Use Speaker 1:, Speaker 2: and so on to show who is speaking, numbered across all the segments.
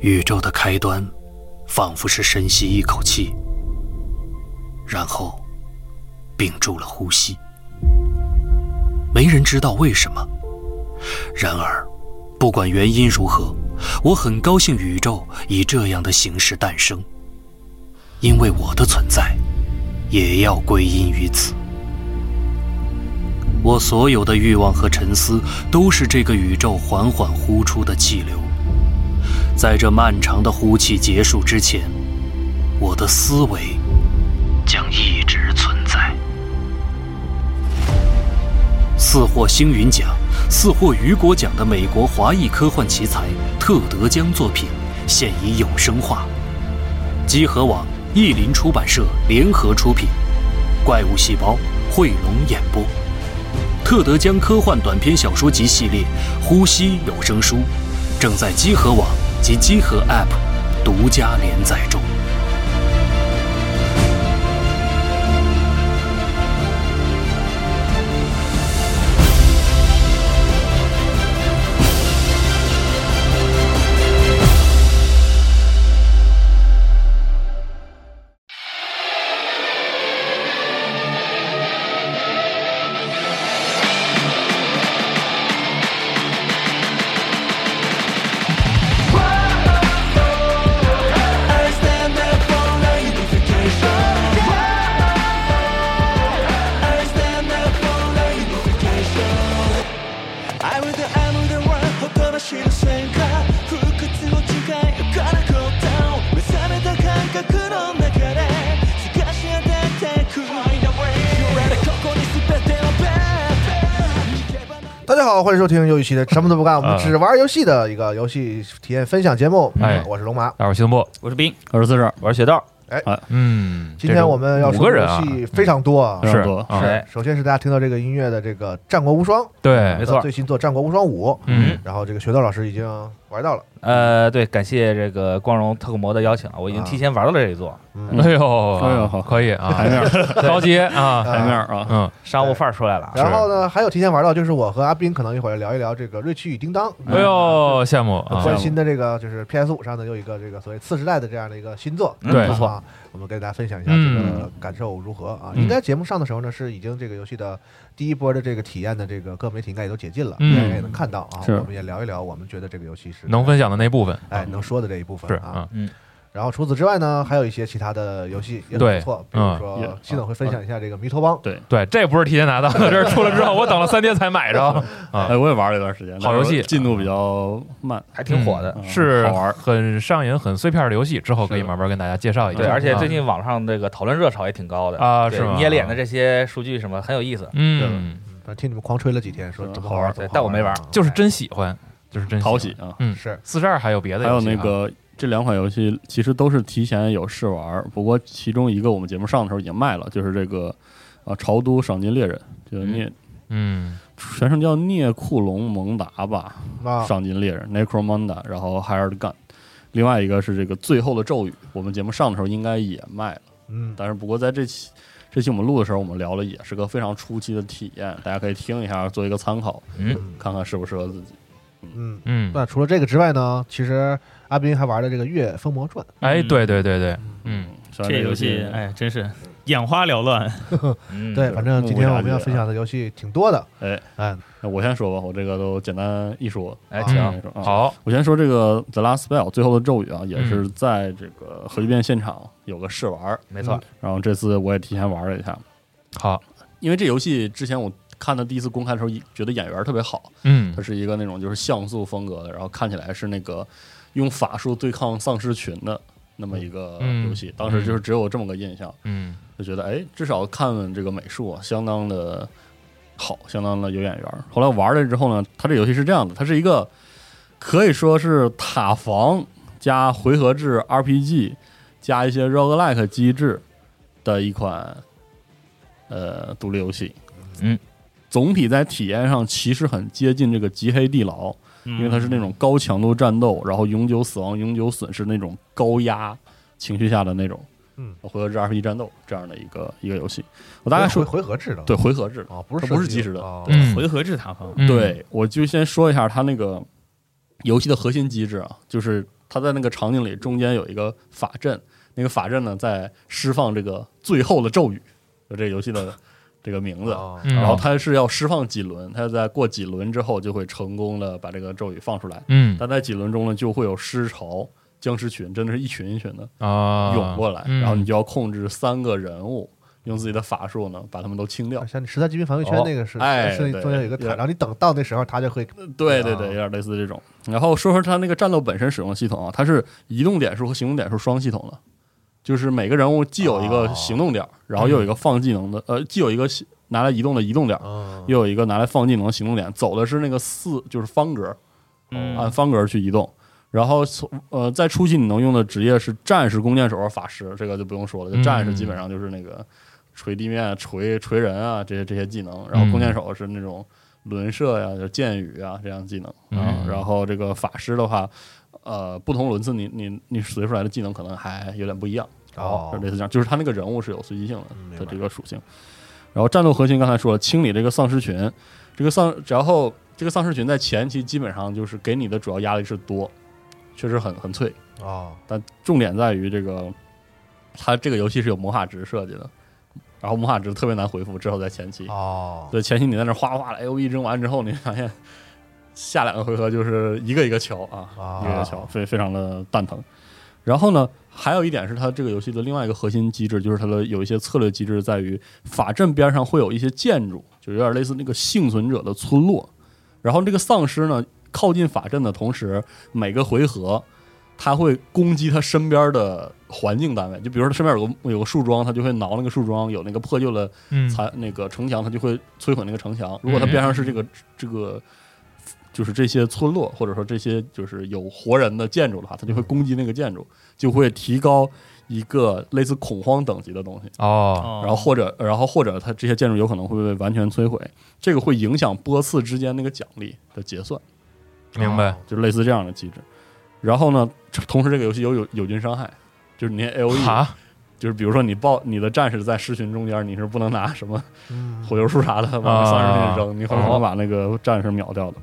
Speaker 1: 宇宙的开端，仿佛是深吸一口气，然后屏住了呼吸。没人知道为什么。然而，不管原因如何，我很高兴宇宙以这样的形式诞生，因为我的存在也要归因于此。我所有的欲望和沉思，都是这个宇宙缓缓呼出的气流。在这漫长的呼气结束之前，我的思维将一直存在。四获星云奖、四获雨果奖的美国华裔科幻奇才特德·江作品，现已有声化，集合网、译林出版社联合出品，《怪物细胞》汇龙演播。特德·江科幻短篇小说集系列《呼吸》有声书，正在积禾网及积禾 App 独家连载中。
Speaker 2: I will the I'm the one ほとばしる瞬間不屈の誓いからコダウン目覚めた感覚の中で探し当ててく Find a way 揺れるここに全てのベッド逃げ場ない
Speaker 3: 大家好，欢迎收听又一期的什么都不干，我们
Speaker 4: 啊
Speaker 3: 只玩游戏的一个游戏体验分享节目。啊
Speaker 4: 哎
Speaker 3: 我是龙马。
Speaker 4: 大伙儿行不？
Speaker 5: 我是冰，
Speaker 6: 二十四是
Speaker 4: 玩雪道，
Speaker 3: 哎
Speaker 4: 啊嗯，
Speaker 3: 今天我们要
Speaker 4: 这
Speaker 3: 说
Speaker 4: 种五个
Speaker 3: 的
Speaker 4: 人啊
Speaker 3: 游，戏非常多啊，
Speaker 4: 是
Speaker 6: 非常多
Speaker 4: 啊
Speaker 3: 是首先是大家听到这个音乐的这个《战国无双》，啊
Speaker 4: 对，没错
Speaker 3: 最，新作《战国无双五》，
Speaker 4: 嗯，
Speaker 3: 然后这个学道老师已经玩到了，
Speaker 5: 呃，对，感谢这个光荣特工魔的邀请啊，我已经提前玩到了这一座，
Speaker 3: 嗯，
Speaker 4: 哎呦，
Speaker 6: 哎呦好
Speaker 4: 可以啊，
Speaker 6: 台面儿，
Speaker 4: 高阶啊，
Speaker 6: 台面儿啊，
Speaker 4: 嗯，
Speaker 5: 商务范儿出来了啊，
Speaker 3: 然后呢，还有提前玩到，就是我和阿斌可能一会儿聊一聊这个《瑞奇与叮当》。
Speaker 4: 哎呦，羡慕啊，
Speaker 3: 关心的这个就是 PS 五上的又一个这个所谓次时代的这样的一个新作，
Speaker 4: 嗯对
Speaker 3: 啊
Speaker 4: 不
Speaker 5: 错，
Speaker 3: 我们跟大家分享一下这个感受如何啊？
Speaker 4: 嗯
Speaker 3: 应该节目上的时候呢，是已经这个游戏的第一波的这个体验的这个各媒体应该也都解禁了，
Speaker 4: 嗯
Speaker 3: 大家也能看到啊。
Speaker 6: 是
Speaker 3: 我们也聊一聊我们觉得这个游戏是
Speaker 4: 能分享的那部分
Speaker 3: 哎能说的这一部分
Speaker 4: 是
Speaker 3: 啊
Speaker 4: 啊。，
Speaker 3: 然后除此之外呢，还有一些其他的游戏也很
Speaker 4: 对
Speaker 3: 不错，比
Speaker 4: 嗯
Speaker 3: 如
Speaker 6: 也
Speaker 3: 说系统会分享一下这个《弥陀邦》，
Speaker 4: 对，这不是提前拿到的，这是出了之后我等了三天 才买着，啊
Speaker 6: 哎，我也玩了一段时间，
Speaker 4: 好游戏
Speaker 6: 但是进度比较慢，
Speaker 5: 还挺火的。
Speaker 6: 嗯
Speaker 4: 是
Speaker 6: 好玩儿
Speaker 4: 很上瘾、很碎片儿的游戏，之后可以
Speaker 6: 是
Speaker 4: 慢慢跟大家介绍一下。
Speaker 5: 对，而且
Speaker 4: 啊
Speaker 5: 最近网上这个讨论热潮也挺高的
Speaker 4: 啊
Speaker 5: 对
Speaker 4: 是吗
Speaker 5: 捏脸的这些数据什么很有意思，
Speaker 4: 嗯，
Speaker 3: 反正听你们狂吹了几天，说
Speaker 6: 是
Speaker 3: 怎么
Speaker 6: 好
Speaker 3: 好
Speaker 6: 玩
Speaker 3: 玩，
Speaker 5: 对
Speaker 3: 怎么好
Speaker 5: 但我没玩
Speaker 3: 啊
Speaker 4: 就是真喜欢，就是真
Speaker 6: 讨
Speaker 4: 欢
Speaker 6: 喜。啊。
Speaker 4: 嗯，
Speaker 3: 是
Speaker 4: 四十二还有别的
Speaker 6: 还有
Speaker 4: 游戏啊，
Speaker 6: 那个这两款游戏其实都是提前有试玩儿，不过其中一个我们节目上的时候已经卖了，就是这个呃《朝都赏金猎人》，就
Speaker 5: 嗯
Speaker 6: 聂、
Speaker 4: 嗯，
Speaker 6: 全称叫聂库隆蒙达吧，
Speaker 3: 啊，
Speaker 6: 赏金猎人 Necromunda，然后 Hired Gun。另外一个是这个最后的咒语，我们节目上的时候应该也卖了，
Speaker 3: 嗯，
Speaker 6: 但是不过在这期这期我们录的时候，我们聊了也是个非常初期的体验，大家可以听一下，做一个参考，
Speaker 3: 嗯
Speaker 6: 看看适不适合自己。
Speaker 3: 嗯。
Speaker 4: 嗯，
Speaker 3: 那除了这个之外呢，其实阿斌还玩了这个《月风魔传》，
Speaker 4: 哎，对对对对，嗯，
Speaker 6: 虽然
Speaker 7: 这
Speaker 6: 游
Speaker 7: 游戏哎，真是眼花 缭乱。
Speaker 5: 嗯，
Speaker 3: 对，
Speaker 6: 是
Speaker 3: 反正今天我们要
Speaker 6: 目无大局啊
Speaker 3: 分享的游戏挺多的。
Speaker 6: 哎
Speaker 3: 哎，
Speaker 6: 那我先说吧，我这个都简单一说。
Speaker 5: 哎，
Speaker 3: 啊
Speaker 5: 挺
Speaker 6: 嗯啊
Speaker 4: 好，
Speaker 6: 我先说这个《The Last Spell》最后的咒语啊，也是
Speaker 4: 嗯
Speaker 6: 在这个核聚变现场有个试玩儿，
Speaker 5: 没错，
Speaker 6: 然后这次我也提前玩了一下，
Speaker 4: 好，
Speaker 6: 因为这游戏之前我看它第一次公开的时候，觉得演员特别好，
Speaker 4: 嗯
Speaker 6: 它，是一个那种就是像素风格的，然后看起来是那个用法术对抗丧尸群的那么一个
Speaker 4: 嗯
Speaker 6: 游戏，当时就是只有这么个印象，
Speaker 4: 嗯
Speaker 6: 就觉得哎，至少看这个美术啊，相当的好，相当的有眼缘儿。后来玩了之后呢，它这游戏是这样的，它是一个可以说是塔防加回合制 RPG 加一些 roguelike 机制的一款呃独立游戏。
Speaker 5: 嗯，
Speaker 6: 总体在体验上其实很接近这个《极黑地牢》，嗯
Speaker 5: 嗯
Speaker 6: 因为它是那种高强度战斗，然后永久死亡、永久损失那种高压情绪下的那种，
Speaker 3: 嗯
Speaker 6: 回合制 RPG 战斗这样的一个一个游戏。我大概说
Speaker 3: 回回合制的，
Speaker 6: 对回合制的，
Speaker 3: 啊，不是
Speaker 6: 它不
Speaker 3: 射
Speaker 6: 是
Speaker 3: 击
Speaker 6: 即时的
Speaker 3: 啊
Speaker 4: 嗯
Speaker 7: 回合制塔防，
Speaker 4: 嗯，
Speaker 6: 对我就先说一下它那个游戏的核心机制啊，就是他在那个场景里中间有一个法阵，那个法阵呢在释放这个最后的咒语，就这个游 戏的这个名字。
Speaker 3: 哦
Speaker 4: 嗯
Speaker 6: 然后他是要释放几轮，他在过几轮之后就会成功的把这个咒语放出来。
Speaker 4: 嗯
Speaker 6: 但在几轮中呢，就会有尸潮、僵尸群，真的是一群一群的
Speaker 4: 啊，
Speaker 6: 涌过来，
Speaker 4: 嗯
Speaker 6: 然后你就要控制三个人物，用自己的法术呢把他们都清
Speaker 4: 哎
Speaker 6: 掉。
Speaker 3: 像你十三级兵防御圈
Speaker 6: 哦
Speaker 3: 那个是，
Speaker 6: 哎
Speaker 3: 是
Speaker 6: 对
Speaker 3: 中间有一个塔，
Speaker 6: 对
Speaker 3: 然后你等到那时候，它就会
Speaker 6: 对对
Speaker 3: 啊
Speaker 6: 对，有点类似这种。然后说说它那个战斗本身使用的系统啊，它是移动点数和行动点数双系统的，就是每个人物既有一
Speaker 4: 哦
Speaker 6: 个行动点，然后又有一个放技能的，呃，既有一个行拿来移动的移动点，
Speaker 3: 嗯
Speaker 6: 又有一个拿来放技能的行动点，走的是那个四就是方格，按
Speaker 7: 嗯，
Speaker 6: 方格去移动。然后从呃，在初期你能用的职业是战士、弓箭手和法师，这个就不用说了。就战士
Speaker 4: 嗯
Speaker 6: 基本上就是那个锤地面、锤锤人啊这些这些技能，然后弓箭手是那种轮射呀、就箭雨啊这样技能啊。
Speaker 4: 嗯
Speaker 6: 然后这个法师的话，呃，不同轮次你你你随出来的技能可能还有点不一样。
Speaker 3: 哦
Speaker 6: 就类似这样，就是他那个人物是有随机性
Speaker 3: 嗯明
Speaker 6: 的
Speaker 3: 白
Speaker 6: 的这个属性。然后战斗核心刚才说了，清理这个丧尸群，这个丧，然后这个丧尸群在前期基本上就是给你的主要压力是多，确实很很脆，
Speaker 3: 哦，
Speaker 6: 但重点在于这个，它这个游戏是有魔法值设计的，然后魔法值特别难回复，只好在前期。
Speaker 3: 哦，
Speaker 6: 对，前期你在那哗哗的 A O E 扔完之后，你发现下两个回合就是一个一个敲啊，
Speaker 3: 啊
Speaker 6: 一个一个敲，非非常的蛋疼。然后呢，还有一点是它这个游戏的另外一个核心机制，就是它的有一些策略机制在于法阵边上会有一些建筑，就有点类似那个幸存者的村落。然后这个丧尸呢，靠近法阵的同时，每个回合它会攻击它身边的环境单位，就比如说它身边有个有个树桩，它就会挠那个树桩；有那个破旧的
Speaker 4: 嗯
Speaker 6: 残那个城墙，它就会摧毁那个城墙。如果它边上是这个这个，就是这些村落或者说这些就是有活人的建筑的话，它就会攻击那个建筑，就会提高一个类似恐慌等级的东西。
Speaker 4: 哦，
Speaker 7: 然
Speaker 6: 然后或者然后或者它这些建筑有可能会被完全摧毁，这个会影响波次之间那个奖励的结算，嗯
Speaker 4: 明白
Speaker 3: 哦，
Speaker 6: 就是类似这样的机制。然后呢，同时这个游戏有有友军伤害，就是你那 A O E
Speaker 4: 哈，
Speaker 6: 就是比如说你抱你的战士在狮群中间，你是不能拿什么
Speaker 3: 嗯
Speaker 6: 火球术啥的往丧尸那扔，你很可能把那个战士秒掉的。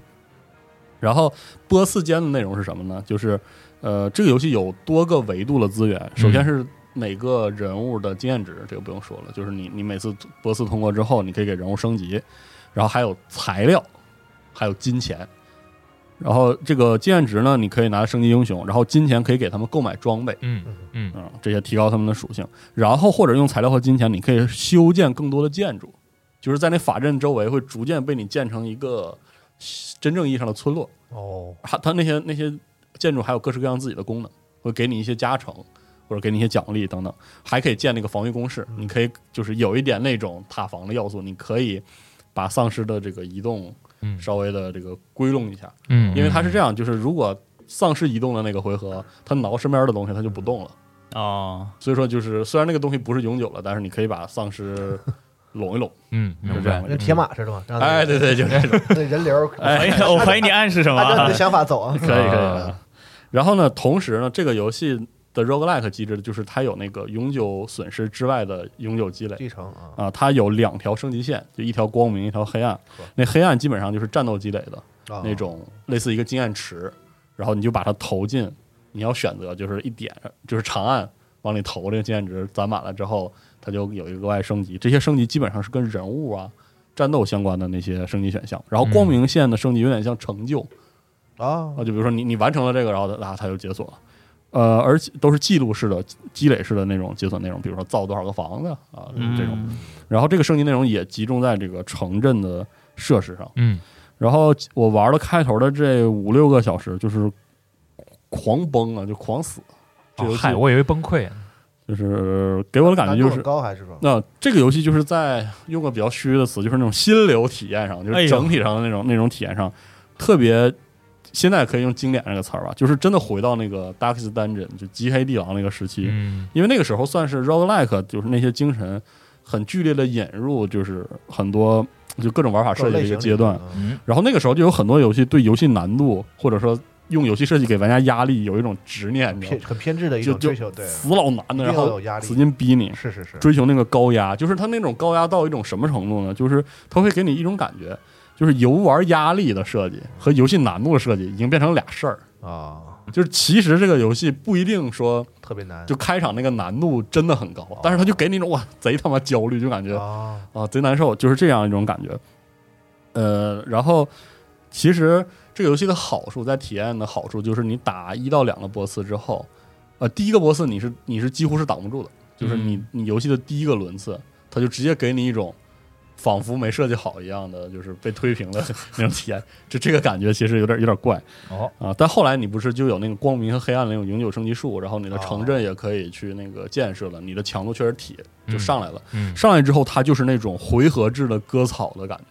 Speaker 6: 然后波次间的内容是什么呢？就是呃，这个游戏有多个维度的资源，首先是每个人物的经验值，这个不用说了，就是你你每次波次通过之后，你可以给人物升级，然后还有材料，还有金钱。然后这个经验值呢，你可以拿来升级英雄，然后金钱可以给他们购买装备，
Speaker 4: 嗯嗯
Speaker 6: 嗯，这些提高他们的属性，然后或者用材料和金钱，你可以修建更多的建筑，就是在那法阵周围会逐渐被你建成一个真正意义上的村落。
Speaker 3: 哦，
Speaker 6: 它它那些那些建筑还有各式各样自己的功能，会给你一些加成，或者给你一些奖励等等，还可以建那个防御工事。你可以就是有一点那种塔防的要素，你可以把丧尸的这个移动
Speaker 4: 嗯
Speaker 6: 稍微的这个归拢一下，
Speaker 4: 嗯，
Speaker 6: 因为它是这样，就是如果丧尸移动的那个回合，它挠身边的东西，它就不动了。
Speaker 7: 哦，
Speaker 6: 所以说就是虽然那个东西不是永久了，但是你可以把丧尸拢一拢，
Speaker 4: 嗯，
Speaker 6: 就
Speaker 4: 明
Speaker 6: 这样
Speaker 4: 白
Speaker 6: 吧。
Speaker 3: 跟铁马似的嘛，让那个
Speaker 6: 哎，对哎对，就是 这种，
Speaker 3: 那人流，
Speaker 7: 我怀疑
Speaker 4: 哦
Speaker 7: 我怀
Speaker 4: 哎
Speaker 7: 疑 你暗示什么
Speaker 3: 按照
Speaker 7: 啊
Speaker 6: 哎
Speaker 3: 你的？想法走啊，
Speaker 6: 可以可以可以
Speaker 4: 啊。
Speaker 6: 然后呢，同时呢，这个游戏的 roguelike 机制就是它有那个永久损失之外的永久积累
Speaker 3: 继承啊，
Speaker 6: 啊，它有两条升级线，就一条光明，一条黑暗。那黑暗基本上就是战斗积累的
Speaker 3: 哦
Speaker 6: 那种，类似一个经验池，然后你就把它投进，你要选择就是一点，就是长按往里投这个经验值，攒满了之后，它就有一个额外升级。这些升级基本上是跟人物啊、战斗相关的那些升级选项。然后光明线的升级有点像成就，
Speaker 3: 啊
Speaker 6: 啊，，就比如说你你完成了这个，然后它啊它就解锁了，呃，而且都是记录式的、积累式的那种解锁内容，比如说造多少个房子啊、
Speaker 7: 嗯
Speaker 6: 这种。然后这个升级内容也集中在这个城镇的设施上。
Speaker 4: 嗯，
Speaker 6: 然后我玩了开头的这五六个小时，就是狂崩啊，就狂死。这
Speaker 4: 哦
Speaker 6: 游戏
Speaker 4: 嗨，我以为崩溃呢。
Speaker 6: 就是给我的感觉就
Speaker 3: 难度很
Speaker 6: 是，
Speaker 3: 高还是吧？
Speaker 6: 那、这个游戏就是在用个比较虚的词，就是那种心流体验上，就
Speaker 7: 哎
Speaker 6: 是
Speaker 7: 呦
Speaker 6: 整体上的那种、那种体验上，特别现在可以用经典这个词儿吧，就是真的回到那个 Darkest Dungeon 就极黑地牢那个时期，
Speaker 4: 嗯
Speaker 6: 因为那个时候算是 roguelike，就是那些精神很剧烈的引入，就是很多就各种玩法设计的一个阶段。
Speaker 3: 嗯
Speaker 4: 嗯
Speaker 6: 然后那个时候就有很多游戏对游戏难度或者说用游戏设计给玩家压力有一种执念，你知道
Speaker 3: 偏
Speaker 6: 吗？
Speaker 3: 很偏执的一
Speaker 6: 就
Speaker 3: 种追
Speaker 6: 就
Speaker 3: 求，对，
Speaker 6: 死老难的，
Speaker 3: 一定
Speaker 6: 然
Speaker 3: 要
Speaker 6: 后
Speaker 3: 有压力
Speaker 6: 使劲逼你。
Speaker 3: 是是是，
Speaker 6: 追求那个高压，就是它那种高压到一种什么程度呢？就是它会给你一种感觉，就是游玩压力的设计和游戏难度的设计已经变成俩事儿。
Speaker 3: 啊，
Speaker 6: 就是其实这个游戏不一定说
Speaker 3: 特别难，
Speaker 6: 就开场那个难度真的很高，但是它就给你一种哇贼他妈焦虑，就感觉
Speaker 3: 啊，
Speaker 6: 啊贼难受，就是这样一种感觉。呃，然后其实这个游戏的好处，在体验的好处就是你打一到两个 BOSS 之后，呃，第一个 BOSS 你是你是几乎是挡不住的，就是你你游戏的第一个轮次，它就直接给你一种仿佛没设计好一样的，就是被推平的那种体验。就这个感觉其实有点有点怪
Speaker 5: 哦
Speaker 6: 啊。但后来你不是就有那个光明和黑暗的那种永久升级术，然后你的
Speaker 3: 哦
Speaker 6: 城镇也可以去那个建设了，你的强度确实体就
Speaker 4: 嗯
Speaker 6: 上来了。
Speaker 4: 嗯
Speaker 6: 上来之后，它就是那种回合制的割草的感觉。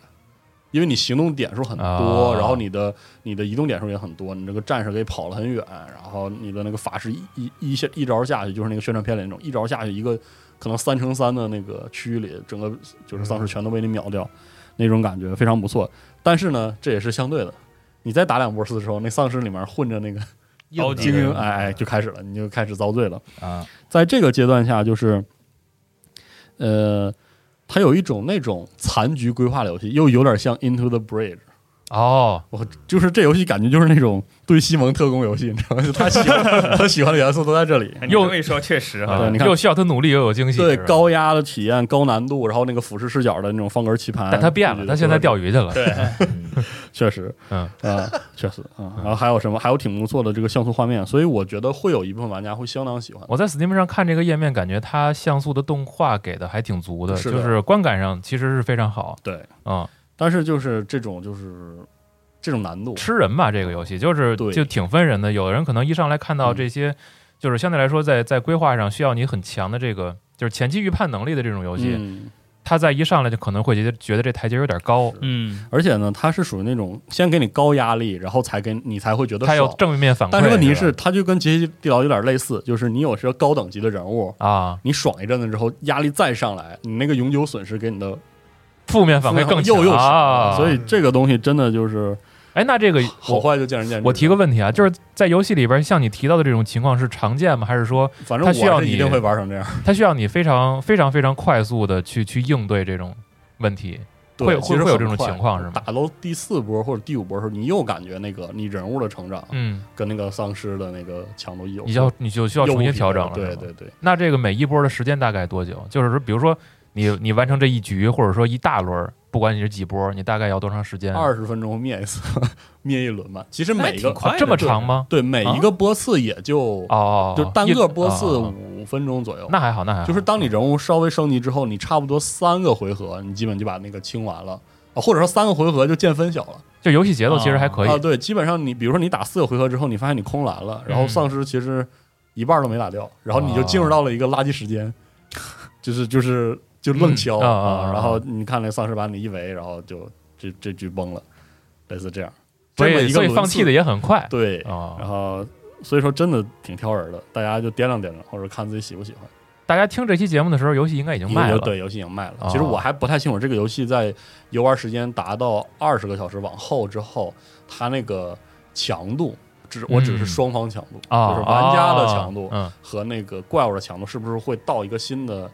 Speaker 6: 因为你行动点数很多，
Speaker 4: 啊
Speaker 6: 然后你的你的移动点数也很多，你这个战士可以跑了很远，然后你的那个法师一一一下一招下去，就是那个宣传片里那种一招下去一个可能三乘三的那个区域里，整个就是丧尸全都被你秒掉，那种感觉非常不错。但是呢，这也是相对的，你再打两波次的时候，那丧尸里面混着那个
Speaker 7: 高级
Speaker 6: 精
Speaker 7: 的
Speaker 6: 英，哎哎就开始了，你就开始遭罪了。
Speaker 5: 啊，
Speaker 6: 在这个阶段下，就是，呃，它有一种那种残局规划的游戏，又有点像 Into the Bridge。
Speaker 4: 哦，
Speaker 6: 我就是这游戏感觉就是那种对西蒙特工游戏，你知道吗？就他喜欢他喜欢的元素都在这里。
Speaker 7: 哎你这么一说，确实啊哈，
Speaker 6: 对你看
Speaker 4: 又需要他努力，又有惊喜，
Speaker 6: 对
Speaker 4: 是吧，
Speaker 6: 高压的体验、高难度，然后那个俯视视角的那种方格棋盘，
Speaker 4: 但他变了，他现在钓鱼去了，
Speaker 7: 对，
Speaker 6: 确实，
Speaker 4: 嗯
Speaker 6: 啊，确实啊，然后还有什么？还有挺不错的这个像素画面，所以我觉得会有一部分玩家会相当喜欢。
Speaker 4: 我在 Steam 上看这个页面，感觉它像素的动画给的还挺足的，
Speaker 6: 是的
Speaker 4: 就是观感上其实是非常好。
Speaker 6: 对，
Speaker 4: 嗯，
Speaker 6: 但是就是这种就是这种难度，
Speaker 4: 吃人吧，这个游戏就是
Speaker 6: 对嗯
Speaker 4: 就挺分人的。有的人可能一上来看到这些，就是相对来说在在规划上需要你很强的这个就是前期预判能力的这种游戏，
Speaker 6: 嗯，
Speaker 4: 他在一上来就可能会觉得觉得这台阶有点高，
Speaker 7: 嗯，
Speaker 6: 而且呢，它是属于那种先给你高压力，然后才给你才会觉得
Speaker 4: 他有
Speaker 6: 爽。
Speaker 4: 正面反馈。
Speaker 6: 但是问题是，
Speaker 4: 吧
Speaker 6: 它就跟《杰西地牢》有点类似，就是你有些高等级的人物，
Speaker 4: 啊，
Speaker 6: 你爽一阵子之后，压力再上来，你那个永久损失给你的
Speaker 4: 负面反馈更
Speaker 6: 又又
Speaker 4: 强啊。
Speaker 6: 少所以这个东西真的就是
Speaker 4: 哎，那这个
Speaker 6: 好
Speaker 4: 我
Speaker 6: 坏就见仁见智。
Speaker 4: 我提个，问题啊，就是在游戏里边，像你提到的这种情况是常见吗？还是说
Speaker 6: 反正
Speaker 4: 它需要
Speaker 6: 我是
Speaker 4: 你
Speaker 6: 一定会玩成这样。
Speaker 4: 它需要你非常非常非常快速的去去应对这种问题。
Speaker 6: 对
Speaker 4: 会会
Speaker 6: 其实
Speaker 4: 会有
Speaker 6: 很
Speaker 4: 这种
Speaker 6: 快
Speaker 4: 情况是吗
Speaker 6: 打到第四波或者第五波的时候，你又感觉那个你人物的成长
Speaker 4: 嗯，
Speaker 6: 跟那个丧尸的那个强度啊有
Speaker 4: 你要你就需要
Speaker 6: 又
Speaker 4: 重新
Speaker 6: 不匹
Speaker 4: 调整
Speaker 6: 配
Speaker 4: 了。
Speaker 6: 对
Speaker 4: 是吗
Speaker 6: 对对，
Speaker 4: 那这个每一波的时间大概多久？就是说，比如说你你完成这一局，或者说一大轮儿，不管你是几波，你大概要多长时间？
Speaker 6: 嗯
Speaker 4: 啊
Speaker 6: 二十分钟灭一次， 灭一轮吧。其实
Speaker 7: 那还
Speaker 6: 每一个
Speaker 7: 挺快
Speaker 4: 这么长吗？
Speaker 6: 对，每一个波次也就、
Speaker 4: 啊哦，
Speaker 6: 就单
Speaker 4: 一
Speaker 6: 个波次
Speaker 4: 哦哦
Speaker 6: 五分钟左右。
Speaker 4: 那还嗯好，那还好。
Speaker 6: 就是当你人物稍微升级之后，你差不多三个回合，你基本就把那个清完了。啊，或者说三个回合就见分晓了
Speaker 4: 就游戏节奏其实还可以
Speaker 6: 啊！对，基本上你比如说你打四个回合之后，你发现你空蓝了，然后
Speaker 4: 嗯
Speaker 6: 丧尸其实一半都没打掉，然后你就进入到了一个垃圾时间， 就是就是就愣敲、
Speaker 4: 嗯啊啊啊
Speaker 6: 然后你看那丧尸把你一围，然后就这这局崩了，类似这样。
Speaker 4: 所
Speaker 6: 这么
Speaker 4: 以
Speaker 6: 一个
Speaker 4: 所以
Speaker 6: 轮
Speaker 4: 放
Speaker 6: 次
Speaker 4: 弃的也很快
Speaker 6: 对，然
Speaker 4: 啊。
Speaker 6: 后所以说真的挺挑人的，大家就掂量掂量，或者看自己喜不喜欢。
Speaker 4: 大家听这期节目的时候，游戏应该已经卖
Speaker 6: 有
Speaker 4: 了。
Speaker 6: 对，游戏已经卖了。
Speaker 4: 哦
Speaker 6: 其实我还不太清楚这个游戏在游玩时间达到二十个小时往后之后，它那个强度，只我只是
Speaker 4: 嗯
Speaker 6: 双方强度，
Speaker 4: 啊，
Speaker 6: 就是玩家的强度
Speaker 4: 嗯，
Speaker 6: 和那个怪物的强度是不是会到一个新的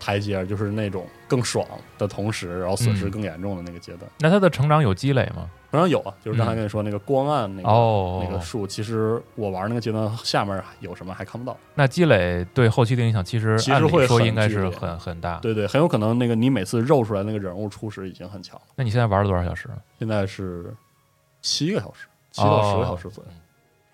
Speaker 6: 台阶，就是那种更爽的同时，然后损失
Speaker 4: 嗯
Speaker 6: 更严重的那个阶段。
Speaker 4: 那它的成长有积累吗？
Speaker 6: 当然有啊，就是刚才跟你说那个光暗那
Speaker 4: 嗯
Speaker 6: 个。
Speaker 4: 哦，
Speaker 6: 那个数，其实我玩那个阶段下面有什么还看不到。
Speaker 4: 那积累对后期的影响，其实
Speaker 6: 其实
Speaker 4: 按理
Speaker 6: 会
Speaker 4: 说
Speaker 6: 很
Speaker 4: 应该
Speaker 6: 剧
Speaker 4: 是
Speaker 6: 烈
Speaker 4: 很很大。
Speaker 6: 对对，很有可能那个你每次肉出来那个人物初始已经很强了。
Speaker 4: 那你现在玩了多少小时？
Speaker 6: 现在是七个小时，七到十个小时左右。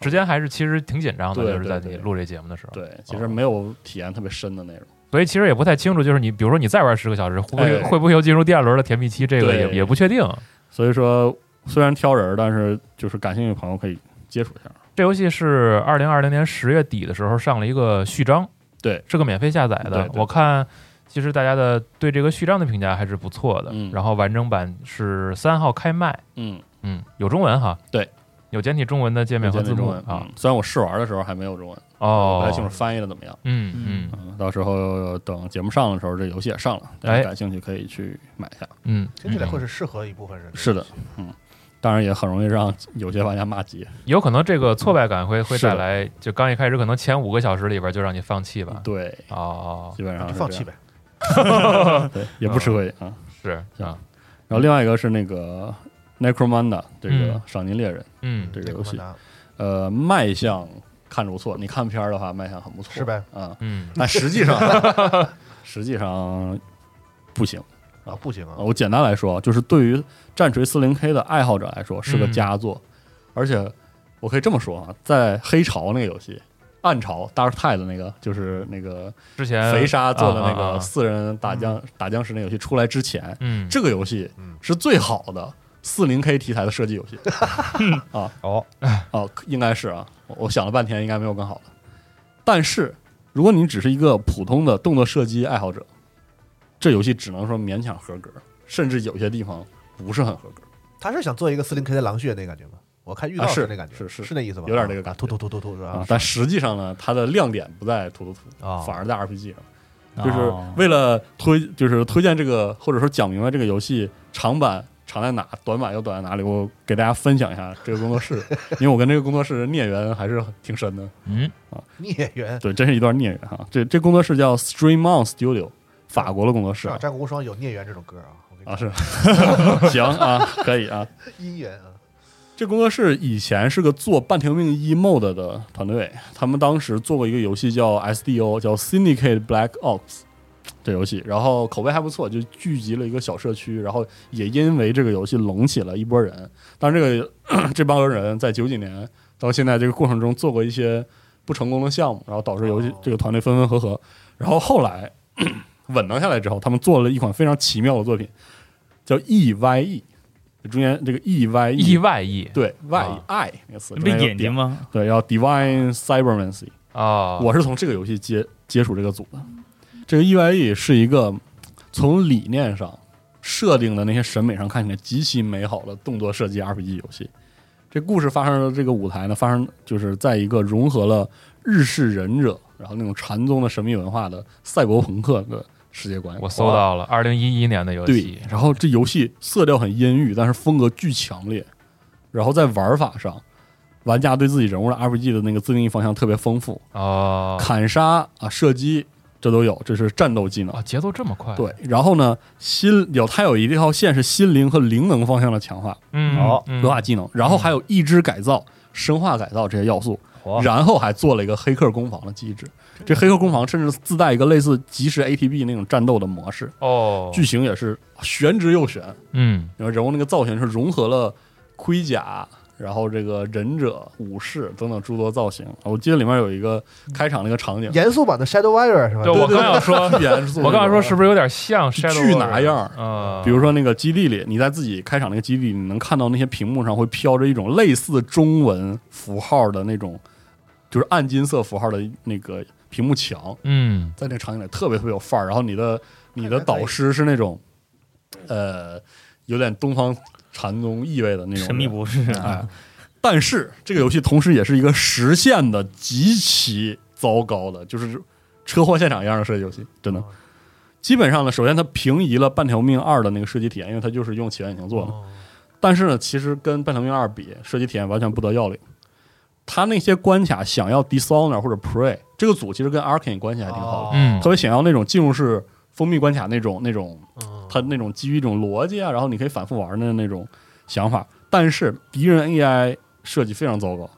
Speaker 4: 时间还是其实挺紧张的，
Speaker 6: 对
Speaker 4: 就是在你
Speaker 6: 对对
Speaker 4: 录这节目的时候。
Speaker 6: 对，其实没有体验特别深的内容。
Speaker 4: 所以其实也不太清楚，就是你比如说你再玩十个小时，会不会
Speaker 6: 哎
Speaker 4: 会不会又进入第二轮的甜蜜期？这个也
Speaker 6: 对
Speaker 4: 也不确定。
Speaker 6: 所以说，虽然挑人儿，但是就是感兴趣的朋友可以接触一下。
Speaker 4: 这游戏是二零二零年十月底的时候上了一个序章，
Speaker 6: 对，
Speaker 4: 是个免费下载的
Speaker 6: 对。对
Speaker 4: 我看其实大家的对这个序章的评价还是不错的。
Speaker 6: 嗯
Speaker 4: 然后完整版是三号开卖，
Speaker 6: 嗯，
Speaker 4: 嗯，有中文哈，
Speaker 6: 对，
Speaker 4: 有简体中文的界面和字
Speaker 6: 中
Speaker 4: 幕
Speaker 6: 文
Speaker 4: 啊
Speaker 6: 嗯。虽然我试玩的时候还没有中文，
Speaker 4: 哦，
Speaker 6: 不太清楚翻译的怎么样。
Speaker 4: 嗯嗯
Speaker 6: 嗯，到时候等节目上的时候，这游戏也上了，大
Speaker 4: 哎
Speaker 6: 家感兴趣可以去买一下。
Speaker 4: 嗯，
Speaker 3: 听起来会
Speaker 4: 嗯
Speaker 3: 是适合一部分人。
Speaker 6: 是的，嗯，当然也很容易让有些玩家骂街。
Speaker 4: 有可能这个挫败感会会
Speaker 6: 是的
Speaker 4: 带来，就刚一开始可能前五个小时里边就让你放弃吧。
Speaker 6: 对，
Speaker 4: 哦，
Speaker 6: 基本上
Speaker 3: 就是放
Speaker 6: 啊这
Speaker 3: 弃
Speaker 6: 样，
Speaker 3: 呗。
Speaker 6: 对，也不吃亏啊。
Speaker 4: 是啊，
Speaker 6: 然后另外一个是那个 Necromanda 这个
Speaker 4: 嗯
Speaker 6: 赏金猎人
Speaker 4: 嗯
Speaker 6: 这个
Speaker 3: 那
Speaker 6: 游戏，
Speaker 3: 啊，
Speaker 6: 呃，卖相看着不错。你看片儿的话，卖相很不错，
Speaker 3: 是呗？
Speaker 6: 啊，
Speaker 4: 嗯，
Speaker 6: 但实际上， 实际上不行。
Speaker 3: 啊，不行
Speaker 6: 啊
Speaker 3: 啊，
Speaker 6: 我简单来说，就是对于战锤四零 K 的爱好者来说是个
Speaker 4: 嗯
Speaker 6: 佳作，而且我可以这么说啊，在黑潮那个游戏。暗潮 Dark Tide 的那个，就是那个
Speaker 4: 之前
Speaker 6: 肥沙做的那
Speaker 4: 呃啊啊
Speaker 6: 个
Speaker 4: 啊
Speaker 6: 四人打僵、打僵尸那游戏出来之前，
Speaker 4: 嗯，
Speaker 6: 这个游戏
Speaker 3: 嗯
Speaker 6: 是最好的四零 K 题材的射击游戏啊
Speaker 5: 哦
Speaker 6: 哦，应该是啊，我我想了半天，应该没有更好的。但是如果你只是一个普通的动作射击爱好者，这游戏只能说勉强合格，甚至有些地方不是很合格。
Speaker 3: 他是想做一个四零 K 的狼血那感觉吗？我看预告
Speaker 6: 啊是
Speaker 3: 那感觉，
Speaker 6: 是是
Speaker 3: 是那意思吧？
Speaker 6: 有点那个感觉
Speaker 3: 突突突突啊突是吧？
Speaker 6: 啊但实际上呢，它的亮点不在突突突，
Speaker 5: 啊
Speaker 6: 反而在 RPG 上。就
Speaker 7: 就
Speaker 6: 是为了推，就是推荐这个，或者说讲明白这个游戏长板长在哪，短板又短在哪里，我给大家分享一下这个工作室，因为我跟这个工作室孽缘还是挺深的。
Speaker 7: 嗯，
Speaker 3: 孽缘
Speaker 6: 对，真是一段孽缘哈。这这工作室叫 Stream On Studio，法国的工作室
Speaker 3: 是啊，《战国无双》有孽缘这种歌啊，我跟你
Speaker 6: 啊，
Speaker 3: 讲
Speaker 6: 是 行啊，可以啊。
Speaker 3: 姻缘啊，
Speaker 6: 这工作室以前是个做《半条命一 mod》的团队，他们当时做过一个游戏叫 SDO，叫 Syndicate Black Ops 这游戏，然后口碑还不错，就聚集了一个小社区，然后也因为这个游戏拢起了一波人。但这个 这帮人在九几年到现在这个过程中做过一些不成功的项目，然后导致游戏
Speaker 3: 哦
Speaker 6: 这个团队分分合合。然后后来 稳当下来之后，他们做了一款非常奇妙的作品，叫 EYE。中间这个 E Y E
Speaker 4: 意外意
Speaker 6: 对外
Speaker 4: 啊
Speaker 6: I 那个词，
Speaker 7: 不是眼睛
Speaker 6: 吗？
Speaker 7: 吗？
Speaker 6: 对，要 Divine Cybermancy。
Speaker 4: 啊，
Speaker 6: 我是从这个游戏接接触这个组的。这个 EYE 是一个从理念上设定的那些审美上看起来极其美好的动作射击 RPG 游戏。这故事发生的这个舞台呢，发生就是在一个融合了日式忍者，然后那种禅宗的神秘文化的赛博朋克的世界观。
Speaker 4: 我搜到了二零一一年的游
Speaker 6: 对
Speaker 4: 戏，，
Speaker 6: 然后这游戏色调很阴郁，但是风格巨强烈。然后在玩法上，玩家对自己人物的 RPG 的那个自定义方向特别丰富，
Speaker 4: 哦，
Speaker 6: 砍杀啊、射击这都有，这是战斗技能。
Speaker 4: 啊，节奏这么快，，
Speaker 6: 对，然后呢，心有它有一条线是心灵和灵能方向的强化，
Speaker 4: 嗯，
Speaker 5: 好
Speaker 4: 嗯
Speaker 6: 文化技能，然后还有意志改造、生化改造这些要素，
Speaker 5: 哦
Speaker 6: 然后还做了一个黑客攻防的机制。这黑客攻防甚至自带一个类似即时 ATB 那种战斗的模式，
Speaker 4: 哦，
Speaker 6: 剧情也是玄之又玄。
Speaker 4: 嗯
Speaker 6: 然后人物那个造型是融合了盔甲，然后这个忍者、武士等等诸多造型。我记得里面有一个开场那个场景，
Speaker 3: 严肃版的 Shadow Warrior 是吧？
Speaker 4: 对我刚想说，
Speaker 6: 严肃。
Speaker 4: 我刚才说是不是有点像
Speaker 6: 是
Speaker 4: Shadow
Speaker 6: 巨拿样儿
Speaker 4: 啊？
Speaker 6: 比如说那个基地里，你在自己开场那个基地，你能看到那些屏幕上会飘着一种类似中文符号的那种，就是暗金色符号的那个屏幕墙，
Speaker 4: 嗯，
Speaker 6: 在那个场景里特别特别有范儿。然后你的你的导师是那种，呃，有点东方禅宗意味的那种人
Speaker 7: 神秘博士
Speaker 3: 啊
Speaker 6: 哎，但是这个游戏同时也是一个实现的极其糟糕的，就是车祸现场一样的射击游戏，真的
Speaker 3: 哦。
Speaker 6: 基本上呢，首先它平移了《半条命二》的那个射击体验，因为它就是用起源引擎做的。
Speaker 3: 哦
Speaker 6: 但是呢，其实跟《半条命二》比，射击体验完全不得要领。它那些关卡想要 Dishonor 或者 Prey，这个组其实跟 Arkane 关系还挺
Speaker 3: 哦
Speaker 6: 好的，
Speaker 4: 嗯
Speaker 6: 特别想要那种进入式封闭关卡那种那种
Speaker 3: 嗯
Speaker 6: 它那种基于一种逻辑啊，然后你可以反复玩的那种想法。但是敌人 AI 设计非常 糟糕，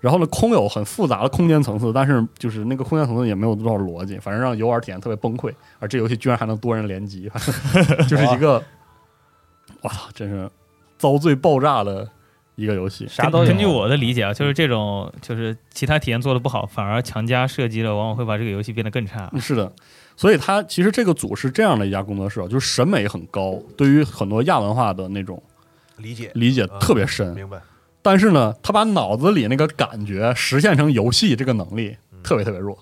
Speaker 6: 然后呢，空有很复杂的空间层次，但是就是那个空间层次也没有多少逻辑，反正让游玩体验特别崩溃。而这游戏居然还能多人联机， 就是一个，我操，真是遭罪爆炸的一个游戏。
Speaker 5: 啥都有
Speaker 7: 根据我的理解啊，就是这种，就是其他体验做的不好，反而强加射击了，往往会把这个游戏变得更差。
Speaker 6: 嗯是的，所以它其实这个组是这样的一家工作室啊，就是审美很高，对于很多亚文化的那种
Speaker 3: 理解
Speaker 6: 理解
Speaker 5: 嗯
Speaker 3: 啊
Speaker 6: 特别深。
Speaker 3: 明白，
Speaker 6: 但是呢，他把脑子里那个感觉实现成游戏这个能力
Speaker 4: 嗯
Speaker 6: 特别特别弱，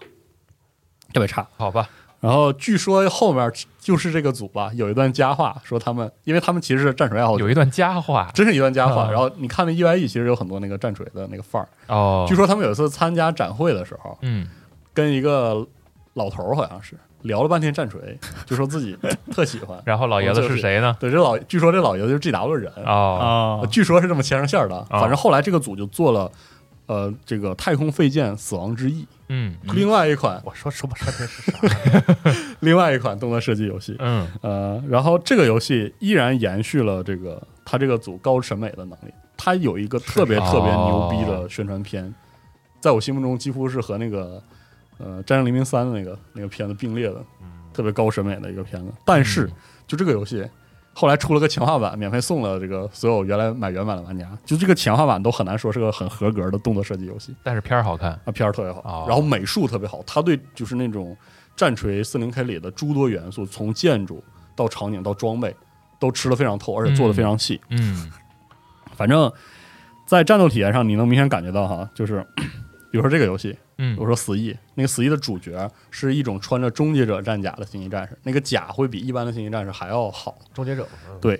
Speaker 6: 特别差。
Speaker 4: 好吧，
Speaker 6: 然后据说后面就是这个组吧，有一段佳话说他们，因为他们其实是战锤爱好者
Speaker 4: 有，一段佳话
Speaker 6: 真是一段佳话。
Speaker 4: 啊
Speaker 6: 然后你看那 EYE 其实有很多那个战锤的那个范儿。
Speaker 4: 哦，
Speaker 6: 据说他们有一次参加展会的时候，
Speaker 4: 嗯
Speaker 6: 跟一个老头儿好像是聊了半天战锤，就说自己特喜 欢。
Speaker 4: 然后老
Speaker 6: 哦
Speaker 4: 爷子是谁呢？
Speaker 6: 对，这老据说这老爷子就是 GW 人啊
Speaker 4: 哦，
Speaker 7: 哦，
Speaker 6: 据说是这么牵上线儿的。啊反正后来这个组就做了，呃，这个太空飞剑《死亡之翼》，
Speaker 4: 嗯
Speaker 6: 另外一款
Speaker 3: 我说说不上天是啥？
Speaker 6: 另外一款动作射击游戏。
Speaker 4: 嗯
Speaker 6: 呃，然后这个游戏依然延续了这个它这个组高审美的能力，它有一个特别特别牛逼的宣传片，在我心目中几乎是和那个呃《战争黎明三》的那个那个片子并列的，特别高审美的一个片子。但嗯是
Speaker 4: 嗯
Speaker 6: 就这个游戏。后来出了个强化版，免费送了这个所有原来买原版的玩家，就这个强化版都很难说是个很合格的动作射击游戏。
Speaker 4: 但是片儿好看，
Speaker 6: 啊，片儿特别好，
Speaker 4: 哦
Speaker 6: 然后美术特别好，他对就是那种战锤四零 K 里的诸多元素，从建筑到场景到装备，都吃的非常透，而且做的非常细。
Speaker 4: 嗯，
Speaker 6: 反正，在战斗体验上，你能明显感觉到哈，就是比如说这个游戏，
Speaker 4: 嗯
Speaker 6: 我说死翼，那个死翼的主角是一种穿着终结者战甲的星际战士，那个甲会比一般的星际战士还要好。
Speaker 3: 终结者，嗯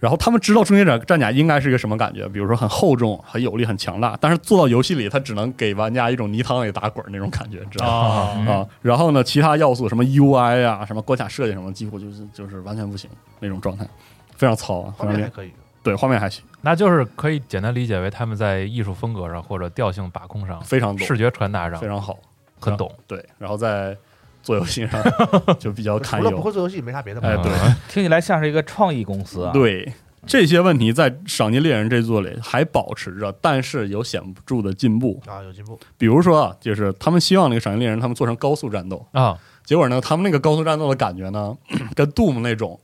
Speaker 6: 然后他们知道终结者战甲应该是一个什么感觉，比如说很厚重、很有力、很强大，但是做到游戏里，它只能给玩家一种泥塘里打滚那种感觉，知道吗？
Speaker 7: 啊，
Speaker 6: 啊，然后呢，其他要素什么 UI 啊，什么关卡设计什么，几乎就是就是完全不行那种状态，非常糙啊，非
Speaker 3: 画
Speaker 6: 常
Speaker 3: 面还
Speaker 6: 厉
Speaker 3: 可以。
Speaker 6: 对，画面还行，
Speaker 4: 那就是可以简单理解为他们在艺术风格上或者调性把控上、
Speaker 6: 非常懂，
Speaker 4: 视觉传达上
Speaker 6: 非常好，
Speaker 4: 很懂，
Speaker 6: 对，然后在做游戏上就比较堪
Speaker 3: 除了不
Speaker 6: 忧，
Speaker 3: 会做游戏，没啥别的吧。
Speaker 4: 嗯
Speaker 6: 哎，对
Speaker 5: 听起来像是一个创意公司啊。，
Speaker 6: 对，这些问题在《赏金猎人》这作里还保持着，但是有显著的进步，
Speaker 3: 啊，有进步。
Speaker 6: 比如说啊，就是他们希望那个《赏金猎人》他们做成高速战斗，
Speaker 4: 啊，
Speaker 6: 结果呢，他们那个高速战斗的感觉呢， 跟 Doom 那种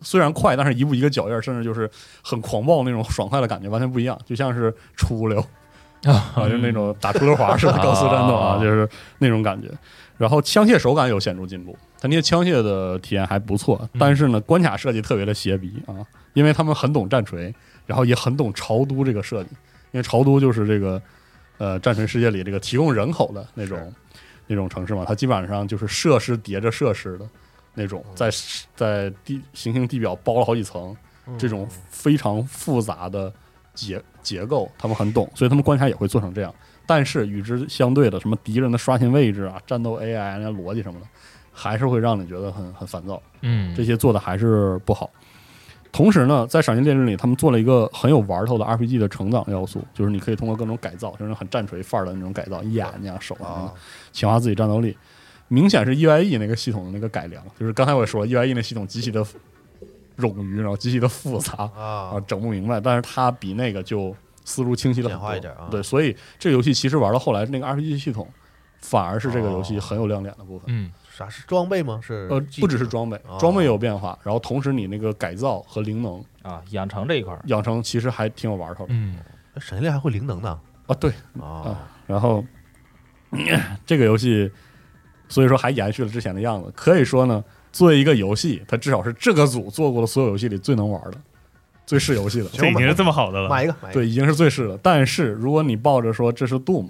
Speaker 6: 虽然快，但是一步一个脚印儿，甚至就是很狂暴那种 爽快的感觉完全不一样，就像是出溜啊，就是那种打出溜滑似的高速战斗啊，
Speaker 4: 啊
Speaker 6: 就是那种感觉。然后枪械手感有显著进步，它那些枪械的体验还不错，但是呢，关卡设计特别的邪逼啊，因为他们很懂战锤，然后也很懂朝都这个设计，因为朝都就是这个呃战锤世界里这个提供人口的那种那种城市嘛，它基本上就是设施叠着设施的那种，在在地行星地表包了好几层，
Speaker 3: 嗯
Speaker 6: 这种非常复杂的结结构，他们很懂，所以他们关卡也会做成这样。但是与之相对的，什么敌人的刷新位置啊、战斗 AI 那逻辑什么的，还是会让你觉得很很烦躁。
Speaker 4: 嗯，
Speaker 6: 这些做的还是不好。同时呢，在《赏金猎人》里，他们做了一个很有玩头的 RPG 的成长要素，就是你可以通过各种改造，就是很战锤范儿的那种改造，眼睛啊、手啊
Speaker 3: 啊，，
Speaker 6: 强化自己战斗力。明显是 EYE 那个系统的那个改良，就是刚才我也说 EYE 那系统极其的冗余，然后极其的复杂
Speaker 3: 啊
Speaker 6: 啊，，整不明白。但是它比那个就思路清晰了很
Speaker 3: 简化
Speaker 6: 多
Speaker 3: 一点啊
Speaker 6: 对，所以这个游戏其实玩到后来，那个 RPG 系统反而是这个游戏
Speaker 3: 哦
Speaker 6: 很有亮点的部分。
Speaker 4: 嗯
Speaker 3: 啥是装备吗？是
Speaker 6: 呃，
Speaker 3: 技
Speaker 6: 不只是
Speaker 3: 能
Speaker 6: 装备
Speaker 3: 哦，
Speaker 6: 装备也有变化，然后同时你那个改造和灵能
Speaker 5: 啊，养成这一块儿
Speaker 6: 养成其实还挺有玩头的
Speaker 4: 嗯，
Speaker 3: 哎闪电猎还会灵能呢
Speaker 6: 啊。对，
Speaker 3: 啊
Speaker 6: 然后 这个游戏，所以说还延续了之前的样子。可以说呢，作为一个游戏，它至少是这个组做过的所有游戏里最能玩的、最是游戏的。
Speaker 7: 这已经是这么好的了，
Speaker 3: 买一个，买一个。
Speaker 6: 对，已经是最是了。但是如果你抱着说这是 Doom，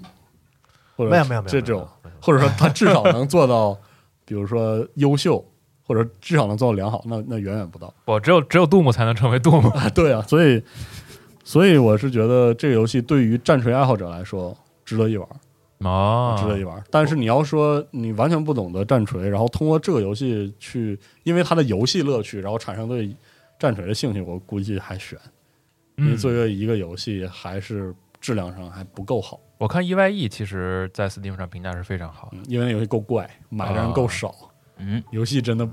Speaker 6: 或者
Speaker 3: 没有没有没有
Speaker 6: 这
Speaker 3: 没有
Speaker 6: 种，或者说它至少能做到，比如说优秀，或者至少能做到良好，那那远远不到。
Speaker 4: 我只有只有杜牧才能成为杜牧，
Speaker 6: 啊，对啊，所以所以我是觉得这个游戏对于战锤爱好者来说值得一玩，
Speaker 4: 哦，
Speaker 6: 值得一玩。啊但是你要说你完全不懂得战锤，然后通过这个游戏去，因为它的游戏乐趣，然后产生对战锤的兴趣，我估计还悬，因为
Speaker 4: 嗯
Speaker 6: 作为一个游戏还是。质量上还不够好，
Speaker 4: 我看 EYE 其实在 Steam 上评价是非常好的，
Speaker 6: 嗯，因为那游戏够怪，买的人
Speaker 4: 啊
Speaker 6: 够少，
Speaker 5: 嗯，
Speaker 6: 游戏真 的，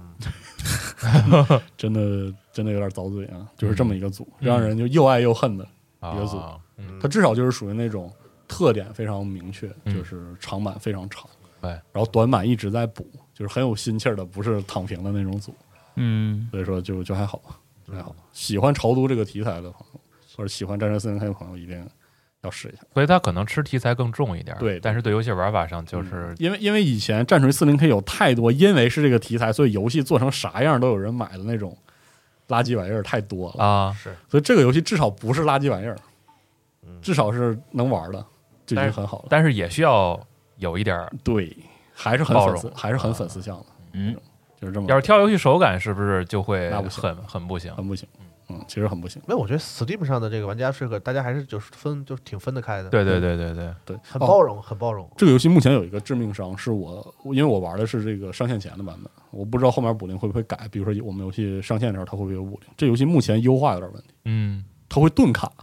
Speaker 6: 真的真的有点遭罪啊！就是这么一个组，
Speaker 4: 嗯
Speaker 6: 让人就又爱又恨的
Speaker 4: 啊
Speaker 6: 别组
Speaker 4: 嗯
Speaker 6: 它至少就是属于那种特点非常明确，
Speaker 4: 嗯
Speaker 6: 就是长板非常长，
Speaker 4: 对
Speaker 6: 然后短板一直在补，就是很有心气儿的，不是躺平的那种组，
Speaker 7: 嗯，
Speaker 6: 所以说就就还好吧，
Speaker 4: 嗯
Speaker 6: 就还好。喜欢朝都这个题材的朋友，或者喜欢战争森林开的朋友，一定要试一下，
Speaker 4: 所以它可能吃题材更重一点，
Speaker 6: 对
Speaker 4: 但是对游戏玩法上就是
Speaker 6: 嗯因为因为以前战锤四零 K 有太多，因为是这个题材，所以游戏做成啥样都有人买的那种垃圾玩意儿太多了，
Speaker 4: 啊，
Speaker 6: 所以这个游戏至少不是垃圾玩意儿
Speaker 3: 嗯，
Speaker 6: 至少是能玩的，就已经很好了。
Speaker 4: 但是也需要有一点儿，
Speaker 6: 对，还是很
Speaker 4: 包
Speaker 6: 粉丝
Speaker 4: 容，啊
Speaker 6: 还是很粉丝向的。
Speaker 5: 嗯，
Speaker 6: 就是这么
Speaker 4: 要是挑游戏手感是不是就会
Speaker 6: 那不行
Speaker 4: 很很不行？
Speaker 6: 很不行。嗯，其实很不行。
Speaker 3: 没有，我觉得 Steam 上的这个玩家是个大家还是就是分就是挺分得开的，
Speaker 4: 对对对对对，
Speaker 6: 对，
Speaker 3: 很
Speaker 6: 哦
Speaker 3: 包容，很包容。
Speaker 6: 这个游戏目前有一个致命伤，是我因为我玩的是这个上线前的版本，我不知道后面补丁会不会改。比如说我们游戏上线的时候，它会不会有补丁？这游戏目前优化有点问题，
Speaker 4: 嗯，
Speaker 6: 它会顿卡，
Speaker 4: 啊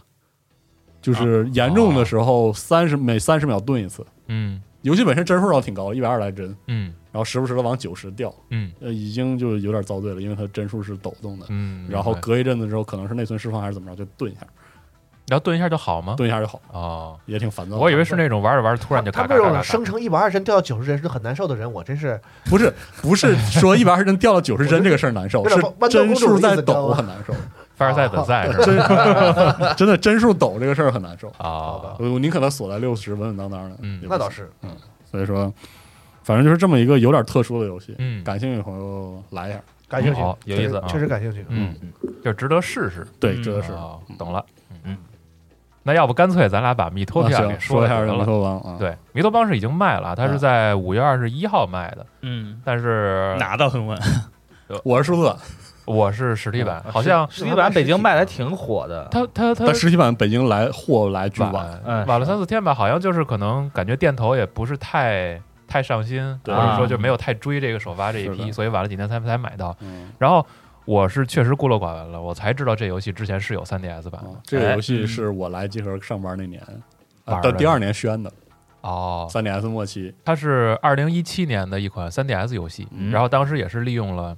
Speaker 6: 就是严重的时候三十每三十秒顿一次。
Speaker 4: 嗯
Speaker 6: 游戏本身帧数倒挺高，一百二来帧，
Speaker 4: 嗯
Speaker 6: 然后时不时的往九十掉，
Speaker 4: 嗯
Speaker 6: 呃，已经就有点遭罪了，因为它帧数是抖动的。
Speaker 4: 嗯，
Speaker 6: 然后
Speaker 4: 明白
Speaker 6: 隔一阵子之后，可能是内存释放还是怎么着，就顿一下，
Speaker 4: 然后顿一下就好吗？
Speaker 6: 蹲一下就好，
Speaker 4: 哦，
Speaker 6: 也挺烦躁的。
Speaker 4: 我以为是那种玩着玩着突然就
Speaker 3: 他
Speaker 4: 咔
Speaker 3: 们这
Speaker 4: 咔咔咔
Speaker 3: 种
Speaker 4: 咔
Speaker 3: 生成一百二十帧掉到九十帧是很难受的人，我真是
Speaker 6: 不是不是说一百二十帧掉到九十帧这个事儿难受，
Speaker 3: 有
Speaker 6: 是
Speaker 3: 点豌豆
Speaker 6: 帧
Speaker 3: 公主
Speaker 6: 数
Speaker 3: 的意
Speaker 6: 在
Speaker 3: 思你知道
Speaker 6: 抖
Speaker 3: 吗
Speaker 6: 很难受，
Speaker 4: 凡尔赛本赛是吧？
Speaker 6: 真 真的帧数抖这个事儿很难受。
Speaker 4: 啊，
Speaker 6: 我宁可它锁在六十，稳稳当当的。
Speaker 4: 嗯
Speaker 6: 也不
Speaker 3: 那倒
Speaker 6: 行。
Speaker 3: 是
Speaker 6: 所以说，反正就是这么一个有点特殊的游戏，
Speaker 4: 嗯，
Speaker 6: 感兴趣的朋友来一下。
Speaker 3: 感兴趣，
Speaker 4: 好，有意思啊，
Speaker 3: 确实感兴趣。
Speaker 4: 嗯，就值得试试。
Speaker 6: 对，
Speaker 7: 嗯
Speaker 6: 真的是。
Speaker 4: 啊，懂了，嗯。那要不干脆咱俩把密托
Speaker 6: 那
Speaker 4: 皮亚
Speaker 6: 啊行
Speaker 4: 啊给
Speaker 6: 说
Speaker 4: 了
Speaker 6: 一下
Speaker 4: 得
Speaker 6: 《人
Speaker 4: 了。
Speaker 6: 头王》啊，，
Speaker 4: 对，弥托邦是已经卖了，它是在五月二十一号卖的，
Speaker 7: 嗯，
Speaker 4: 但是
Speaker 7: 拿到很稳，
Speaker 6: 我是数
Speaker 4: 呃
Speaker 6: 字，
Speaker 4: 我是实体版，好像
Speaker 5: 实体版北京卖的还挺火的，
Speaker 4: 它它它
Speaker 6: 但实体版北京来货来巨
Speaker 4: 晚
Speaker 6: 晚，
Speaker 5: 嗯
Speaker 4: 晚了三四天吧，好像就是可能感觉店头也不是太太上心，或
Speaker 6: 对
Speaker 4: 者说就没有太追这个首发这一
Speaker 6: 是
Speaker 4: 批，
Speaker 6: 的
Speaker 4: 所以晚了几天才才买到。
Speaker 6: 嗯，
Speaker 4: 然后我是确实孤陋寡闻了，我才知道这游戏之前是有 3DS 版的
Speaker 6: 啊这个游戏是我来集合上班那年，
Speaker 4: 玩
Speaker 6: 啊
Speaker 4: 儿
Speaker 6: 到
Speaker 4: 嗯的
Speaker 6: 第二年宣的，
Speaker 4: 哦，
Speaker 6: 三 DS 末期，
Speaker 4: 它是二零一七年的一款 3DS 游戏，
Speaker 6: 嗯
Speaker 4: 然后当时也是利用了。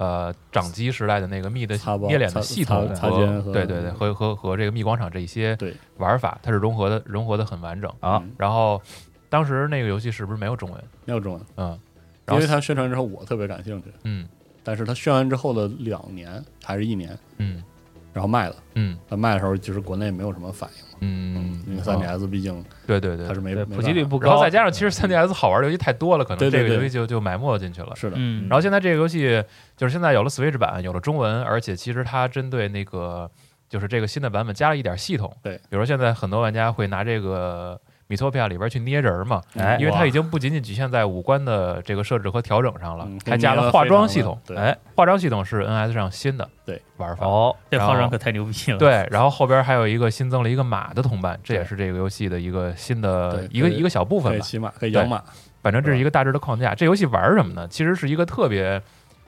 Speaker 4: 呃，掌机时代的那个密的
Speaker 6: 擦包
Speaker 4: 捏脸
Speaker 6: 擦
Speaker 4: 的系统
Speaker 6: 擦擦肩
Speaker 4: 和
Speaker 6: 和嗯
Speaker 4: 对对对和和和这个密广场这一些
Speaker 6: 对
Speaker 4: 玩法，它是融合的融合的很完整
Speaker 5: 啊
Speaker 6: 嗯
Speaker 4: 然后当时那个游戏是不是没有中文？
Speaker 6: 没有中文，
Speaker 4: 嗯，然后
Speaker 6: 因为他宣传之后我特别感兴趣，
Speaker 4: 嗯
Speaker 6: 但是他宣完之后的两年还是一年，
Speaker 4: 嗯
Speaker 6: 然后卖了，
Speaker 4: 嗯
Speaker 6: 他卖的时候其实国内没有什么反应，
Speaker 4: 嗯，
Speaker 6: 因为
Speaker 4: 啊
Speaker 6: 3DS 毕竟
Speaker 4: 对对对
Speaker 6: 它是。没
Speaker 5: 对，
Speaker 6: 没
Speaker 5: 普及率
Speaker 6: 办
Speaker 5: 不
Speaker 4: 然后
Speaker 5: 高
Speaker 4: 再。加上，其实 3DS 好玩的游戏太多了，可能
Speaker 6: 对对
Speaker 4: 这个游
Speaker 6: 对
Speaker 4: 戏就就埋没进去了
Speaker 6: 法。是的，
Speaker 7: 嗯，
Speaker 4: 然后现在这个游戏就是现在有了 Switch 版，有了中文，而且其实它针对那个就是这个新的版本加了一点系统。
Speaker 6: 对
Speaker 4: 比如说现在很多玩家会拿这个。米托皮亚里边去捏人儿嘛，
Speaker 5: 哎
Speaker 4: 因为它
Speaker 7: 哇
Speaker 4: 已经不仅仅局限在五官的这个设置和调整上了
Speaker 6: 嗯，
Speaker 4: 还加了化妆系统。
Speaker 6: 对
Speaker 4: 哎，化妆系统是 NS 上新的
Speaker 6: 对
Speaker 4: 玩法，
Speaker 5: 哦，
Speaker 7: 这
Speaker 4: 然后
Speaker 7: 炮仗可太牛逼了，，
Speaker 4: 对，然后后边还有一个新增了一个马的同伴，这也
Speaker 6: 嗯对
Speaker 4: 是这个游戏的一个新的
Speaker 6: 对
Speaker 4: 一个
Speaker 6: 可以
Speaker 4: 一个小部
Speaker 6: 可
Speaker 4: 分
Speaker 6: 以
Speaker 4: 吧。
Speaker 6: 骑马，可以养马，
Speaker 4: 反正这是
Speaker 6: 是吧
Speaker 4: 一个大致的框架。这游戏玩什么呢？其实是一个特别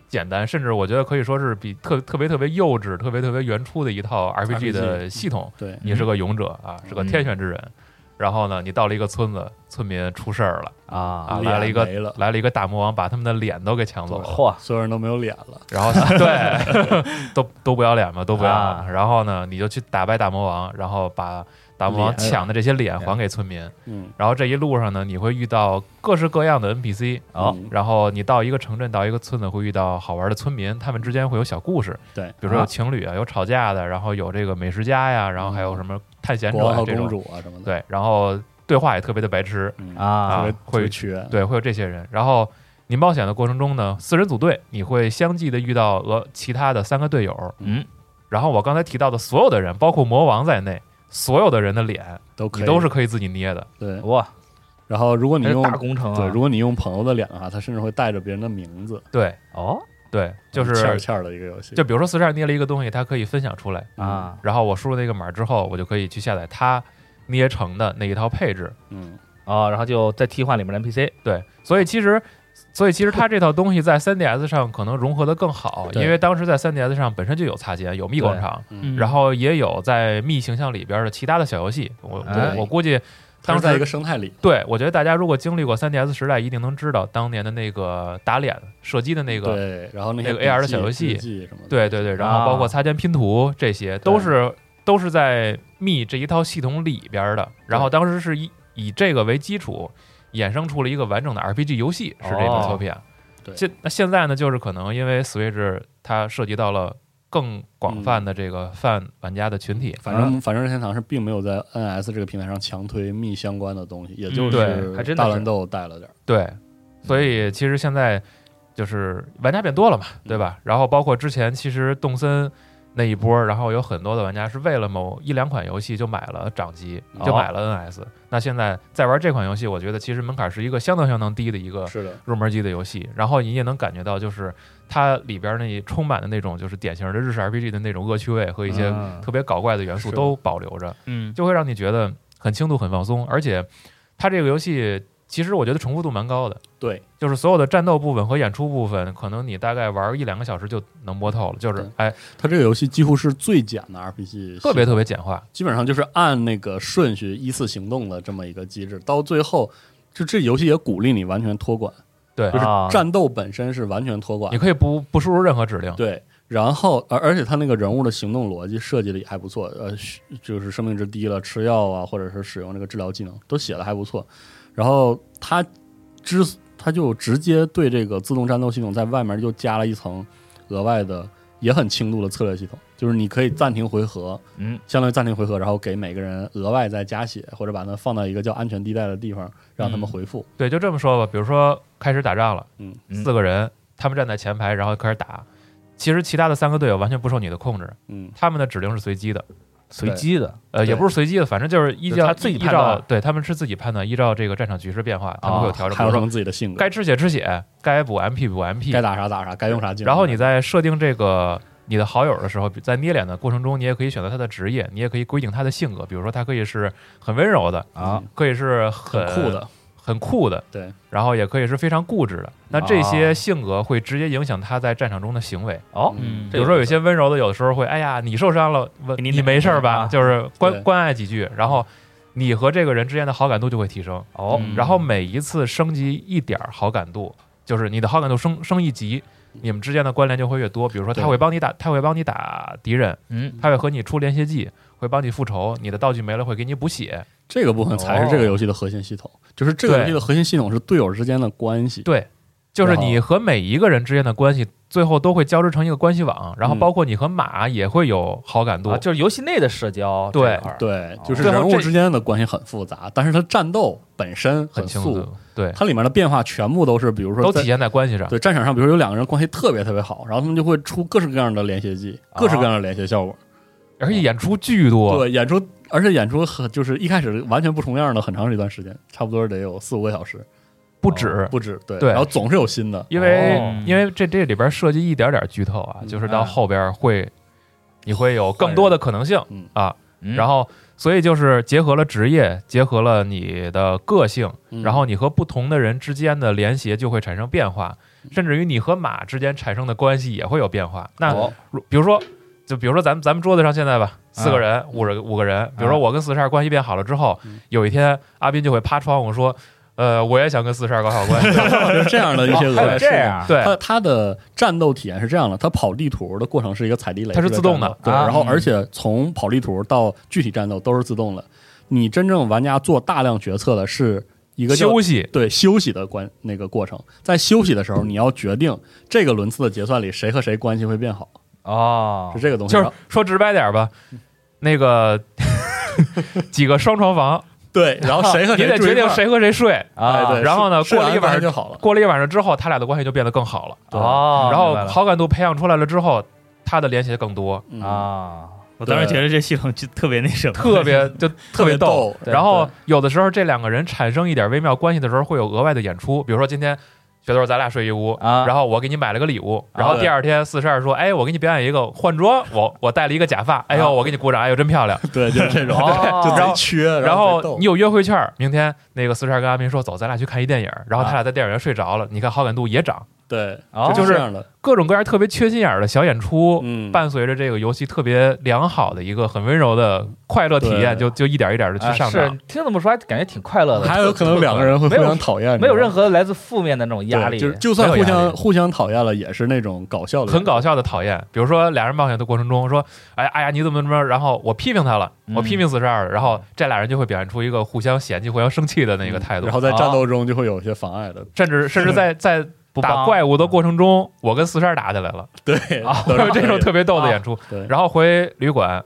Speaker 4: 简单，甚至我觉得可以说是比特特别特别幼稚、特别特别原初的一套 RPG
Speaker 6: RPG
Speaker 4: 的系统。
Speaker 6: 嗯对，
Speaker 4: 你是个勇者啊，是个天
Speaker 5: 嗯
Speaker 4: 选之人。然后呢，你到了一个村子，村民出事儿了
Speaker 5: 啊，
Speaker 4: 啊，
Speaker 6: 脸
Speaker 4: 来了一个
Speaker 6: 没了
Speaker 4: 来了一个大魔王，把他们的脸都给抢走了。
Speaker 5: 嚯，
Speaker 6: 所有人都没有脸了，
Speaker 4: 然 后对，都都不要脸嘛，都不要。
Speaker 5: 啊
Speaker 4: 然后呢，你就去打败大魔王，然后把大魔王
Speaker 6: 脸
Speaker 4: 抢的这些脸还给村民。
Speaker 6: 嗯，
Speaker 4: 然后这一路上呢，你会遇到各式各样的 NPC。
Speaker 5: 哦
Speaker 6: 嗯
Speaker 4: 然后你到一个城镇，到一个村子，会遇到好玩的村民，他们之间会有小故事，
Speaker 6: 对，
Speaker 4: 比如说有
Speaker 5: 啊
Speaker 4: 情侣啊，有吵架的，然后有这个美食家呀，然后还有什么探险者
Speaker 6: 嗯国王
Speaker 4: 呀
Speaker 6: 和
Speaker 4: 这
Speaker 6: 公
Speaker 4: 种。
Speaker 6: 主啊什么的，
Speaker 4: 对，然后对话也特别的白痴，
Speaker 6: 嗯，特
Speaker 5: 啊
Speaker 6: 别特
Speaker 4: 会
Speaker 6: 别缺，
Speaker 4: 对，会有这些人。然后你冒险的过程中呢，四人组队，你会相继的遇到呃其他的三个队友，
Speaker 5: 嗯，
Speaker 4: 然后我刚才提到的所有的人，包括魔王在内，所有的人的脸
Speaker 6: 都可
Speaker 4: 你
Speaker 6: 以，
Speaker 4: 都是可以自己捏的。
Speaker 6: 对。
Speaker 5: 哇，
Speaker 6: 然后如果你
Speaker 5: 这是
Speaker 6: 用
Speaker 5: 大工程
Speaker 6: 对，
Speaker 5: 啊
Speaker 6: 如！果你用朋友的脸的话，他甚至会带着别人的名字，
Speaker 4: 对
Speaker 5: 哦
Speaker 4: 对，就
Speaker 6: 欠儿
Speaker 4: 是
Speaker 6: 欠儿的一个游戏，
Speaker 4: 就比如说四十二捏了一个东西，它可以分享出来，
Speaker 5: 啊，
Speaker 4: 然后我输入那个码之后，我就可以去下载它捏成的那一套配置。
Speaker 6: 嗯，
Speaker 5: 哦，然后就再替换里面的 NPC
Speaker 4: 对，所以其实。所以其实它这套东西在 3DS 上可能融合的更好，
Speaker 6: 对
Speaker 4: 因为当时在 3DS 上本身就有擦肩，有密广
Speaker 5: 对
Speaker 4: 场，
Speaker 7: 嗯
Speaker 4: 然后也有在密形象里边的其他的小游戏。我我
Speaker 5: 哎
Speaker 4: 我估计
Speaker 6: 它
Speaker 4: 当
Speaker 6: 是
Speaker 4: 时
Speaker 6: 在一个生态里，
Speaker 4: 对我觉得大家如果经历过 3DS 时代，一定能知道当年的那个打脸射击的那个。
Speaker 6: 对，然后那些
Speaker 4: 那个 AR 的
Speaker 6: 笔
Speaker 4: 小游
Speaker 6: 记
Speaker 4: 戏
Speaker 6: 日记什么的，
Speaker 4: 对对对，然后包括
Speaker 5: 啊
Speaker 4: 擦肩拼图这些，都是都是在密这一套系统里边的。然后当时是以以这个为基础，衍生出了一个完整的 RPG 游戏，是这个
Speaker 5: 哦
Speaker 4: t o p i a
Speaker 6: 对
Speaker 4: 现那现在呢，就是可能因为 Switch 它涉及到了更广泛的这个泛玩家的群体，
Speaker 6: 嗯
Speaker 4: 啊
Speaker 6: 反正反正任天堂是并没有在 NS 这个平台上强推密相关的东西，也就
Speaker 7: 嗯
Speaker 4: 对
Speaker 5: 还
Speaker 6: 是
Speaker 5: 真的
Speaker 6: 大
Speaker 5: 是
Speaker 6: 乱斗带了点儿，嗯
Speaker 4: 对，所以其实现在就是玩家变多了嘛，对吧？
Speaker 6: 嗯
Speaker 4: 然后包括之前其实动森那一波，然后有很多的玩家是为了某一两款游戏就买了掌机，
Speaker 6: 哦
Speaker 4: 就买了 NS。那现在在玩这款游戏，我觉得其实门槛是一个相当相当低的一个
Speaker 6: 嗯是的，
Speaker 4: 入门级的游戏，然后你也能感觉到就是它里边那充满的那种就是典型的日式 RPG 的那种恶趣味和一些
Speaker 5: 嗯
Speaker 4: 特别搞怪的元素
Speaker 6: 啊是
Speaker 4: 都保留着。
Speaker 7: 嗯，
Speaker 4: 就会让你觉得很轻度、很放松，而且它这个游戏其实我觉得重复度蛮高的，
Speaker 6: 对，
Speaker 4: 就是所有的战斗部分和演出部分，可能你大概玩一两个小时就能摸透了，就是
Speaker 6: 对
Speaker 4: 哎，
Speaker 6: 它这个游戏几乎是最简的 RPG，
Speaker 4: 特别
Speaker 6: 系统
Speaker 4: 特别简化，
Speaker 6: 基本上就是按那个顺序依次行动的这么一个机制，到最后就这游戏也鼓励你完全托管，
Speaker 4: 对
Speaker 6: 就，是
Speaker 5: 啊
Speaker 6: 战斗本身是完全托管
Speaker 4: 你，可以不不输入任何指令，
Speaker 6: 对。然后，而而且他那个人物的行动逻辑设计的也还不错，呃，嘘就是生命值低了，吃药啊，或者是使用这个治疗技能，都写的还不错。然后他之他就直接对这个自动战斗系统在外面又加了一层额外的，也很轻度的策略系统，就是你可以暂停回合，
Speaker 5: 嗯，
Speaker 6: 相当于暂停回合，然后给每个人额外再加血，或者把它放到一个叫安全地带的地方，让他
Speaker 4: 嗯
Speaker 6: 们回复。
Speaker 4: 对，就这么说吧。比如说开始打仗了，
Speaker 6: 嗯
Speaker 5: 嗯
Speaker 4: 四个人，他们站在前排，然后开始打。其实其他的三个队友完全不受你的控制，
Speaker 6: 嗯，
Speaker 4: 他们的指令是随机的，
Speaker 5: 随机的，
Speaker 4: 呃，也
Speaker 6: 对
Speaker 4: 不是随机的，反正就是依
Speaker 5: 就是
Speaker 4: 照
Speaker 5: 他自己
Speaker 4: 依
Speaker 5: 判断
Speaker 4: 照，对他们是自己判断，依照这个战场局势变化，他们
Speaker 5: 啊
Speaker 4: 会有调整。
Speaker 6: 还
Speaker 4: 比
Speaker 6: 有
Speaker 4: 如
Speaker 6: 他
Speaker 4: 说
Speaker 6: 们自己的性格，
Speaker 4: 该吃血吃血，该补 MP 补 MP，
Speaker 6: 该打啥打啥，该用啥技能。
Speaker 4: 然后你在设定这个你的好友的时候，比在捏脸的过程中，你也可以选择他的职业，你也可以规定他的性格，比如说他可以是很温柔的
Speaker 5: 啊，
Speaker 4: 可以是
Speaker 6: 很
Speaker 4: 很
Speaker 6: 酷、 的，
Speaker 4: 很酷的，
Speaker 6: 对，
Speaker 4: 然后也可以是非常固执的。那这
Speaker 5: 啊
Speaker 4: 些性格会直接影响他在战场中的行为。
Speaker 5: 哦，
Speaker 7: 嗯
Speaker 4: 比如说有些温柔的，有的时候会，哎呀，你受伤了，问
Speaker 7: 给你
Speaker 4: 你没事儿吧？
Speaker 5: 啊
Speaker 4: 就是
Speaker 6: 对
Speaker 4: 关关爱几句，然后你和这个人之间的好感度就会提升。
Speaker 5: 哦
Speaker 7: 嗯
Speaker 4: 然后每一次升级一点儿好感度，就是你的好感度升升一级，你们之间的关联就会越多。比如说，他
Speaker 6: 对
Speaker 4: 会帮你打，他会帮你打敌人，
Speaker 5: 嗯，
Speaker 4: 他会和你出连携技，会帮你复仇，你的道具没了会给你补血。
Speaker 6: 这个部分才
Speaker 4: 哦
Speaker 6: 是这个游戏的核心系统，就是这个游戏的核心系统是队友之间的关系。
Speaker 4: 对，就是
Speaker 6: 然后
Speaker 4: 你和每一个人之间的关系，最后都会交织成一个关系网。然后
Speaker 6: 嗯
Speaker 4: 包括你和马也会有好感度
Speaker 5: 啊，，就是游戏内的社交
Speaker 4: 对
Speaker 5: 这块儿
Speaker 6: 对
Speaker 5: 哦，
Speaker 6: 就是
Speaker 4: 最后
Speaker 6: 人物
Speaker 4: 这
Speaker 6: 之间的关系很复杂，但是它战斗本身
Speaker 4: 很清
Speaker 6: 素
Speaker 4: 楚，。对，
Speaker 6: 它里面的变化全部都是，比如说
Speaker 4: 都
Speaker 6: 在
Speaker 4: 体现在关系上。
Speaker 6: 对战场上，比如说有两个人关系特别特别好，然后他们就会出各式各样的连携技，各式各样的连携效果。
Speaker 4: 而且演出巨多，
Speaker 6: 对，演出，而且演出很就是一开始完全不重样的，很长一段时间，差不多得有四五个小时，
Speaker 4: 不止。
Speaker 6: 哦不止。对，
Speaker 4: 对
Speaker 6: 然后总是有新的。
Speaker 4: 因为、
Speaker 5: 哦
Speaker 4: 因为这这里边涉及一点点剧透啊，
Speaker 6: 嗯
Speaker 4: 就是到后边会、你会有更多的可能性
Speaker 6: 嗯
Speaker 4: 啊，
Speaker 5: 嗯
Speaker 4: 然后所以就是结合了职业，结合了你的个性，
Speaker 6: 嗯
Speaker 4: 然后你和不同的人之间的联系就会产生变化，
Speaker 6: 嗯
Speaker 4: 甚至于你和马之间产生的关系也会有变化。那
Speaker 5: 哦
Speaker 4: 如比如说。就比如说咱们咱们桌子上现在吧，四个人、五人五个人，比如说我跟四十二关系变好了之后，有一天阿斌就会趴窗户说，呃，我也想跟四十二搞好关系。
Speaker 6: 就是这样 的一些
Speaker 5: 哦
Speaker 6: 额
Speaker 5: 还
Speaker 6: 外
Speaker 5: 有
Speaker 6: 设
Speaker 5: 这
Speaker 6: 计。
Speaker 5: 样，
Speaker 4: 对，
Speaker 6: 它它的战斗体验是这样的，它跑地图的过程是一个踩地雷，
Speaker 4: 它是自动的嗯
Speaker 6: 对，
Speaker 5: 啊
Speaker 6: 然后而且从跑地图到具体战斗都是自动的。你真正玩家做大量决策的是一个叫
Speaker 4: 休息，
Speaker 6: 对休息的关那个过程，在休息的时候，你要决定这个轮次的结算里谁和谁关系会变好，
Speaker 5: 哦
Speaker 6: 是，这个东西。
Speaker 4: 就是说直白点儿吧，那个几个双床房，
Speaker 6: 对，然哦后谁和
Speaker 4: 你
Speaker 6: 谁
Speaker 4: 得
Speaker 6: 住一
Speaker 4: 决定
Speaker 6: 块儿
Speaker 4: 谁和谁睡。
Speaker 6: 哎
Speaker 5: 啊
Speaker 6: 对，
Speaker 4: 然后呢
Speaker 6: 睡
Speaker 4: 过了一
Speaker 6: 睡
Speaker 4: 晚上
Speaker 6: 完关系就好了。
Speaker 4: 过了一晚上之后，他俩的关系就变得更好了，啊
Speaker 5: 哦，
Speaker 4: 然
Speaker 5: 明
Speaker 4: 后
Speaker 5: 白了
Speaker 4: 好感度培养出来了之后，他的联系更多，
Speaker 6: 嗯，
Speaker 5: 啊，
Speaker 7: 我当时觉得这系统就特别那什么，
Speaker 4: 特别就特
Speaker 6: 别
Speaker 4: 别逗
Speaker 6: 逗。对
Speaker 4: 然后有的时候这两个人产生一点微妙关系的时候，会有额外的演出，比如说今天。雪豆，咱俩睡一屋，
Speaker 5: 啊
Speaker 4: 然后我给你买了个礼物，
Speaker 5: 啊
Speaker 4: 然后第二天四十二说，哎，我给你表演一个换装，我我戴了一个假发，哎
Speaker 5: 啊
Speaker 4: 呦，我给你鼓掌，哎呦，真漂亮。
Speaker 6: 对，就是这种，
Speaker 5: 哦
Speaker 6: 就
Speaker 4: 然
Speaker 6: 贼
Speaker 4: 后
Speaker 6: 缺，
Speaker 4: 然
Speaker 6: 后贼
Speaker 4: 后
Speaker 6: 逗
Speaker 4: 你有约会券儿，明天那个四十二跟阿斌说走，咱俩去看一电影儿，然后他俩在电影院睡着了，你看好感度也涨，
Speaker 6: 对，
Speaker 5: 哦
Speaker 6: 就是这样的，
Speaker 4: 各种各样特别缺心眼儿的小演出，
Speaker 6: 嗯，
Speaker 4: 伴随着这个游戏特别良好的一个很温柔的快乐体验，
Speaker 6: 对
Speaker 4: 就就一点一点的去
Speaker 5: 啊
Speaker 4: 上
Speaker 5: 是
Speaker 4: 涨。
Speaker 5: 听这么说，还感觉挺快乐的，
Speaker 6: 还有可能两个人会
Speaker 5: 没
Speaker 6: 互
Speaker 5: 有
Speaker 6: 相讨厌，
Speaker 5: 没有任
Speaker 6: 何
Speaker 5: 何来自负面的那种压力，
Speaker 6: 就是就算
Speaker 4: 没
Speaker 6: 互
Speaker 4: 有压力
Speaker 6: 相互相讨厌了，也是那种搞笑的，
Speaker 4: 很搞笑的讨厌，比如说俩人冒险的过程中说，哎哎呀你怎么怎么，着，然后我批评他了，我批评四十二，然后这俩人就会表现出一个互相嫌弃、互相生气的那个态度
Speaker 6: 嗯然，后在战斗中就会有一些妨碍的，
Speaker 4: 甚至甚至在在
Speaker 5: 不
Speaker 4: 打
Speaker 5: 帮
Speaker 4: 怪物的过程中，我跟四十二打起来了。
Speaker 6: 对，都
Speaker 4: 会有
Speaker 6: 是
Speaker 4: 这种特别逗的演出。
Speaker 6: 对
Speaker 4: 然后回旅馆，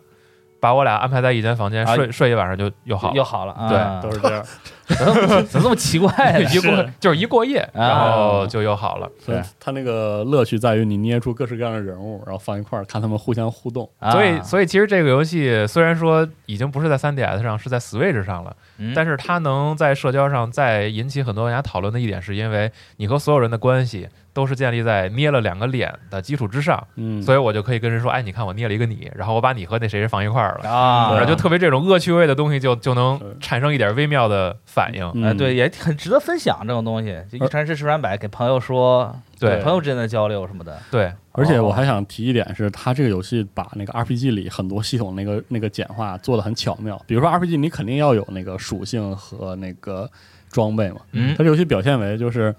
Speaker 4: 把我俩安排在一间房间
Speaker 5: 啊
Speaker 4: 睡睡一晚上就又好了，？
Speaker 5: 又好了，啊
Speaker 6: 对，都是这样，
Speaker 5: 怎么怎么这么奇怪 呢
Speaker 4: 一过就是一过夜，然后就又好了。
Speaker 6: 所以
Speaker 5: 对
Speaker 6: 它那个乐趣在于你捏出各式各样的人物，然后放一块儿看他们互相互动，
Speaker 5: 啊
Speaker 4: 所以，所以其实这个游戏虽然说已经不是在 3DS 上，是在 Switch 上了，
Speaker 5: 嗯
Speaker 4: 但是它能在社交上再引起很多玩家讨论的一点，是因为你和所有人的关系都是建立在捏了两个脸的基础之上，
Speaker 6: 嗯，
Speaker 4: 所
Speaker 6: 以
Speaker 4: 以我就可以跟人说，哎，你看我捏了一个你，然后我把你和那谁谁放一块儿了，
Speaker 5: 啊，
Speaker 4: 然后
Speaker 6: 对
Speaker 4: 就特别这种恶趣味的东西就就
Speaker 6: 是
Speaker 4: 能产生一点微妙的反应。
Speaker 6: 嗯
Speaker 5: 哎，对，，也很值得分享这种东西，就一传十，十传百，给朋友说，
Speaker 4: 对
Speaker 5: 给朋友之间的交流什么的，
Speaker 4: 对，
Speaker 6: 而且我还想提一点是，它这个游戏把那个 RPG 里很多系统那个那个简化做的很巧妙，比如说 RPG 你肯定要有那个属性和那个装备嘛，
Speaker 5: 嗯
Speaker 6: 它这游戏表现为就是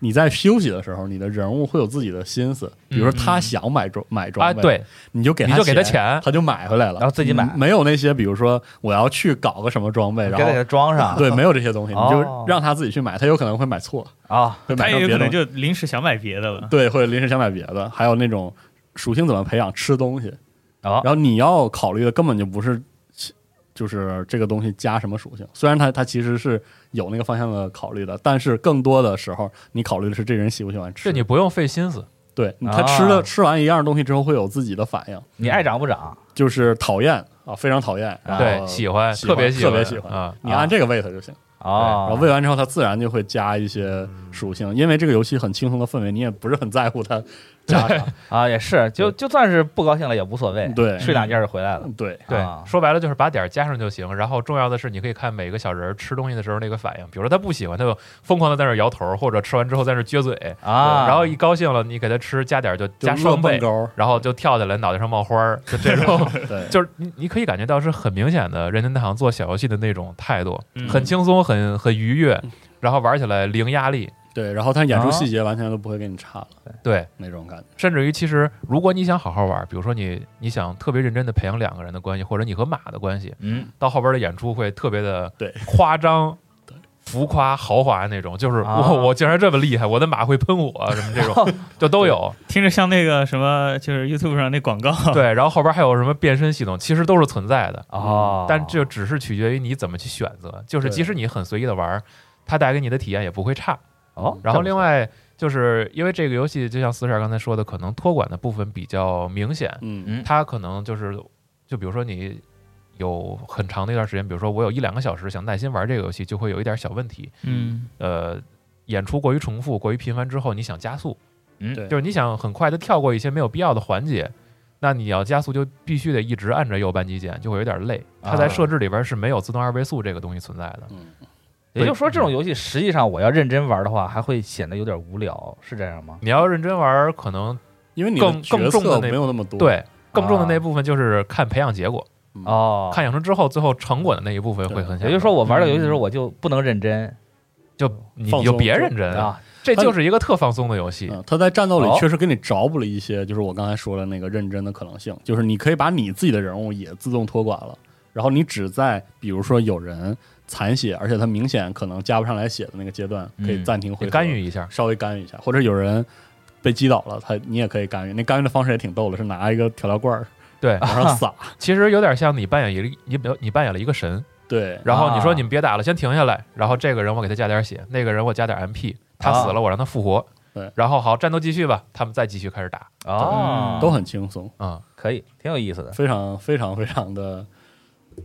Speaker 6: 你在休息的时候，你的人物会有自己的心思，比如说他想买装买装
Speaker 4: 啊，
Speaker 6: 备，
Speaker 4: 对，
Speaker 6: 你就给
Speaker 4: 你
Speaker 6: 他
Speaker 4: 就给他钱
Speaker 6: 他就买回来了，
Speaker 5: 然后自己买
Speaker 6: 嗯没有那些比如说我要去搞个什么装备，
Speaker 5: 给
Speaker 6: 然后
Speaker 5: 它装上。
Speaker 6: 对，没有这些东西，你
Speaker 5: 哦
Speaker 6: 就让他自己去买，他有可能会买错，
Speaker 5: 啊，哦
Speaker 6: 会
Speaker 7: 他
Speaker 6: 买成
Speaker 7: 也有
Speaker 6: 别
Speaker 7: 可能
Speaker 6: 的，
Speaker 7: 就临时想买别的了。
Speaker 6: 对，或者临时想买别的，还有那种属性怎么培养，吃东西，
Speaker 5: 哦
Speaker 6: 然后你要考虑的根本就不是。就是这个东西加什么属性，虽然它它其实是有那个方向的考虑的，但是更多的时候你考虑的是这人喜不喜欢吃
Speaker 4: 这。你不用费心思。
Speaker 6: 对
Speaker 4: 嗯
Speaker 6: 他吃
Speaker 5: 啊
Speaker 6: 了吃完一样东西之后会有自己的反应，
Speaker 5: 你爱涨不涨？
Speaker 6: 就是讨厌啊，非常讨厌，然
Speaker 4: 对，
Speaker 6: 后
Speaker 4: 喜欢，特别
Speaker 6: 特别喜欢
Speaker 4: 欢啊。
Speaker 6: 你按这个喂它就行。然后
Speaker 5: 哦，
Speaker 6: 喂完之后，它自然就会加一些
Speaker 4: 嗯
Speaker 6: 属性，因为这个游戏很轻松的氛围，你也不是很在乎它加啥。
Speaker 5: 啊，也是，就就算是不高兴了也无所谓，
Speaker 6: 对嗯
Speaker 5: 睡两觉就回来了。
Speaker 6: 对，
Speaker 4: 对
Speaker 5: 啊，
Speaker 4: 说白了就是把点儿加上就行。然后重要的是，你可以看每个小人儿吃东西的时候那个反应，比如说他不喜欢，他就疯狂的在那儿摇头儿，或者吃完之后在那儿撅嘴
Speaker 5: 啊
Speaker 4: 然后一高兴了，你给他吃加点儿就
Speaker 6: 就
Speaker 4: 加
Speaker 6: 乐
Speaker 4: 双
Speaker 6: 蹦
Speaker 4: 倍，
Speaker 6: 高，
Speaker 4: 然后就跳起来，脑袋上冒花儿，就这种，
Speaker 6: 对，
Speaker 4: 就是你你可以感觉到是很明显的任天堂做小游戏的那种态度，
Speaker 7: 嗯
Speaker 4: 很轻松，很很愉悦，然后玩起来零压力。
Speaker 6: 对。然后它演出
Speaker 5: 啊
Speaker 6: 细节完全都不会给你差了
Speaker 4: 对，
Speaker 6: 那种感觉。
Speaker 4: 甚至于其实如果你想好好玩，比如说你你想特别认真的培养两个人的关系，或者你和马的关系，
Speaker 5: 嗯，
Speaker 4: 到后边的演出会特别的
Speaker 6: 对
Speaker 4: 夸张、浮夸、豪华那种，就是
Speaker 5: 啊
Speaker 4: 我我竟然这么厉害，我的马会喷我什么这 种就都有。
Speaker 7: 听着像那个什么，就是 YouTube 上那广告。
Speaker 4: 对，然后后边还有什么变身系统，其实都是存在的，
Speaker 5: 哦，
Speaker 4: 但这只是取决于你怎么去选择。就是
Speaker 6: 对
Speaker 4: 即使你很随意的玩，它带给你的体验也不会差。
Speaker 5: 哦，
Speaker 4: 然后另外就是因为这个游戏，就像四十二刚才说的，可能托管的部分比较明显，
Speaker 6: 嗯
Speaker 4: 它可能就是，就比如说你有很长的一段时间，比如说我有一两个小时想耐心玩这个游戏，就会有一点小问题。
Speaker 7: 嗯，
Speaker 4: 呃，演出过于重复、过于频繁之后，你想加速，
Speaker 5: 嗯
Speaker 6: 对
Speaker 4: 就是你想很快的跳过一些没有必要的环节，那你要加速就必须得一直按着右扳机键，就会有点累。它在
Speaker 5: 啊
Speaker 4: 设置里边是没有自动二倍速这个东西存在的。
Speaker 6: 嗯，
Speaker 5: 也就是说，这种游戏实际上我要认真玩的话，还会显得有点无聊，是这样吗？
Speaker 4: 你要认真玩，可能
Speaker 6: 因为你
Speaker 4: 更
Speaker 6: 角
Speaker 4: 更重的
Speaker 6: 色
Speaker 4: 那
Speaker 6: 没有那么多，
Speaker 4: 对更重的
Speaker 5: 啊
Speaker 4: 那部分就是看培养结果，
Speaker 5: 哦，
Speaker 4: 看养成之后最后成果的那一嗯部分会
Speaker 6: 对
Speaker 4: 很小。
Speaker 5: 也就是说，我玩这个游戏的时候，我就不能认真
Speaker 4: 就你
Speaker 6: 放
Speaker 4: 你就
Speaker 6: 松
Speaker 4: 别
Speaker 6: 就
Speaker 4: 认真啊，
Speaker 5: 啊
Speaker 4: 这就是一个特放松的游戏。
Speaker 6: 嗯，他在战斗
Speaker 5: 哦
Speaker 6: 里确实给你找补了一些，就是我刚才说的那个认真的可能性，就是你可以把你自己的人物也自动托管了，然后你只在比如说有人残血，而且他明显可能加不上来血的那个阶段，可以
Speaker 5: 嗯
Speaker 6: 暂停回
Speaker 4: 你
Speaker 6: 合
Speaker 4: 干预，一下，
Speaker 6: 稍微干预一下，或者有人被击倒了，他你也可以干预。那干预的方式也挺逗的，是拿一个调料罐儿
Speaker 4: 对，
Speaker 6: 往上撒，
Speaker 4: 其实有点像你扮演一个你比如你扮演了一个神，
Speaker 6: 对
Speaker 4: 然后你说
Speaker 5: 啊
Speaker 4: 你们别打了，先停下来，然后这个人我给他加点血，那个人我加点 MP，他死了我让他复活，
Speaker 6: 对
Speaker 4: 然后好战斗继续吧，他们再继续开始打，
Speaker 5: 哦，
Speaker 6: 都很轻松，
Speaker 4: 啊，
Speaker 5: 可以，挺有意思的。
Speaker 6: 非常非常非常的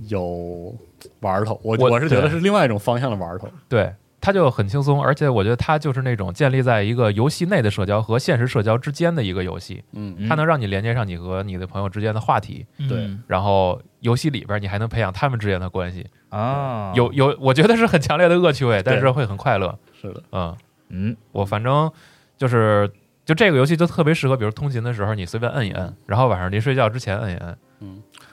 Speaker 6: 有玩头。我
Speaker 4: 我
Speaker 6: 我是觉得
Speaker 4: 对
Speaker 6: 是另外一种方向的玩头，
Speaker 4: 对。他就很轻松，而且我觉得他就是那种建立在一个游戏内的社交和现实社交之间的一个游戏，
Speaker 6: 嗯。
Speaker 5: 嗯
Speaker 4: 它能让你连接上你和你的朋友之间的话题，
Speaker 3: 嗯
Speaker 6: 对
Speaker 4: 然后游戏里边你还能培养他们之间的关系，
Speaker 5: 啊，
Speaker 4: 有有，我觉得是很强烈的恶趣味，但是会很快乐，
Speaker 6: 是的，
Speaker 4: 嗯。
Speaker 5: 嗯
Speaker 4: 我反正就是就这个游戏就特别适合，比如通勤的时候你随便摁一
Speaker 6: 嗯
Speaker 4: 摁，然后晚上临睡觉之前摁一摁。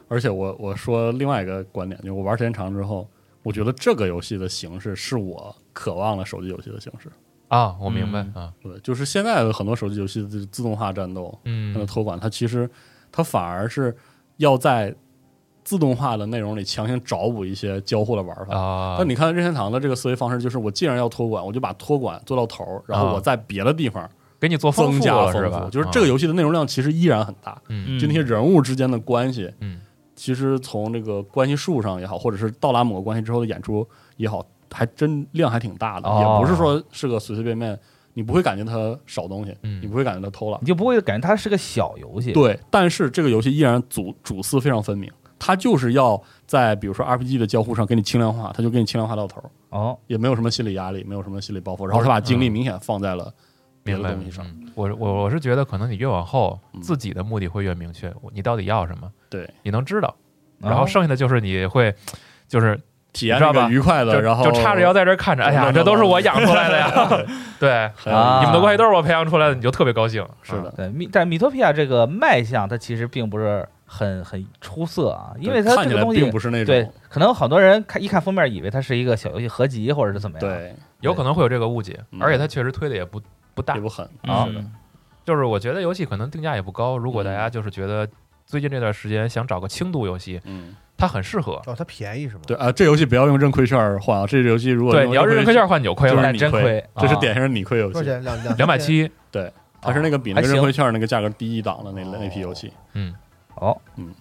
Speaker 6: 而且我我说另外一个观点，就是我玩时间长之后，我觉得这个游戏的形式是我渴望的手机游戏的形式。
Speaker 4: 啊，我明白、啊，
Speaker 6: 对，就是现在的很多手机游戏的自动化战斗，它的
Speaker 4: 嗯，
Speaker 6: 托管，它其实它反而是要在自动化的内容里强行找补一些交互的玩法。
Speaker 4: 啊
Speaker 6: 嗯那，你看任天堂的这个思维方式，就是我既然要托管，我就把托管做到头儿，然后
Speaker 4: 啊
Speaker 6: 我在别的地方
Speaker 4: 给你做丰
Speaker 6: 增
Speaker 4: 富
Speaker 6: 加
Speaker 4: 了
Speaker 6: 丰
Speaker 4: 是
Speaker 6: 富。
Speaker 4: 吧？啊
Speaker 6: 就是这个游戏的内容量其实依然很大，
Speaker 4: 嗯
Speaker 6: 就那些人物之间的关系，
Speaker 4: 嗯，
Speaker 6: 其实从这个关系树上也好，或者是到达某个关系之后的演出也好，还真量还挺大的，
Speaker 5: 哦
Speaker 6: 也不是说是个随随便便，你不会感觉它少东西，
Speaker 4: 嗯
Speaker 6: 你不会感觉它偷懒
Speaker 5: 你。就不会感觉它是个小游戏，
Speaker 6: 对，但是这个游戏依然主主次非常分明，它就是要在比如说 RPG 的交互上给你轻量化，它就给你轻量化到头，
Speaker 5: 哦，
Speaker 6: 也没有什么心理压力，没有什么心理包袱，然后它把精力明显放在了别
Speaker 4: 明
Speaker 6: 的
Speaker 4: 白
Speaker 6: 东西上。
Speaker 4: 嗯我我我是觉得可能你越往后，
Speaker 6: 嗯
Speaker 4: 自己的目的会越明确，你到底要什么，
Speaker 6: 对，哦
Speaker 4: 你能知道，然
Speaker 5: 哦
Speaker 4: 后剩下的就是你会。就是
Speaker 6: 体验
Speaker 4: 你知道
Speaker 6: 这个
Speaker 4: 吧
Speaker 6: 愉快
Speaker 4: 就
Speaker 6: 的，然后
Speaker 4: 就叉着腰在这儿看着，哎呀，
Speaker 6: 乱
Speaker 4: 这都是我
Speaker 6: 乱
Speaker 4: 养出来的 呀，对，
Speaker 6: 很有意思
Speaker 5: 啊
Speaker 4: 你们的关系都是我培养出来的，你就特别高兴，
Speaker 6: 是的，
Speaker 5: 对米，但米托皮亚这个卖相，它其实并不是很很出色啊，
Speaker 6: 对
Speaker 5: 因为它
Speaker 6: 看
Speaker 5: 这
Speaker 6: 起
Speaker 5: 个
Speaker 6: 来
Speaker 5: 东
Speaker 6: 并
Speaker 5: 西
Speaker 6: 不是那
Speaker 5: 对
Speaker 6: 种，
Speaker 5: 可能很多人看一看封面以为它是一个小游戏合集或者
Speaker 4: 哎
Speaker 5: 是怎么样，，
Speaker 6: 对，
Speaker 4: 有可能会有这个误解，
Speaker 6: 嗯
Speaker 4: 而且它确实推的也不不大
Speaker 6: 也，不狠。
Speaker 5: 啊
Speaker 7: 嗯
Speaker 4: 就是我觉得游戏可能定价也不高。如果大家就是觉得最近这段时间想找个轻度游戏，
Speaker 6: 嗯，
Speaker 4: 它很适合。
Speaker 3: 哦，它便宜是吗？
Speaker 6: 对啊，这游戏不要用认亏券换啊，这游戏如果
Speaker 4: 对，
Speaker 6: 用
Speaker 4: 你要是认亏券换你就亏
Speaker 6: 就是
Speaker 4: 了，
Speaker 5: 但真
Speaker 6: 你
Speaker 5: 亏，
Speaker 6: 这是
Speaker 5: 啊
Speaker 6: 典型的你亏游
Speaker 3: 多少
Speaker 6: 戏，
Speaker 3: 钱？两两
Speaker 4: 两百，七。
Speaker 6: 它是那个比
Speaker 5: 还
Speaker 6: 那个
Speaker 5: 行
Speaker 6: 认亏券那个价格低一档的那那批游戏，
Speaker 5: 哦，
Speaker 4: 嗯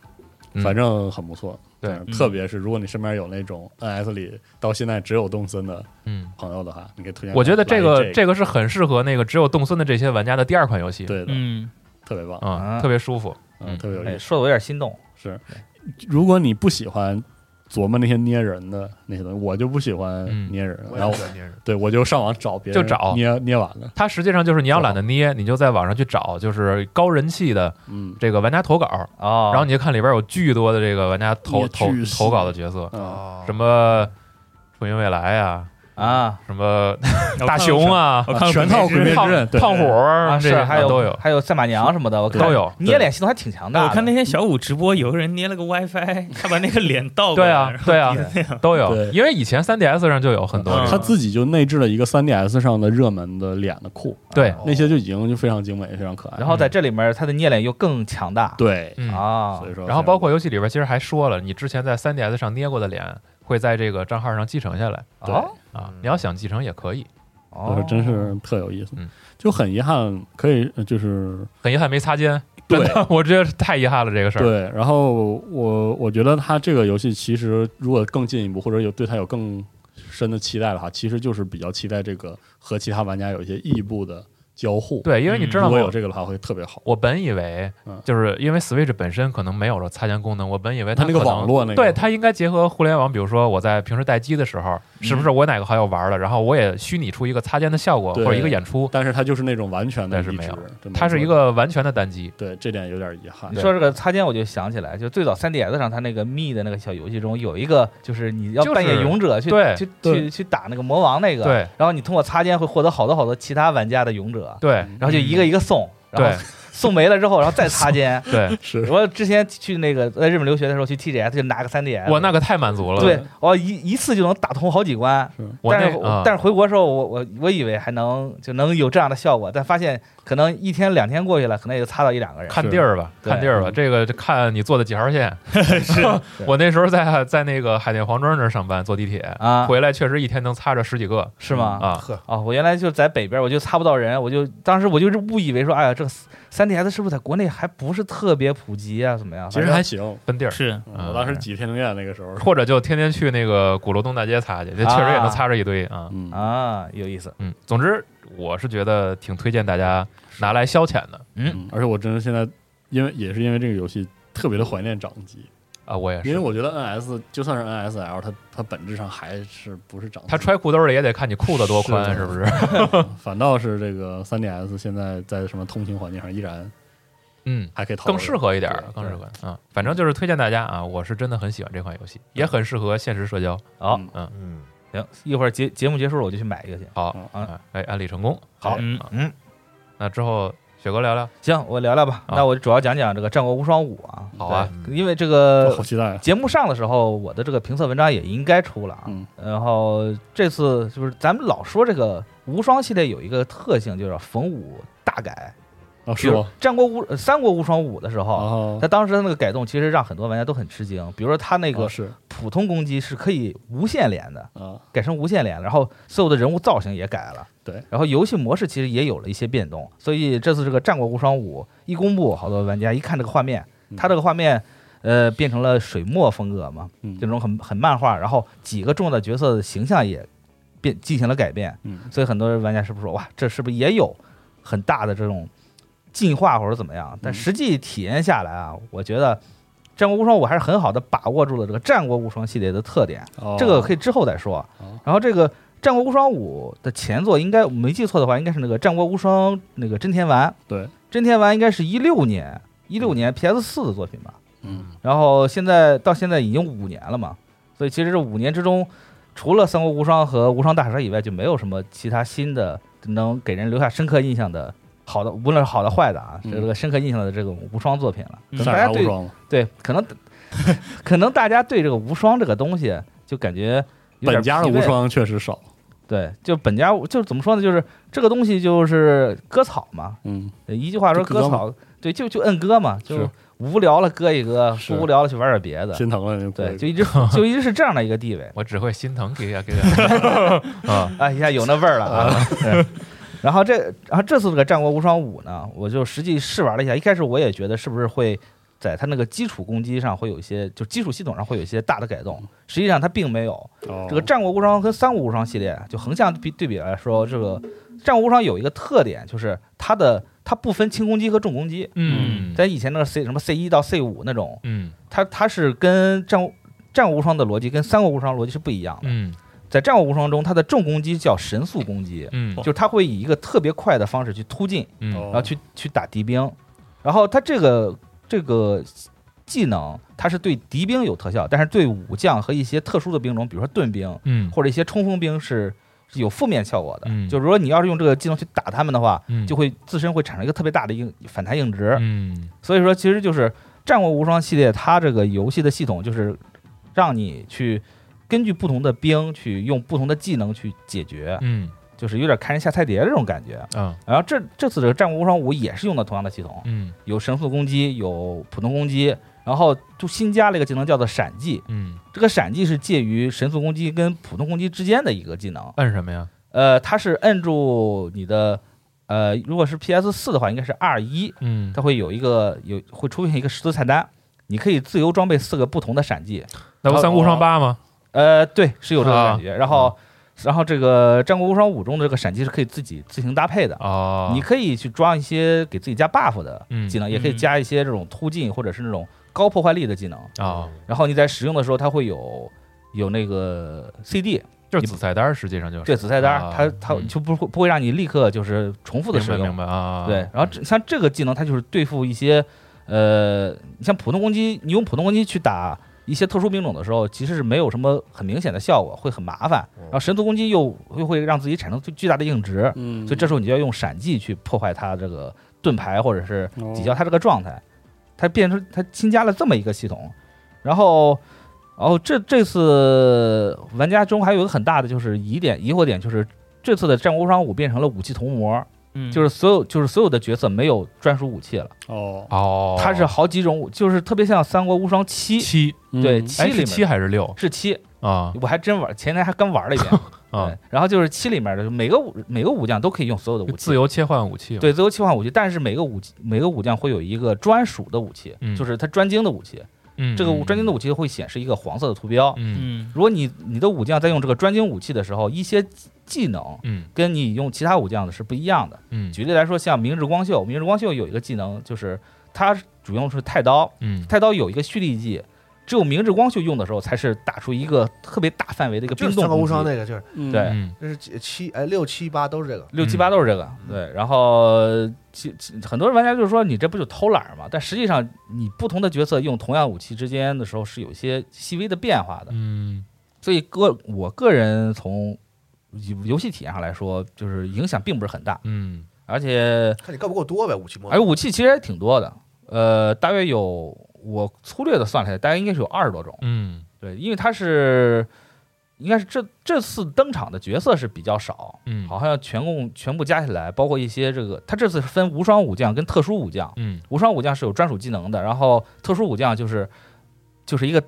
Speaker 6: 反正很不错。
Speaker 4: 对
Speaker 6: 但是特别是如果你身边有那种 NS 里到现在只有动森的
Speaker 4: 嗯，
Speaker 6: 朋友的话，你可以推荐他来一。
Speaker 4: 我觉得这个
Speaker 6: 这
Speaker 4: 这个是很适合那个只有动森的这些玩家的第二款游戏，
Speaker 6: 对的，
Speaker 7: 嗯，
Speaker 6: 特别棒，
Speaker 4: 嗯，
Speaker 5: 啊
Speaker 4: 特别舒服。
Speaker 6: 嗯，
Speaker 4: 嗯哎
Speaker 6: 特别有意
Speaker 5: 哎，
Speaker 6: 思。
Speaker 5: 说的我有点心动，
Speaker 6: 是，如果你不喜欢琢磨那些捏人的那些东西，我就不喜欢
Speaker 4: 嗯
Speaker 6: 捏人，
Speaker 3: 我
Speaker 6: 然后
Speaker 3: 也喜欢捏人。
Speaker 6: 对我就上网找别人
Speaker 4: 就找
Speaker 6: 捏捏完了，
Speaker 4: 它实际上就是你要懒得捏，你就在网上去找，就是高人气的
Speaker 6: 嗯
Speaker 4: 这个玩家投稿，
Speaker 5: 哦，
Speaker 4: 然后你就看里边有巨多的这个玩家投
Speaker 6: 也
Speaker 4: 投
Speaker 6: 巨细
Speaker 4: 投稿的角色，
Speaker 6: 啊，
Speaker 3: 哦
Speaker 4: 什么楚云未来啊，
Speaker 5: 啊
Speaker 4: 什么
Speaker 7: 我
Speaker 4: 大
Speaker 7: 看
Speaker 4: 熊啊，
Speaker 7: 我看
Speaker 6: 全套鬼灭
Speaker 4: 胖
Speaker 6: 之刃，对
Speaker 4: 胖虎嗯
Speaker 5: 啊
Speaker 4: 儿这
Speaker 5: 是
Speaker 4: 些
Speaker 5: 还有
Speaker 4: 都有，
Speaker 5: 还有赛马娘什么的，我看
Speaker 4: 都有
Speaker 5: 捏脸系统还挺强大
Speaker 7: 那
Speaker 5: 的，
Speaker 7: 我看那天小五直播，有个人捏了个 WiFi，他把那个脸倒过
Speaker 4: 对
Speaker 7: 来，
Speaker 4: 啊
Speaker 7: 然后
Speaker 4: 对啊都有
Speaker 6: 对，
Speaker 4: 因为以前 3DS 上就有很多
Speaker 7: 嗯
Speaker 4: 这
Speaker 6: 他
Speaker 4: 个，
Speaker 6: 自己就内置了一个 3DS 上的热门的脸的库，
Speaker 4: 对，哦
Speaker 6: 那些就已经就非常精美，非常可爱
Speaker 5: 啊然。后在这里面他的捏脸又更强大，
Speaker 6: 对，
Speaker 4: 嗯，
Speaker 5: 啊
Speaker 6: 所以说，
Speaker 4: 然后包括游戏里边其实还说了，你之前在 3DS 上捏过的脸会在这个账号上继承下来
Speaker 6: 对
Speaker 5: 哦
Speaker 4: 啊
Speaker 3: 嗯，
Speaker 4: 你要想继承也可以，
Speaker 6: 我
Speaker 5: 哦
Speaker 6: 说，真是特有意思
Speaker 4: 嗯，
Speaker 6: 就很遗憾，可以呃就是
Speaker 4: 很遗憾没擦肩，
Speaker 6: 对
Speaker 4: 真的，我觉得太遗憾了这个事儿，
Speaker 6: 对。然后我我觉得它这个游戏其实如果更进一步，或者有对它有更深的期待的话，其实就是比较期待这个和其他玩家有一些异步的交互。，
Speaker 4: 对，因为你
Speaker 7: 嗯
Speaker 4: 知
Speaker 6: 如
Speaker 4: 道
Speaker 6: 果
Speaker 4: 吗
Speaker 6: 有？这个的话，会特别好。
Speaker 4: 我本以为
Speaker 6: 嗯
Speaker 4: 就是因为 Switch 本身可能没有了擦肩功能，我本以为
Speaker 6: 它那个
Speaker 4: 可能
Speaker 6: 网络那个，
Speaker 4: 对它应该结合互联网，比如说我在平时待机的时候，
Speaker 5: 嗯
Speaker 4: 是不是我哪个好友玩了，然后我也虚拟出一个擦肩的效果
Speaker 6: 对
Speaker 4: 或者一个演出，
Speaker 6: 但是它就是那种完全的
Speaker 4: 但是
Speaker 6: 移
Speaker 4: 没
Speaker 6: 植
Speaker 4: 有，
Speaker 6: 真没
Speaker 4: 它是
Speaker 6: 错
Speaker 4: 一个完全的单机。
Speaker 6: 对这点有点遗憾
Speaker 5: 你。说这个擦肩，我就想起来，就最早 3DS 上它那个 Me 的那个小游戏中，有一个就是你要
Speaker 4: 就是
Speaker 5: 扮演勇者去
Speaker 4: 对
Speaker 5: 去
Speaker 6: 对
Speaker 5: 去去打那个魔王那个，
Speaker 4: 对
Speaker 5: 然后你通过擦肩会获得好多好多其他玩家的勇者，
Speaker 4: 对
Speaker 5: 然后就一个一个送，嗯
Speaker 4: 嗯
Speaker 5: 然
Speaker 4: 对
Speaker 5: 后送没了之后，然后再擦肩。
Speaker 4: 对，
Speaker 6: 是
Speaker 5: 我之前去那个在日本留学的时候去 TGS 就拿个 3DS，
Speaker 4: 我那个太满足了。
Speaker 5: 哎对，我一一次就能打通好几关。
Speaker 4: 我
Speaker 5: 但
Speaker 4: 那
Speaker 5: 是
Speaker 4: 啊
Speaker 5: 但是回国的时候，我我我以为还能就能有这样的效果，但发现可能一天两天过去了，可能也就擦到一两个人。
Speaker 4: 看地儿吧，
Speaker 5: 对
Speaker 4: 看地儿吧，这个就看你坐的几号 线。 我那时候在在那个海淀黄庄那儿上班，坐地铁
Speaker 5: 啊
Speaker 4: 回来，确实一天能擦着十几个
Speaker 5: 是吗？
Speaker 4: 啊。
Speaker 3: 呵，
Speaker 5: 啊、我原来就在北边，我就擦不到人，我就当时我就是误以为说，哎呀，这三 DS 是不是在国内还不是特别普及啊？怎么样？
Speaker 6: 其实
Speaker 5: 反正
Speaker 6: 还行。
Speaker 4: 分地儿，
Speaker 7: 是
Speaker 6: 嗯我当时挤天通苑那个时候，
Speaker 4: 或者就天天去那个鼓楼东大街擦去，那确实也能
Speaker 5: 啊
Speaker 4: 擦着一堆啊。
Speaker 6: 嗯，
Speaker 5: 啊，有意思，
Speaker 4: 嗯，总之我是觉得挺推荐大家拿来消遣的
Speaker 6: 嗯而且我真的现在因为也是因为这个游戏特别的怀念掌机，
Speaker 4: 啊，我也
Speaker 6: 因为
Speaker 4: 是。
Speaker 6: 我觉得 NS 就算是 NSL，它它本质上还是不是掌机，
Speaker 4: 他揣裤兜里也得看你裤子多宽，
Speaker 6: 是
Speaker 4: 是
Speaker 6: 的
Speaker 4: 不是？
Speaker 6: 反倒是这个 3DS 现在在什么通勤环境上依然
Speaker 4: 嗯，
Speaker 6: 还可以讨论
Speaker 4: 更适合一点
Speaker 6: 对，
Speaker 4: 更适合啊。反正就是推荐大家啊，我是真的很喜欢这款游戏，也很适合现实社交。
Speaker 5: 好、
Speaker 6: 嗯
Speaker 3: 嗯，
Speaker 5: 哦行，一会儿节节目结束了，我就去买一个去。
Speaker 4: 好
Speaker 5: 嗯
Speaker 4: 啊，哎，安利成功。
Speaker 5: 好
Speaker 4: 啊
Speaker 7: 嗯
Speaker 5: 嗯，
Speaker 4: 那之后雪哥聊聊。
Speaker 5: 行，我聊聊吧。
Speaker 4: 啊
Speaker 5: 那我主要讲讲这个《战国无双五》啊，
Speaker 4: 好啊
Speaker 5: 对因为这
Speaker 6: 我
Speaker 5: 个
Speaker 6: 好期待啊，
Speaker 5: 节目上的时候，我的这个评测文章也应该出了啊。
Speaker 6: 嗯
Speaker 5: 然后这次就是咱们老说这个无双系列有一个特性，就是逢五大改。
Speaker 6: 啊
Speaker 5: 比
Speaker 6: 是
Speaker 5: 如哦
Speaker 6: 吗？
Speaker 5: 战国无呃三国无双五的时候，
Speaker 6: 啊
Speaker 5: 他当时的那个改动其实让很多玩家都很吃惊，比如说他那
Speaker 6: 啊
Speaker 5: 个
Speaker 6: 是
Speaker 5: 普通攻击是可以无限连的，
Speaker 6: 啊
Speaker 5: 改成无限连，然后所有的人物造型也改了，
Speaker 6: 对，
Speaker 5: 然后游戏模式其实也有了一些变动，所以这次这个《战国无双五》一公布，好多玩家一看这个画面，
Speaker 6: 嗯
Speaker 5: 它这个画面。呃，变成了水墨风格嘛，
Speaker 6: 嗯
Speaker 5: 这种很很漫画，然后几个重要的角色的形象也变进行了改变，
Speaker 6: 嗯
Speaker 5: 所以很多人玩家是不是说哇，这是不是也有很大的这种进化或者怎么样？但
Speaker 6: 嗯
Speaker 5: 实际体验下来啊，我觉得《战国无双》我还是很好的把握住了这个《战国无双》系列的特点，
Speaker 6: 哦
Speaker 5: 这个可以之后再说
Speaker 6: 哦。
Speaker 5: 然后这个《战国无双五》的前作，应该我没记错的话，应该是那个《战国无双》那个真田丸，
Speaker 6: 对，
Speaker 5: 真田丸应该是一六年一六年 PS 四的作品吧。
Speaker 6: 嗯
Speaker 5: 然后现在到现在已经五年了嘛，所以其实这五年之中，除了《三国无双》和《无双大蛇》以外，就没有什么其他新的能给人留下深刻印象的好的，无论是好的坏的啊，
Speaker 6: 嗯啊
Speaker 5: 这个深刻印象的这个无双作品了。
Speaker 7: 嗯
Speaker 5: 可能
Speaker 6: 塞
Speaker 5: 大家
Speaker 6: 尔达无
Speaker 5: 对
Speaker 6: 双嘛，
Speaker 5: 对，可能可能大家对这个无双这个东西就感觉有点
Speaker 6: 本家的
Speaker 5: 疲惫
Speaker 6: 无双确实少，
Speaker 5: 对，就本家就是怎么说呢，就是这个东西就是割草嘛，呃
Speaker 6: 嗯，
Speaker 5: 一句话说
Speaker 6: 就割
Speaker 5: 割草，对，就就摁割嘛，就是无聊了割一割，
Speaker 6: 是
Speaker 5: 不无聊了去玩点别的，
Speaker 6: 心疼了就
Speaker 5: 对，就一直就一直是这样的一个地位，
Speaker 4: 我只会心疼给啊给啊啊，
Speaker 5: 啊，一下有那味儿了啊。 对然后这，然后这次这个《战国无双五》呢，我就实际试玩了一下。一开始我也觉得是不是会在它那个基础攻击上会有一些，就基础系统上会有一些大的改动。实际上它并没有。这
Speaker 6: 这
Speaker 5: 个《战国无双》跟《三国无双》系列，就横向比对比来说，这个《战国无双》有一个特点，就是它的它不分轻攻击和重攻击。
Speaker 4: 嗯
Speaker 5: 在以前那个 C 什么 C 一到 C 五那种，
Speaker 4: 嗯
Speaker 5: 它它是跟战国战国无双的逻辑跟三国无双逻辑是不一样的。
Speaker 4: 嗯
Speaker 5: 在战国无双中，它的重攻击叫神速攻击，
Speaker 4: 嗯
Speaker 5: 就是它会以一个特别快的方式去突进，
Speaker 4: 嗯
Speaker 6: 哦
Speaker 5: 然后去去打敌兵。然后它这个这个技能，它是对敌兵有特效，但是对武将和一些特殊的兵种，比如说盾兵
Speaker 4: 嗯
Speaker 5: 或者一些冲锋兵是是有负面效果的。
Speaker 4: 嗯
Speaker 5: 就是说，你要是用这个技能去打他们的话，
Speaker 4: 嗯
Speaker 5: 就会自身会产生一个特别大的硬反弹硬值。
Speaker 4: 嗯
Speaker 5: 所以说，其实就是《战国无双》系列，它这个游戏的系统就是让你去根据不同的兵去用不同的技能去解决，
Speaker 4: 嗯
Speaker 5: 就是有点看人下菜碟这种感觉。
Speaker 4: 啊
Speaker 5: 然后这这次这个《战国无双五》也是用的同样的系统，
Speaker 4: 嗯
Speaker 5: 有神速攻击，有普通攻击，然后就新加了一个技能叫做闪技。
Speaker 4: 嗯，
Speaker 5: 这个闪技是介于神速攻击跟普通攻击之间的一个技能，
Speaker 4: 摁什么呀？
Speaker 5: 呃，它是摁住你的，呃，如果是 PS 四的话，应该是 R 一，
Speaker 4: 嗯
Speaker 5: 它会有一个有会出现一个十字菜单，你可以自由装备四个不同的闪技。
Speaker 4: 那不三国无双八吗？
Speaker 5: 呃，对，是有这个感
Speaker 4: 啊
Speaker 5: 觉。然后，然后这个《战国无双五》中的这个闪技是可以自己自行搭配的，
Speaker 4: 哦，
Speaker 5: 你可以去装一些给自己加 buff 的
Speaker 4: 嗯
Speaker 5: 技能，也可以加一些这种突进或者是那种高破坏力的技能。
Speaker 4: 哦，
Speaker 5: 然后你在使用的时候，它会有有那个 CD，
Speaker 4: 就是紫菜单儿，实际上就是
Speaker 5: 对，紫菜单儿，
Speaker 4: 啊
Speaker 5: 它它
Speaker 4: 嗯
Speaker 5: 就不会不会让你立刻就是重复的
Speaker 4: 明
Speaker 5: 使
Speaker 4: 白
Speaker 5: 用
Speaker 4: 明。白啊，
Speaker 5: 对，然后这像这个技能，它就是对付一些呃，你像普通攻击，你用普通攻击去打一些特殊兵种的时候，其实是没有什么很明显的效果，会很麻烦。然后神族攻击又又会让自己产生巨巨大的硬直，
Speaker 6: 嗯，
Speaker 5: 所以这时候你就要用闪技去破坏它这个盾牌或者是抵消它这个状态。它变成它新加了这么一个系统，然后。然后这这次玩家中还有一个很大的就是疑点疑惑点，就是这次的《战国无双五》变成了武器同模，
Speaker 7: 嗯
Speaker 5: 就是所有就是所有的角色没有专属武器了，
Speaker 6: 哦，
Speaker 4: 哦，
Speaker 5: 它是好几种武，就是特别像《三国无双七》
Speaker 4: 七，
Speaker 5: 对
Speaker 6: 嗯
Speaker 5: 七
Speaker 4: 哎
Speaker 5: 里
Speaker 4: 是
Speaker 5: 面
Speaker 4: 七还是六
Speaker 5: 是七，
Speaker 4: 啊
Speaker 5: 我还真玩，前天还刚玩了一遍。
Speaker 4: 啊
Speaker 5: 对，然后就是七里面的每个武每个武将都可以用所有的武
Speaker 4: 就
Speaker 5: 器，
Speaker 4: 自由切换武器嘛，
Speaker 5: 对自由切换武器，但是每个武器每个武将会有一个专属的武器，
Speaker 4: 嗯
Speaker 5: 就是它专精的武器。
Speaker 4: 嗯，
Speaker 5: 这个
Speaker 4: 嗯
Speaker 5: 专精的武器会显示一个黄色的图标。
Speaker 4: 嗯
Speaker 7: 嗯
Speaker 5: 如果你你的武将在用这个专精武器的时候，一些技能
Speaker 4: 嗯
Speaker 5: 跟你用其他武将的是不一样的。
Speaker 4: 嗯
Speaker 5: 举例来说，像明日光秀，明日光秀有一个技能，就是它主用是太刀，
Speaker 4: 嗯
Speaker 5: 太刀有一个蓄力技，只有明日光秀用的时候才是打出一个特别大范围的一个
Speaker 3: 就
Speaker 5: 冰
Speaker 3: 是
Speaker 5: 冻
Speaker 3: 三国
Speaker 5: 攻
Speaker 3: 无
Speaker 5: 击。
Speaker 3: 双那个劲儿，
Speaker 6: 嗯
Speaker 5: 对
Speaker 4: 嗯
Speaker 3: 这是几七哎六七八都是这个，
Speaker 5: 六七八都是这个，对。然后其其很多玩家就是说，你这不就偷懒儿嘛？但实际上，你不同的角色用同样武器之间的时候是有一些细微的变化的。
Speaker 4: 嗯
Speaker 5: 所以个我个人从游游戏体验上来说，就是影响并不是很大，
Speaker 4: 嗯
Speaker 5: 而且
Speaker 3: 看你够不够多呗，武器模
Speaker 5: 而
Speaker 3: 式。
Speaker 5: 武器其实也挺多的，呃，大约有我粗略的算了一下，大概应该是有二十多种。
Speaker 4: 嗯
Speaker 5: 对，因为它是应该是这这次登场的角色是比较少，
Speaker 4: 嗯
Speaker 5: 好像全共全部加起来，包括一些这个，它这次是分无双武将跟特殊武将，
Speaker 4: 嗯
Speaker 5: 无双武将是有专属技能的，然后特殊武将就是就是一个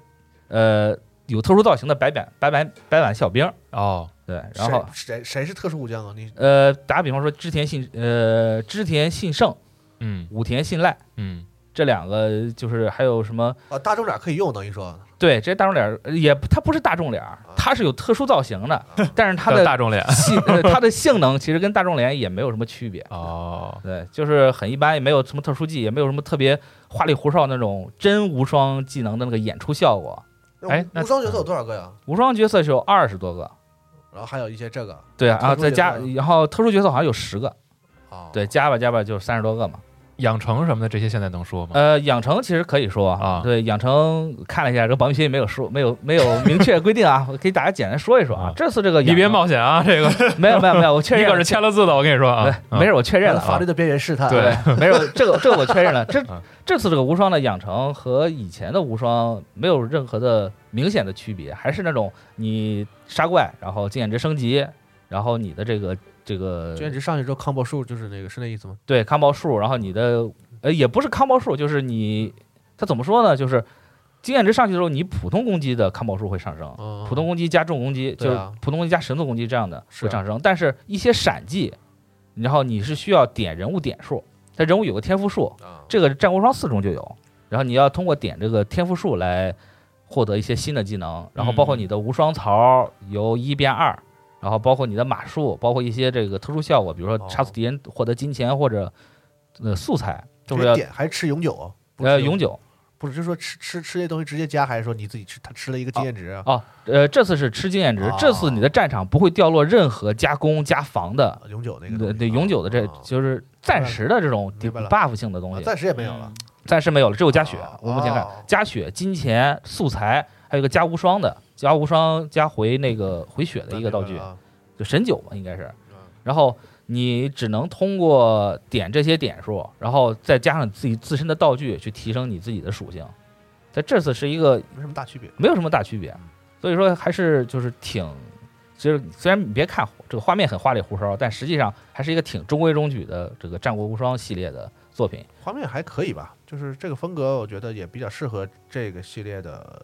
Speaker 5: 呃有特殊造型的白板白板白板小兵，
Speaker 4: 哦
Speaker 5: 对，然后
Speaker 3: 谁谁谁是特殊武将啊？你
Speaker 5: 呃打个比方说织田信呃织田信胜、
Speaker 4: 嗯
Speaker 5: 武田信赖。
Speaker 4: 嗯
Speaker 5: 这两个就是还有什么？
Speaker 3: 啊，大众点儿可以用，等于说
Speaker 5: 对，这些大众脸儿呃也不它不是大众脸儿，
Speaker 3: 啊
Speaker 5: 它是有特殊造型的，但是它
Speaker 4: 叫
Speaker 5: 的
Speaker 4: 大众脸
Speaker 5: 性呃它的性能其实跟大众脸也没有什么区别。
Speaker 4: 哦
Speaker 5: 对，就是很一般，也没有什么特殊技，也没有什么特别花里胡哨那种真无双技能的那个演出效果。
Speaker 3: 那
Speaker 4: 哎那
Speaker 3: 无双角色有多少个呀？
Speaker 5: 无双角色是有二十多个，
Speaker 3: 然后还有一些这个
Speaker 5: 对啊，
Speaker 3: 特
Speaker 5: 然后
Speaker 3: 殊
Speaker 5: 再
Speaker 3: 角
Speaker 5: 加
Speaker 3: 色，
Speaker 5: 然后特殊角色好像有十个，
Speaker 3: 啊，
Speaker 5: 对，加吧加吧就三十多个嘛。
Speaker 4: 养成什么的这些现在能说吗？
Speaker 5: 呃，养成其实可以说
Speaker 4: 啊
Speaker 5: 对，养成看了一下，这保密协议没有说，没有没有明确规定啊， 我给大家简单说一说
Speaker 4: 啊
Speaker 5: 啊。这次这个
Speaker 4: 你别
Speaker 5: 养成，
Speaker 4: 冒险啊， 这个
Speaker 5: 没有没有没有，我确
Speaker 4: 你
Speaker 5: 认
Speaker 4: 可
Speaker 5: 了
Speaker 4: 是签了字的，我跟你说
Speaker 5: 对
Speaker 4: 啊，，
Speaker 5: 没事，我确认了啊
Speaker 3: 法律的边缘试探啊，
Speaker 4: 对
Speaker 5: 对，没有这个这个我确认了。这
Speaker 4: 啊
Speaker 5: 这次这个无双的养成和以前的无双没有任何的明显的区别，还是那种你杀怪，然后经验值升级，然后你的这个这个
Speaker 3: 经验值上去之后，combo 数就是那个是那意思吗？
Speaker 5: 对康包数，然后你的呃也不是康包数，就是你它怎么说呢？就是经验值上去之后，你普通攻击的康包数会上升，
Speaker 3: 嗯，
Speaker 5: 普通攻击加重攻击，
Speaker 3: 对
Speaker 5: 就是
Speaker 3: 啊
Speaker 5: 普通攻击加神速攻击这样的
Speaker 3: 是
Speaker 5: 会上升，但是一些闪技，然后你是需要点人物点数，它人物有个天赋数，
Speaker 3: 啊
Speaker 5: 这个《战国无双四》中就有，然后你要通过点这个天赋数来获得一些新的技能，然后包括你的无双槽由一变二，然后包括你的马术，包括一些这个特殊效果，比如说
Speaker 3: 哦
Speaker 5: 杀死敌人获得金钱或者呃素材，
Speaker 3: 这
Speaker 5: 都是要
Speaker 3: 点还吃永久啊？不是
Speaker 5: 呃
Speaker 3: 吃
Speaker 5: 永久
Speaker 3: 不是，就是说吃吃吃这些东西直接加，还是说你自己吃？他吃了一个经验值啊？
Speaker 5: 哦。呃，这次是吃经验值，
Speaker 3: 哦
Speaker 5: 这次你的战场不会掉落任何加工加防的
Speaker 3: 啊永久那个东
Speaker 5: 对
Speaker 3: 西
Speaker 5: 对，
Speaker 3: 啊
Speaker 5: 永久的这
Speaker 3: 啊
Speaker 5: 就是暂时的这种
Speaker 3: 明白了
Speaker 5: buff 性的东
Speaker 3: 啊
Speaker 5: 西，
Speaker 3: 暂时也没有了。
Speaker 5: 暂时没有了，只有加血
Speaker 3: 啊。
Speaker 5: 我目前看
Speaker 3: 哦
Speaker 5: 加血、金钱、素材，还有一个加无双的，加无双加回那个回血的一个道具，就神九嘛，应该是。
Speaker 3: 嗯
Speaker 5: 然后你只能通过点这些点数，然后再加上自己自身的道具去提升你自己的属性。在这次是一个
Speaker 3: 没什么大区别。
Speaker 5: 没有什么大区
Speaker 3: 嗯
Speaker 5: 别，所以说还是就是挺，其实虽然你别看这个画面很花里胡哨，但实际上还是一个挺中规中矩的这个《战国无双》系列的作品。
Speaker 3: 画面还可以吧，就是这个风格，我觉得也比较适合这个系列的，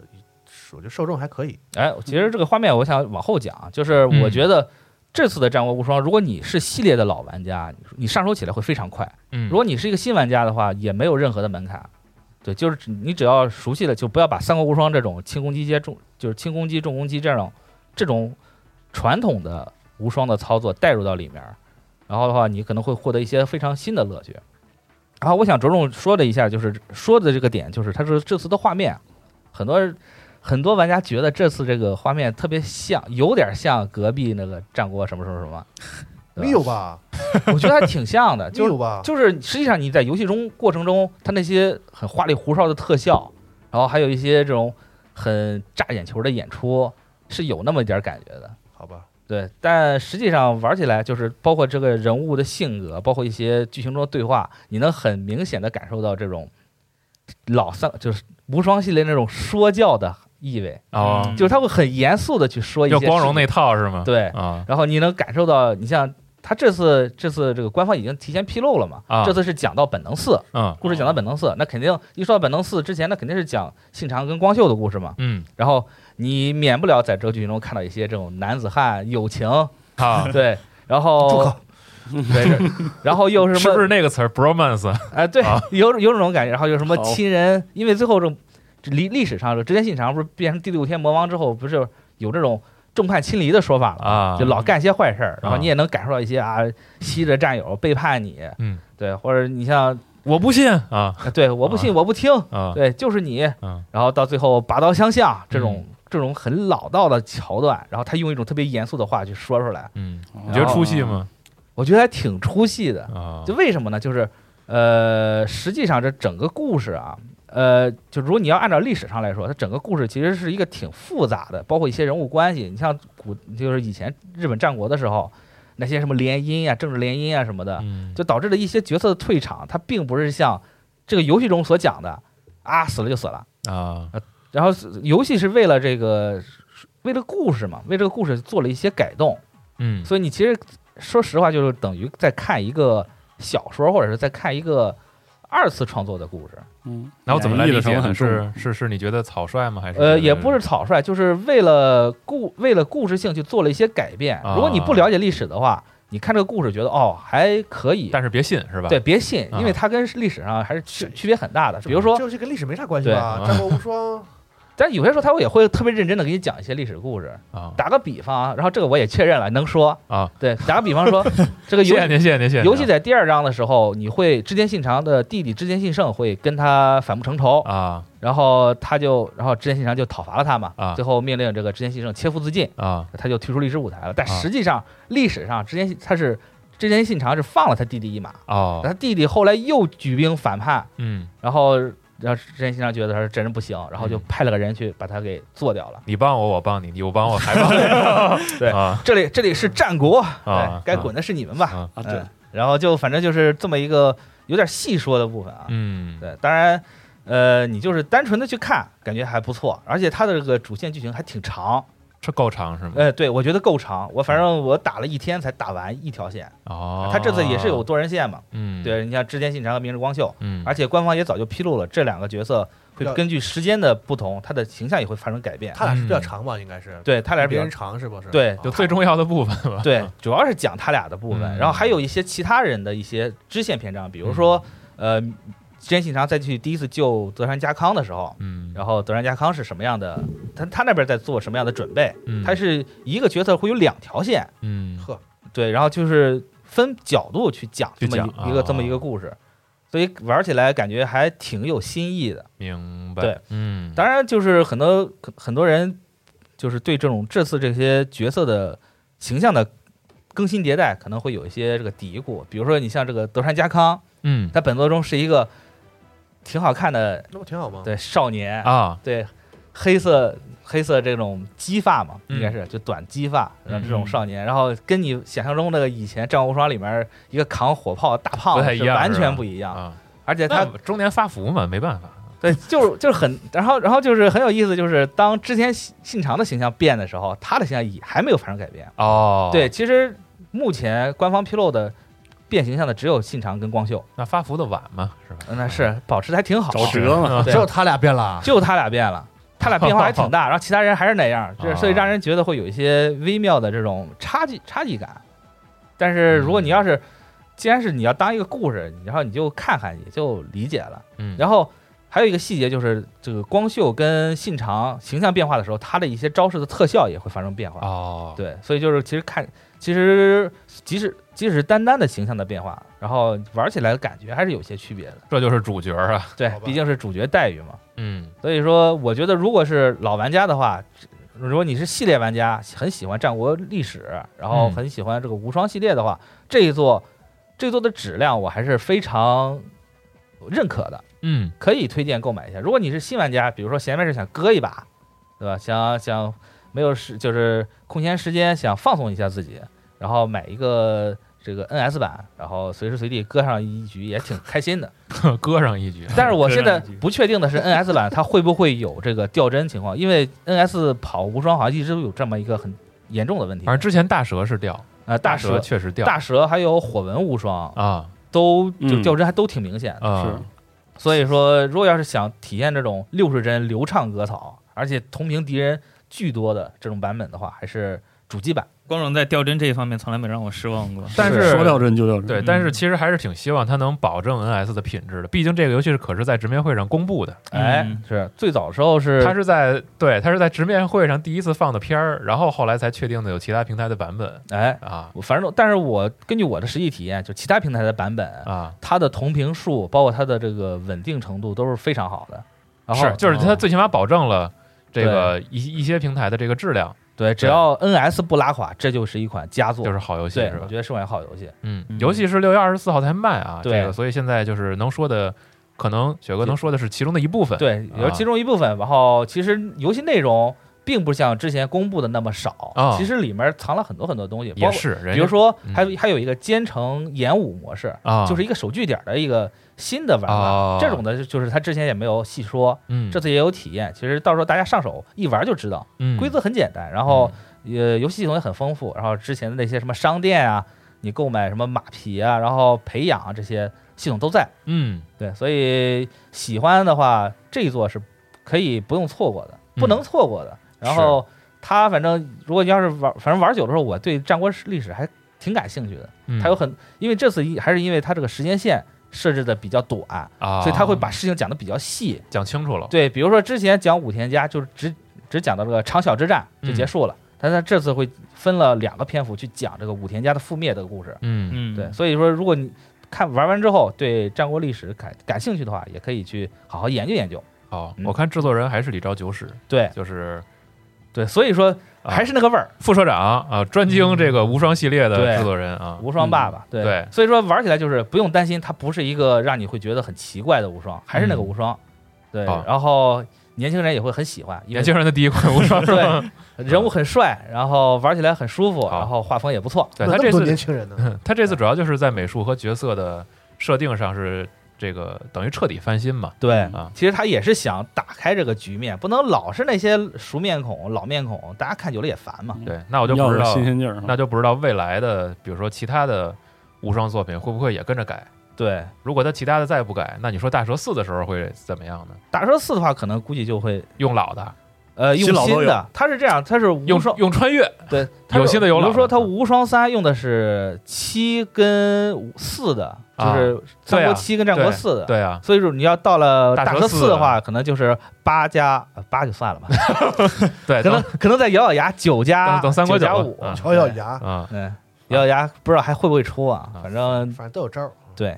Speaker 3: 我觉得受众还可以。
Speaker 5: 哎，其实这个画面我想往后讲啊，就是我觉得这次的《战国无双》，如果你是系列的老玩家，你你上手起来会非常快；
Speaker 4: 嗯
Speaker 5: 如，果你是一个新玩家的话，也没有任何的门槛。对，就是只你只要熟悉了，就不要把《三国无双》这种轻攻击接重，就是轻攻击重攻击这种这种传统的无双的操作带入到里面儿，然后的话，你可能会获得一些非常新的乐趣。然后我想着重说的一下，就是说的这个点，就是它是这次的画面，很多很多玩家觉得这次这个画面特别像，有点像隔壁那个战国什么什么什么，对吧
Speaker 3: 没有吧？
Speaker 5: 我觉得还挺 像的，
Speaker 3: 没
Speaker 5: 就是
Speaker 3: 有吧？
Speaker 5: 就是实际上你在游戏中过程中，它那些很花里胡哨的特效，然后还有一些这种很炸眼球的演出，是有那么一点感觉的。
Speaker 3: 好吧，
Speaker 5: 对，但实际上玩起来就是包括这个人物的性格，包括一些剧情中的对话，你能很明显的感受到这种老三就是无双系列那种说教的意味，
Speaker 4: 哦，
Speaker 5: 嗯就是他会很严肃的去说一些
Speaker 4: 要光荣
Speaker 5: 事
Speaker 4: 那套是吗？
Speaker 5: 情对，
Speaker 4: 啊，
Speaker 5: 然后你能感受到，你像他这次这次这个官方已经提前披露了嘛，
Speaker 4: 啊
Speaker 5: 这次是讲到本能寺，
Speaker 4: 嗯
Speaker 5: 故事讲到本能寺，那肯定一说到本能寺之前，那肯定是讲信长跟光秀的故事嘛。
Speaker 4: 嗯，
Speaker 5: 然后你免不了在这个剧情中看到一些这种男子汉 友情，
Speaker 4: 好，
Speaker 5: 对，然
Speaker 3: 住
Speaker 5: 后
Speaker 3: 口！
Speaker 5: 对，是然后又是
Speaker 4: 是
Speaker 5: 什
Speaker 4: 不是
Speaker 5: 么？
Speaker 4: 那个词儿 bromance？
Speaker 5: 哎，对
Speaker 4: 啊，
Speaker 5: 有有这种感觉，然后有什么
Speaker 6: 好
Speaker 5: 亲人，因为最后这种这历历史上这织田信长不是变成第六天魔王之后，不是有这种众叛亲离的说法了吗
Speaker 4: 啊，
Speaker 5: 就老干些坏事儿，然后
Speaker 4: 啊
Speaker 5: 你也能感受到一些啊，吸着战友背叛你，
Speaker 4: 嗯，
Speaker 5: 对，或者你像，
Speaker 4: 我不信啊
Speaker 5: 啊对，我不信，我不听，
Speaker 4: 啊，
Speaker 5: 对，就是你，
Speaker 4: 嗯
Speaker 5: 然后到最后拔刀相向这种这种很老道的桥段，然后他用一种特别严肃的话去说出来，
Speaker 4: 嗯，
Speaker 6: 你
Speaker 4: 你觉得出戏？吗？
Speaker 5: 我觉得还挺出戏的，
Speaker 4: 啊，
Speaker 5: 就为什么呢？就是呃，实际上这整个故事啊，呃，就如果你要按照历史上来说，它整个故事其实是一个挺复杂的，包括一些人物关系。你像古，就是以前日本战国的时候，那些什么联姻啊、政治联姻啊什么的，
Speaker 4: 嗯，
Speaker 5: 就导致了一些角色的退场，它并不是像这个游戏中所讲的啊死了就死了。
Speaker 4: 啊，
Speaker 5: 然后游戏是为了这个，为了故事嘛，为这个故事做了一些改动。
Speaker 4: 嗯，
Speaker 5: 所以你其实说实话，就是等于在看一个小说，或者是在看一个二次创作的故事。
Speaker 6: 嗯，
Speaker 4: 然后怎么来
Speaker 6: 演绎
Speaker 4: 理
Speaker 6: 的成
Speaker 4: 解
Speaker 6: 分
Speaker 4: 呢？
Speaker 6: 很重？
Speaker 4: 是是是，你觉得草率吗？还是
Speaker 5: 呃，
Speaker 4: 觉得
Speaker 5: 也不是草率，就是为了故为了故事性去做了一些改变。
Speaker 4: 啊
Speaker 5: 如果你不了解历史的话，你看这个故事觉得哦还可以，
Speaker 4: 但是别信是吧？
Speaker 5: 对，，别信，
Speaker 4: 啊
Speaker 5: 因为它跟历史上还是区区别很大的。比如说，
Speaker 3: 这这跟历史没啥关系
Speaker 5: 对
Speaker 3: 吧？
Speaker 4: 啊
Speaker 3: 战国无 双，
Speaker 5: 但有些时候他也会特别认真的给你讲一些历史故事。
Speaker 4: 啊
Speaker 5: 打个比方啊，然后这个我也确认了，能说
Speaker 4: 啊。
Speaker 5: 对，打个比方 说，这个
Speaker 4: 谢
Speaker 5: 游
Speaker 4: 谢您，谢谢您，啊谢谢您。
Speaker 5: 尤其在第二章的时候，你会织田信长的弟弟织田信胜会跟他反目成仇，
Speaker 4: 啊
Speaker 5: 然后他就，然后织田信长就讨伐了他嘛，
Speaker 4: 啊
Speaker 5: 最后命令这个织田信胜切腹自尽，
Speaker 4: 啊
Speaker 5: 他就退出历史舞台了。但
Speaker 4: 啊
Speaker 5: 实际上，历史上织田信他是织田信长是放了他弟弟一马，
Speaker 4: 哦，
Speaker 5: 他弟弟后来又举兵反叛，
Speaker 4: 嗯，
Speaker 5: 然后然后织田信长觉得他说这人不行，然后就
Speaker 4: 嗯
Speaker 5: 派了个人去把他给做掉了。
Speaker 4: 你帮我，我帮你，你不帮我还 帮你，
Speaker 5: 对
Speaker 4: 啊
Speaker 5: 这里这里是战国，哎
Speaker 4: 啊，
Speaker 5: 该滚的是你们吧？
Speaker 4: 啊，
Speaker 6: 啊，对
Speaker 5: 嗯，然后就反正就是这么一个有点细说的部分啊。
Speaker 4: 嗯，
Speaker 5: 对，当然，呃，你就是单纯的去看，感觉还不错，而且它的这个主线剧情还挺长。
Speaker 4: 这够长是吗？
Speaker 5: 呃，对我觉得够长，我反正我打了一天才打完一条线。
Speaker 4: 哦，
Speaker 5: 它这次也是有，多人线嘛？
Speaker 4: 嗯，，
Speaker 5: 对，你像织田信长和明日光秀，
Speaker 4: 嗯，
Speaker 5: 而且官方也早就披露了这两个角色会
Speaker 3: 要
Speaker 5: 根据时间的不同，它的形象也会发生改变。
Speaker 3: 他俩是比较
Speaker 4: 嗯
Speaker 3: 长吧，应该是，
Speaker 5: 对，它俩
Speaker 3: 比
Speaker 5: 比
Speaker 3: 别
Speaker 5: 较
Speaker 3: 人长是不是？
Speaker 5: 对
Speaker 3: 啊
Speaker 4: 就最重要的部分吧，
Speaker 5: 对，主要是讲他俩的部分，
Speaker 4: 嗯
Speaker 5: 然后还有一些其他人的一些支线篇章，比如说，呃，织田信长再去第一次救德川家康的时候，
Speaker 4: 嗯，
Speaker 5: 然后德川家康是什么样的，他他那边在做什么样的准备，
Speaker 4: 嗯
Speaker 5: 他是一个角色会有两条线，
Speaker 4: 嗯，
Speaker 3: 呵，
Speaker 5: 对，然后就是分角度去讲这
Speaker 4: 去
Speaker 5: 么一
Speaker 4: 讲
Speaker 5: 一个
Speaker 4: 啊
Speaker 5: 这么一个故事，所以玩起来感觉还挺有新意的。
Speaker 4: 明白，
Speaker 5: 对，
Speaker 4: 嗯，
Speaker 5: 当然，就是很多很多人就是对这种这次这些角色的形象的更新迭代，可能会有一些这个嘀咕。比如说，你像这个德川家康，
Speaker 4: 嗯
Speaker 5: 他本作中是一个挺好看的
Speaker 3: 那不挺好吗？
Speaker 5: 对少年，
Speaker 4: 啊，
Speaker 5: 对黑色黑色这种鸡发嘛，
Speaker 4: 嗯
Speaker 5: 应该是就短鸡发，然后这种
Speaker 4: 嗯
Speaker 5: 少年，然后跟你想象中那个以前《战国无双》里面一个扛火炮的大胖
Speaker 4: 不太
Speaker 5: 子
Speaker 4: 一
Speaker 5: 是
Speaker 4: 样
Speaker 5: 完
Speaker 4: 是
Speaker 5: 全
Speaker 4: 吧
Speaker 5: 不一样，
Speaker 4: 啊，
Speaker 5: 而且他
Speaker 4: 那中年发福嘛，没办法，
Speaker 5: 对，就是就是很，然后然后就是很有意思，就是当之前信信长的形象变的时候，他的形象也还没有发生改变。
Speaker 4: 哦，
Speaker 5: 对，，其实目前官方披露的变形象的只有信长跟光秀，
Speaker 4: 那发福的晚嘛，是吧？嗯
Speaker 5: 嗯那是保持的还挺好，
Speaker 6: 找
Speaker 4: 哦
Speaker 6: 辙嘛，
Speaker 5: 对
Speaker 3: 只有他俩变 了，
Speaker 5: 就他俩变了，他俩变化还挺大，然后其他人还是那样，就是所以让人觉得会有一些微妙的这种差距差距感。但是如果你要是，既然是你要当一个故事，然后你就看看也就理解了。
Speaker 4: 嗯，
Speaker 5: 然后还有一个细节就是，这个光秀跟信长形象变化的时候，他的一些招式的特效也会发生变化。
Speaker 4: 哦，
Speaker 5: 对，所以就是其实看，其实即使即使是单单的形象的变化，然后玩起来的感觉还是有些区别的。
Speaker 4: 这就是主角啊，
Speaker 5: 对
Speaker 3: 好，吧
Speaker 5: 毕竟是主角待遇嘛。
Speaker 4: 嗯
Speaker 5: 所以说，我觉得如果是老玩家的话，如果你是系列玩家，很喜欢战国历史，然后
Speaker 4: 嗯
Speaker 5: 很喜欢这个无双系列的话，这一座这一座的质量我还是非常认可的。
Speaker 4: 嗯
Speaker 5: 可以推荐购买一下。如果你是新玩家，比如说闲没事想割一把，对吧？想想没有时就是空闲时间想放松一下自己，然后买一个这个 NS 版，然后随时随地割上一局也挺开心的。
Speaker 4: 呵搁上一 局，
Speaker 5: 但是我现在
Speaker 7: 割上一局
Speaker 5: 不确定的是 NS 版它会不会有这个掉帧情况，因为 NS 跑无双好像一直都有这么一个很严重的问题。
Speaker 4: 反正之前大蛇是掉，
Speaker 5: 呃，大
Speaker 4: 蛇
Speaker 5: 蛇。
Speaker 4: 确实掉，
Speaker 5: 大蛇还有火纹无双
Speaker 4: 啊
Speaker 5: 都就
Speaker 6: 嗯
Speaker 5: 掉帧还都挺明显的，
Speaker 4: 啊，
Speaker 5: 所以说，如果要是想体验这种六十帧流畅割草，而且同屏敌人巨多的这种版本的话，还是主机版。
Speaker 7: 光荣在掉帧这一方面从来没让我失望过。
Speaker 4: 但是
Speaker 6: 说掉帧就掉帧，
Speaker 4: 对，
Speaker 7: 嗯
Speaker 4: 但是其实还是挺希望它能保证 NS 的品质的，毕竟这个游戏是可是在直面会上公布的，
Speaker 7: 嗯
Speaker 5: 哎，是最早的时候是
Speaker 4: 它是在对，它是在直面会上第一次放的片儿，然后后来才确定的有其他平台的版本
Speaker 5: 哎，
Speaker 4: 啊
Speaker 5: 我反正但是我根据我的实际体验，就其他平台的版本，
Speaker 4: 啊，
Speaker 5: 它的同屏数包括它的这个稳定程度都是非常好的。然后嗯
Speaker 4: 是就是它最起码保证了这个一一些平台的这个质量，
Speaker 5: 对，只要 NS 不拉垮，这就是一款佳作。
Speaker 4: 就是好游戏
Speaker 5: 对
Speaker 4: 是，吧
Speaker 5: 我觉？得是款好游戏。
Speaker 4: 嗯
Speaker 7: 嗯，
Speaker 4: 尤其是六月二十四号才卖啊，这
Speaker 5: 对
Speaker 4: 个，所以现在就是能说的，可能雪哥能说的是其中的一部分。
Speaker 5: 对，有其中一部分。然后其实游戏内容并不像之前公布的那么少，
Speaker 4: 啊
Speaker 5: 其实里面藏了很多很多东西，包
Speaker 4: 也
Speaker 5: 括
Speaker 4: 是，人家
Speaker 5: 比如说
Speaker 4: 嗯
Speaker 5: 还有还有一个兼程演武模式，
Speaker 4: 啊，
Speaker 5: 就是一个手据点的一个新的玩
Speaker 4: 哦
Speaker 5: 法。这种的就是他之前也没有细说，
Speaker 4: 嗯，
Speaker 5: 这次也有体验。其实到时候大家上手一玩就知道，
Speaker 4: 嗯
Speaker 5: 规则很简单，然后呃游戏系统也很丰富，然后之前的那些什么商店啊，你购买什么马匹啊，然后培养啊这些系统都在。
Speaker 4: 嗯，
Speaker 5: 对，所以喜欢的话，这一座是可以不用错过的，不
Speaker 4: 嗯
Speaker 5: 能错过的。然后他反正如果要是玩，反正玩久的时候，我对战国史历史还挺感兴趣的。
Speaker 4: 嗯
Speaker 5: 它有很，因为这次一还是因为它这个时间线设置的比较短，
Speaker 4: 啊，
Speaker 5: 所以他会把事情讲的比较细。
Speaker 4: 讲清楚了。
Speaker 5: 对，比如说之前讲武田家就是只只讲到这个长筱之战就
Speaker 4: 嗯
Speaker 5: 结束了，但他这次会分了两个篇幅去讲这个武田家的覆灭的故事。
Speaker 4: 嗯，
Speaker 7: 嗯，
Speaker 5: 对，所以说如果你看玩完之后对战国历史感感兴趣的话，也可以去好好研究研究。
Speaker 4: 好，
Speaker 5: 嗯
Speaker 4: 我看制作人还是李昭九史，
Speaker 5: 对
Speaker 4: 就是
Speaker 5: 对，所以说
Speaker 4: 啊
Speaker 5: 还是那个味儿，
Speaker 4: 副社长啊，专精这个无双系列的
Speaker 5: 对
Speaker 4: 制作人啊，
Speaker 5: 无双爸爸。对
Speaker 4: 对
Speaker 5: 所以说玩起来就是不用担心，它不是一个让你会觉得很奇怪的无双，
Speaker 4: 嗯
Speaker 5: 还是那个无双。对，
Speaker 4: 好
Speaker 5: 然后年轻人也会很喜欢，因为
Speaker 4: 啊年轻人的第一款无 双是吧？
Speaker 5: 人物很帅，然后玩起来很舒服，
Speaker 4: 好
Speaker 5: 然后画风也不错。
Speaker 4: 对
Speaker 3: 那
Speaker 4: 他
Speaker 3: 么
Speaker 4: 这
Speaker 3: 多年
Speaker 4: 次
Speaker 3: 轻人 呢，
Speaker 4: 他这次主要就是在美术和角色的设定上是这个等于彻底翻新嘛，
Speaker 5: 对
Speaker 4: 啊
Speaker 5: 其实他也是想打开这个局面，不能老是那些熟面孔、老面孔，大家看久了也烦嘛。
Speaker 4: 对，那我就
Speaker 6: 要
Speaker 4: 不知
Speaker 6: 是
Speaker 4: 道
Speaker 6: 新，鲜劲儿啊，
Speaker 4: 那就不知道未来的比如说其他的无双作品会不会也跟着改。
Speaker 5: 对，
Speaker 4: 如果他其他的再不改，那你说大蛇四的时候会怎么样呢？
Speaker 5: 打蛇四的话，可能估计就会
Speaker 4: 用老的，
Speaker 5: 呃
Speaker 6: 新
Speaker 5: 用
Speaker 6: 老都
Speaker 5: 新
Speaker 6: 有
Speaker 5: 的，它是这样，它是无
Speaker 4: 用
Speaker 5: 双
Speaker 4: 用穿越，
Speaker 5: 对，它
Speaker 4: 有
Speaker 5: 是
Speaker 4: 新的有
Speaker 5: 比
Speaker 4: 老
Speaker 5: 如
Speaker 4: 的
Speaker 5: 说它无双三用的是七跟五四的，就
Speaker 4: 啊
Speaker 5: 是
Speaker 4: 对
Speaker 5: 三
Speaker 4: 啊
Speaker 5: 国七跟战国四的。
Speaker 4: 对啊，
Speaker 5: 所以说你要到了
Speaker 4: 大
Speaker 5: 大
Speaker 4: 蛇
Speaker 5: 蛇
Speaker 4: 四
Speaker 5: 四的话，可能就是八加呃八就算 了吧，
Speaker 4: 对，
Speaker 5: 可能可能再咬咬牙九加
Speaker 4: 等等三国
Speaker 5: 九加
Speaker 4: 九
Speaker 5: 五，
Speaker 4: 啊
Speaker 3: 咬咬牙，
Speaker 4: 啊，
Speaker 5: 嗯，咬咬牙不知道还会不会出啊
Speaker 4: 啊，
Speaker 5: 反正
Speaker 3: 反正都有招儿。啊
Speaker 5: 对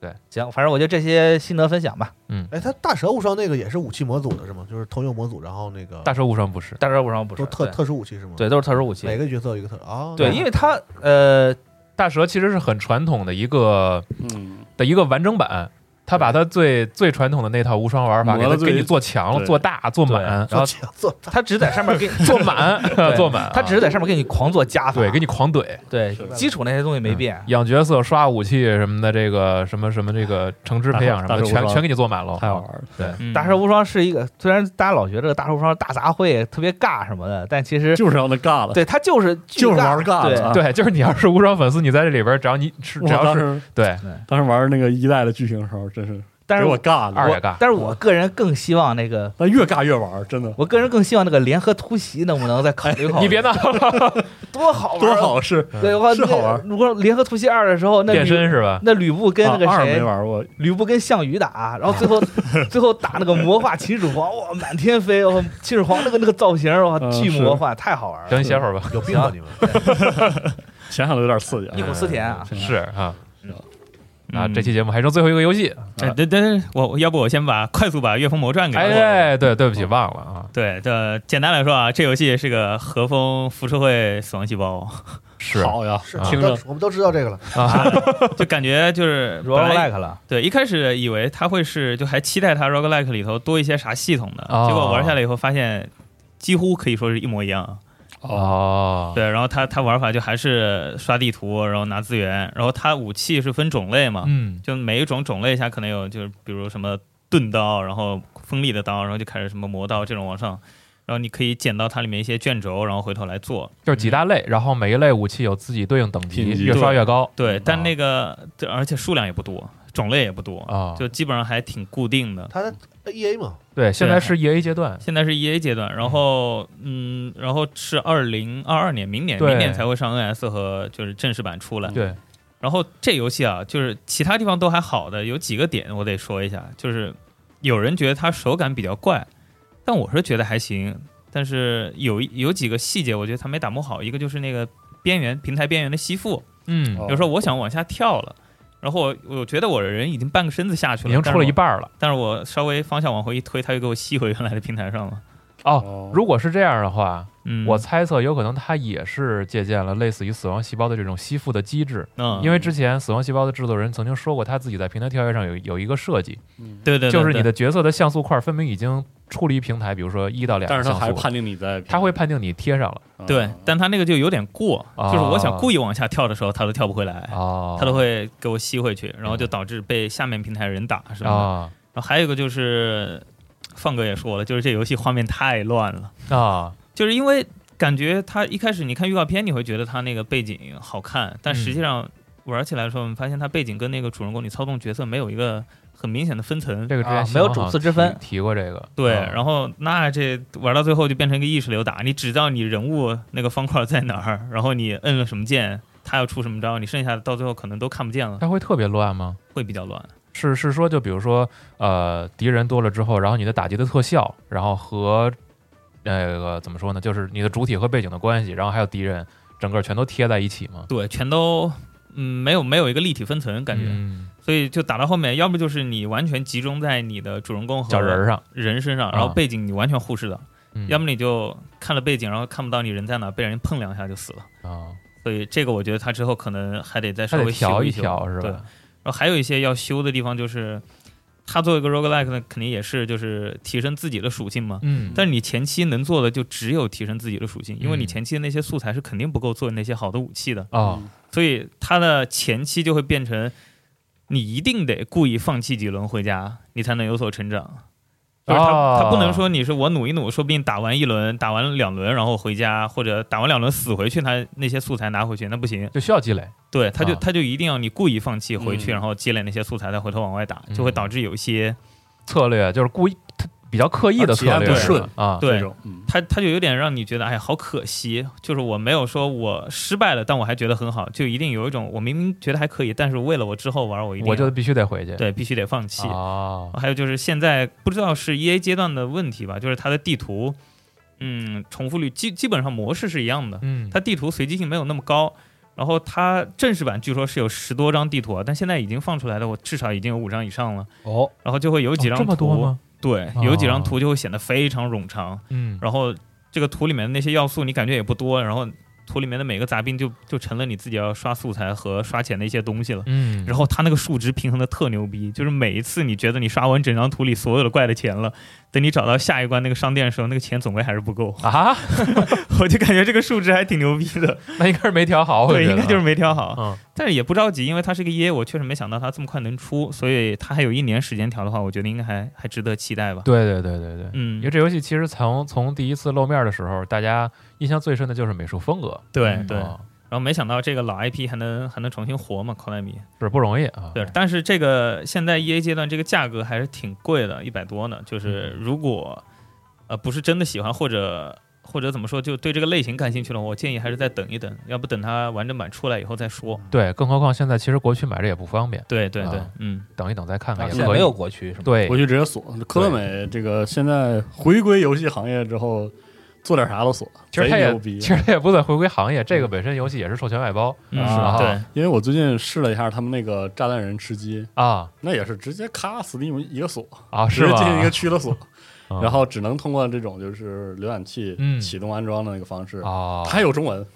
Speaker 4: 对，
Speaker 5: 行，反正我就这些心得分享吧。
Speaker 3: 哎，他大蛇无双那个也是武器模组的是吗？就是通用模组，然后那个
Speaker 4: 大蛇无双不是，
Speaker 5: 大蛇无双不是
Speaker 3: 都特
Speaker 5: 对
Speaker 3: 特殊武器是吗？，
Speaker 5: 对，都是特殊武
Speaker 3: 每
Speaker 5: 器。
Speaker 3: 个角色有一个特啊。
Speaker 5: 对，
Speaker 3: 那
Speaker 5: 因为它呃，
Speaker 4: 大蛇其实是很传统的一个
Speaker 6: 嗯，
Speaker 4: 的一个完整版。他把他最最传统的那套无双玩法给
Speaker 6: 磨
Speaker 4: 它
Speaker 6: 得
Speaker 4: 给
Speaker 6: 最
Speaker 4: 你做强了、
Speaker 6: 对
Speaker 4: 做大、做满，然后
Speaker 3: 做强做大，
Speaker 5: 它只在上面给
Speaker 4: 做满、做满啊，
Speaker 5: 它只是在上面给你狂做加 法，
Speaker 4: 对给你狂怼，
Speaker 5: 对
Speaker 6: 是
Speaker 5: 基础那些东西没变
Speaker 4: 嗯。养角色、刷武器什么的，这个什么什么这个橙汁培养什么
Speaker 6: 大
Speaker 4: 的，
Speaker 6: 蛇大蛇无
Speaker 4: 全
Speaker 6: 双
Speaker 4: 全给你做满了，
Speaker 6: 太好玩了，
Speaker 4: 对，
Speaker 7: 嗯
Speaker 5: 大蛇无双是一个，虽然大家老觉得这个大蛇无双是大杂烩特别尬什么的，但其实
Speaker 6: 就是让他尬了，
Speaker 5: 对它就是巨
Speaker 6: 就是玩尬
Speaker 5: 对
Speaker 6: 了啊。
Speaker 4: 对，就是你要是无双粉丝，你在这里边，只要你是
Speaker 6: 我
Speaker 4: 只要
Speaker 6: 当
Speaker 4: 是
Speaker 6: 时
Speaker 4: 对
Speaker 6: 当时玩那个一代的剧情的时候，真是
Speaker 5: 但是
Speaker 6: 给我尬
Speaker 4: 二
Speaker 6: 了，
Speaker 4: 也尬，
Speaker 5: 但是我个人更希望那个，
Speaker 6: 那越尬越玩，真的
Speaker 5: 我个人更希望那个联合突袭能不能再考虑考 虑。
Speaker 4: 你别闹，
Speaker 5: 多好玩，啊
Speaker 6: 多！好是
Speaker 5: 对，我
Speaker 6: 是好玩
Speaker 5: 那如果联合突袭二的时候，那
Speaker 4: 变
Speaker 5: 吕
Speaker 4: 身是吧？
Speaker 5: 那吕布跟那个
Speaker 6: 啊二
Speaker 5: 谁
Speaker 6: 没，玩过，
Speaker 5: 吕布跟项羽打，然后最后最后打那个魔化秦始皇，哇，满天飞！哇，秦始皇那个那个造型，哇，
Speaker 6: 嗯
Speaker 5: 巨
Speaker 6: 是
Speaker 5: 魔幻，太好玩
Speaker 7: 嗯
Speaker 4: 行，
Speaker 5: 了，
Speaker 4: 你歇会儿吧，
Speaker 3: 有病吧你们？
Speaker 6: 想想都有点刺激啊
Speaker 4: 哎
Speaker 5: 忆。苦思甜啊！
Speaker 4: 是啊。
Speaker 7: 嗯
Speaker 4: 啊，这期节目还剩最后一个游戏，啊
Speaker 7: 哎，等等，我我要不我先把快速把《月风魔传》给过了。
Speaker 4: 哎，对，对不起，忘了啊，
Speaker 7: 对，这简单来说啊，这游戏是个和风浮社会死亡细胞，
Speaker 4: 是
Speaker 6: 好呀，
Speaker 5: 啊
Speaker 3: 是，
Speaker 6: 听
Speaker 3: 我们
Speaker 6: 着
Speaker 3: 都我们都知道这个了。
Speaker 4: 啊，
Speaker 7: 就感觉就是本来
Speaker 5: roguelike 了，
Speaker 7: 对，一开始以为它会是，就还期待它 roguelike 里头多一些啥系统的，
Speaker 4: 哦
Speaker 7: 结果玩下来以后发现，几乎可以说是一模一样。
Speaker 4: 哦，
Speaker 7: 对，然后它它玩法就还是刷地图，然后拿资源，然后它武器是分种类嘛，
Speaker 4: 嗯，
Speaker 7: 啊就每一种种类下可能有，就是比如什么钝刀，然后锋利的刀，然后就开始什么磨刀这种往上，然后你可以捡到它里面一些卷轴，然后回头来做。
Speaker 4: 就是几大类，然后每一类武器有自己对应等级，
Speaker 6: 品级
Speaker 4: 越刷越高。
Speaker 7: 对，啊
Speaker 4: 嗯
Speaker 7: 但那个对而且数量也不多，种类也不多，
Speaker 4: 啊，
Speaker 7: 就基本上还挺固定的。
Speaker 3: 他 E A 嘛，
Speaker 4: 对，
Speaker 7: 啊
Speaker 4: 现在是 E A 阶段，
Speaker 7: 现在是 E A 阶段，然后嗯，然后是二零二二年，明年
Speaker 4: 对嗯
Speaker 7: 明年才会上 N S 和就是正式版出来。
Speaker 4: 对，
Speaker 7: 然后这游戏啊，就是其他地方都还好的，有几个点我得说一下，就是有人觉得它手感比较怪，但我是觉得还行。但是有一有几个细节，我觉得它没打磨好，一个就是那个边缘平台边缘的吸附，
Speaker 4: 嗯，
Speaker 6: 哦
Speaker 7: 比如说我想往下跳了，然后我我觉得我的人已经半个身子下去
Speaker 4: 已
Speaker 7: 了，
Speaker 4: 经出了一
Speaker 7: 半。
Speaker 4: 半了。
Speaker 7: 但是哦我稍微方向往回一推，它又给我吸回原来的平台上了。
Speaker 4: 哦，如果是这样的话，
Speaker 7: 嗯，
Speaker 4: 我猜测有可能它也是借鉴了类似于死亡细胞的这种吸附的机制，
Speaker 7: 嗯，
Speaker 4: 因为之前死亡细胞的制作人曾经说过，他自己在平台跳跃上有有一个设计，
Speaker 6: 嗯
Speaker 7: 对对，对
Speaker 4: 就是你
Speaker 7: 对
Speaker 4: 的角色的像素块分明已经处理平台，比如说一到两
Speaker 6: 但
Speaker 4: 个
Speaker 6: 是他
Speaker 4: 像
Speaker 6: 还是
Speaker 4: 素，
Speaker 6: 判定你在，嗯
Speaker 4: 他会判定你贴上了。
Speaker 7: 对，但他那个就有点过，
Speaker 4: 啊
Speaker 7: 就是我想故意往下跳的时候，他都跳不回来，
Speaker 4: 哦，
Speaker 7: 他都会给我吸回去，然后就导致被下面平台人打什么的。
Speaker 4: 啊
Speaker 7: 然后还有一个就是，放哥也说了，就是这游戏画面太乱了，
Speaker 4: 啊，
Speaker 7: 就是因为感觉他一开始你看预告片，你会觉得他那个背景好看，但
Speaker 4: 嗯
Speaker 7: 实际上玩起来的时候，我们发现他背景跟那个主人公你操纵角色没有一个很明显的分层。
Speaker 4: 这个之前
Speaker 5: 啊
Speaker 4: 新
Speaker 5: 没有
Speaker 4: 闻好像
Speaker 5: 主次之分
Speaker 4: 提提过这个。
Speaker 7: 对，
Speaker 4: 嗯
Speaker 7: 然后那这玩到最后就变成一个意识流打，你只知道你人物那个方块在哪儿，然后你摁了什么键，他要出什么招，你剩下的到最后可能都看不见了，
Speaker 4: 它会特别乱吗？
Speaker 7: 会比较乱。
Speaker 4: 是是说，就比如说，呃，敌人多了之后，然后你的打击的特效，然后和那个、怎么说呢，就是你的主体和背景的关系，然后还有敌人，整个全都贴在一起嘛，
Speaker 7: 对，全都嗯没有没有一个立体分层感觉，
Speaker 4: 嗯、
Speaker 7: 所以就打到后面，要不就是你完全集中在你的主人公和啊
Speaker 4: 小人儿上
Speaker 7: 人身上，然后背景你完全忽视的。
Speaker 4: 嗯
Speaker 7: 要么你就看了背景，然后看不到你人在哪，被人碰两下就死了。
Speaker 4: 啊，
Speaker 7: 所以这个我觉得他之后可能还得再
Speaker 4: 还
Speaker 7: 稍
Speaker 4: 得
Speaker 7: 微
Speaker 4: 调
Speaker 7: 修
Speaker 4: 一
Speaker 7: 修
Speaker 4: 调是
Speaker 7: 对
Speaker 4: 吧？
Speaker 7: 然后还有一些要修的地方，就是他作为一个 roguelike 呢，肯定也是就是提升自己的属性嘛。
Speaker 4: 嗯，
Speaker 7: 但是你前期能做的就只有提升自己的属性，因为你
Speaker 4: 嗯
Speaker 7: 前期的那些素材是肯定不够做那些好的武器的，
Speaker 6: 嗯
Speaker 4: 哦，
Speaker 7: 所以它的前期就会变成你一定得故意放弃几轮回家，你才能有所成长。就是他，
Speaker 4: 哦
Speaker 7: 他不能说你是我努一努，说不定打完一轮、打完两轮然后回家，或者打完两轮死回去，他那些素材拿回去，那不行。
Speaker 4: 就需要积累，
Speaker 7: 对，他就、
Speaker 4: 啊
Speaker 7: 他就一定要你故意放弃回去，
Speaker 6: 嗯
Speaker 7: 然后积累那些素材，再回头往外打，
Speaker 4: 嗯
Speaker 7: 就会导致有一些
Speaker 4: 策略就是故意他比较刻意的
Speaker 6: 啊
Speaker 4: 策略
Speaker 7: 不
Speaker 6: 顺
Speaker 4: 啊，
Speaker 7: 对
Speaker 6: 这种，嗯，
Speaker 7: 他他就有点让你觉得，哎，好可惜，就是我没有说我失败了，但我还觉得很好，就一定有一种我明明觉得还可以，但是为了我之后玩，我一定
Speaker 4: 我就必须得回去。
Speaker 7: 对必须得放弃。
Speaker 4: 哦，
Speaker 7: 还有就是现在不知道是 E A 阶段的问题吧，就是它的地图，嗯，重复率基基本上模式是一样的，
Speaker 4: 嗯，
Speaker 7: 它地图随机性没有那么高。然后它正式版据说是有十多张地图啊，但现在已经放出来的，我至少已经有五张以上了。
Speaker 5: 哦，
Speaker 7: 然后就会有
Speaker 4: 哦
Speaker 7: 几张图，
Speaker 4: 这么多吗？哦
Speaker 7: 对，有几张图就会显得非常冗长。
Speaker 4: 嗯，
Speaker 7: 然后这个图里面的那些要素你感觉也不多，然后图里面的每个杂兵就就成了你自己要刷素材和刷钱的一些东西了。
Speaker 4: 嗯，
Speaker 7: 然后它那个数值平衡的特牛逼，就是每一次你觉得你刷完整张图里所有的怪的钱了，等你找到下一关那个商店的时候，那个钱总归还是不够。
Speaker 4: 啊，
Speaker 7: 我就感觉这个数值还挺牛逼的，
Speaker 4: 那应该是没调好，哦我
Speaker 7: 对，
Speaker 4: 觉
Speaker 7: 应
Speaker 4: 得啊
Speaker 7: 该就是没调好。
Speaker 4: 嗯
Speaker 7: 但是也不着急，因为它是个 EA，我确实没想到它这么快能出，所以它还有一年时间调的话，我觉得应该还还值得期待吧。
Speaker 4: 对对对对对，
Speaker 7: 嗯
Speaker 4: 因为，这游戏其实从从第一次露面的时候，大家印象最深的就是美术风格，
Speaker 7: 对
Speaker 5: 嗯
Speaker 7: 哎对。
Speaker 4: 啊
Speaker 7: 然后没想到这个老 IP 还能还能重新活嘛，Konami。
Speaker 4: 是不容易啊。
Speaker 7: 对，但是这个现在 EA 阶段这个价格还是挺贵的，一百多呢。就是如果呃不是真的喜欢或者或者怎么说，就对这个类型感兴趣的话，我建议还是再等一等，要不等它完整版出来以后再说。
Speaker 4: 对，更何况现在其实国区买着也不方便，
Speaker 7: 对对
Speaker 4: 嗯
Speaker 7: 对
Speaker 4: 啊，
Speaker 7: 嗯，
Speaker 4: 等一等再看看也
Speaker 5: 啊现在
Speaker 4: 可
Speaker 5: 没
Speaker 4: 以。
Speaker 5: 有国区是吗？
Speaker 4: 对
Speaker 6: 回，去直接锁。科乐美这个现在回归游戏行业之后，做点啥都锁，
Speaker 4: 其实
Speaker 6: 贼
Speaker 4: 它也
Speaker 6: 牛逼。啊
Speaker 4: 其实它也不算回归行业，这个本身游戏也是授权外包
Speaker 7: 嗯
Speaker 5: 是吧
Speaker 7: 对，
Speaker 6: 因为我最近试了一下他们那个炸弹人吃鸡，
Speaker 4: 啊
Speaker 6: 那也是直接咔 Steam 一个锁，
Speaker 4: 啊，
Speaker 6: 直
Speaker 4: 是
Speaker 6: 接
Speaker 4: 吧
Speaker 6: 进？行一个区的锁，
Speaker 4: 嗯
Speaker 6: 然后只能通过这种就是浏览器
Speaker 4: 嗯
Speaker 6: 启动安装的那个方式。
Speaker 4: 哦，
Speaker 6: 它有中文，
Speaker 4: 哦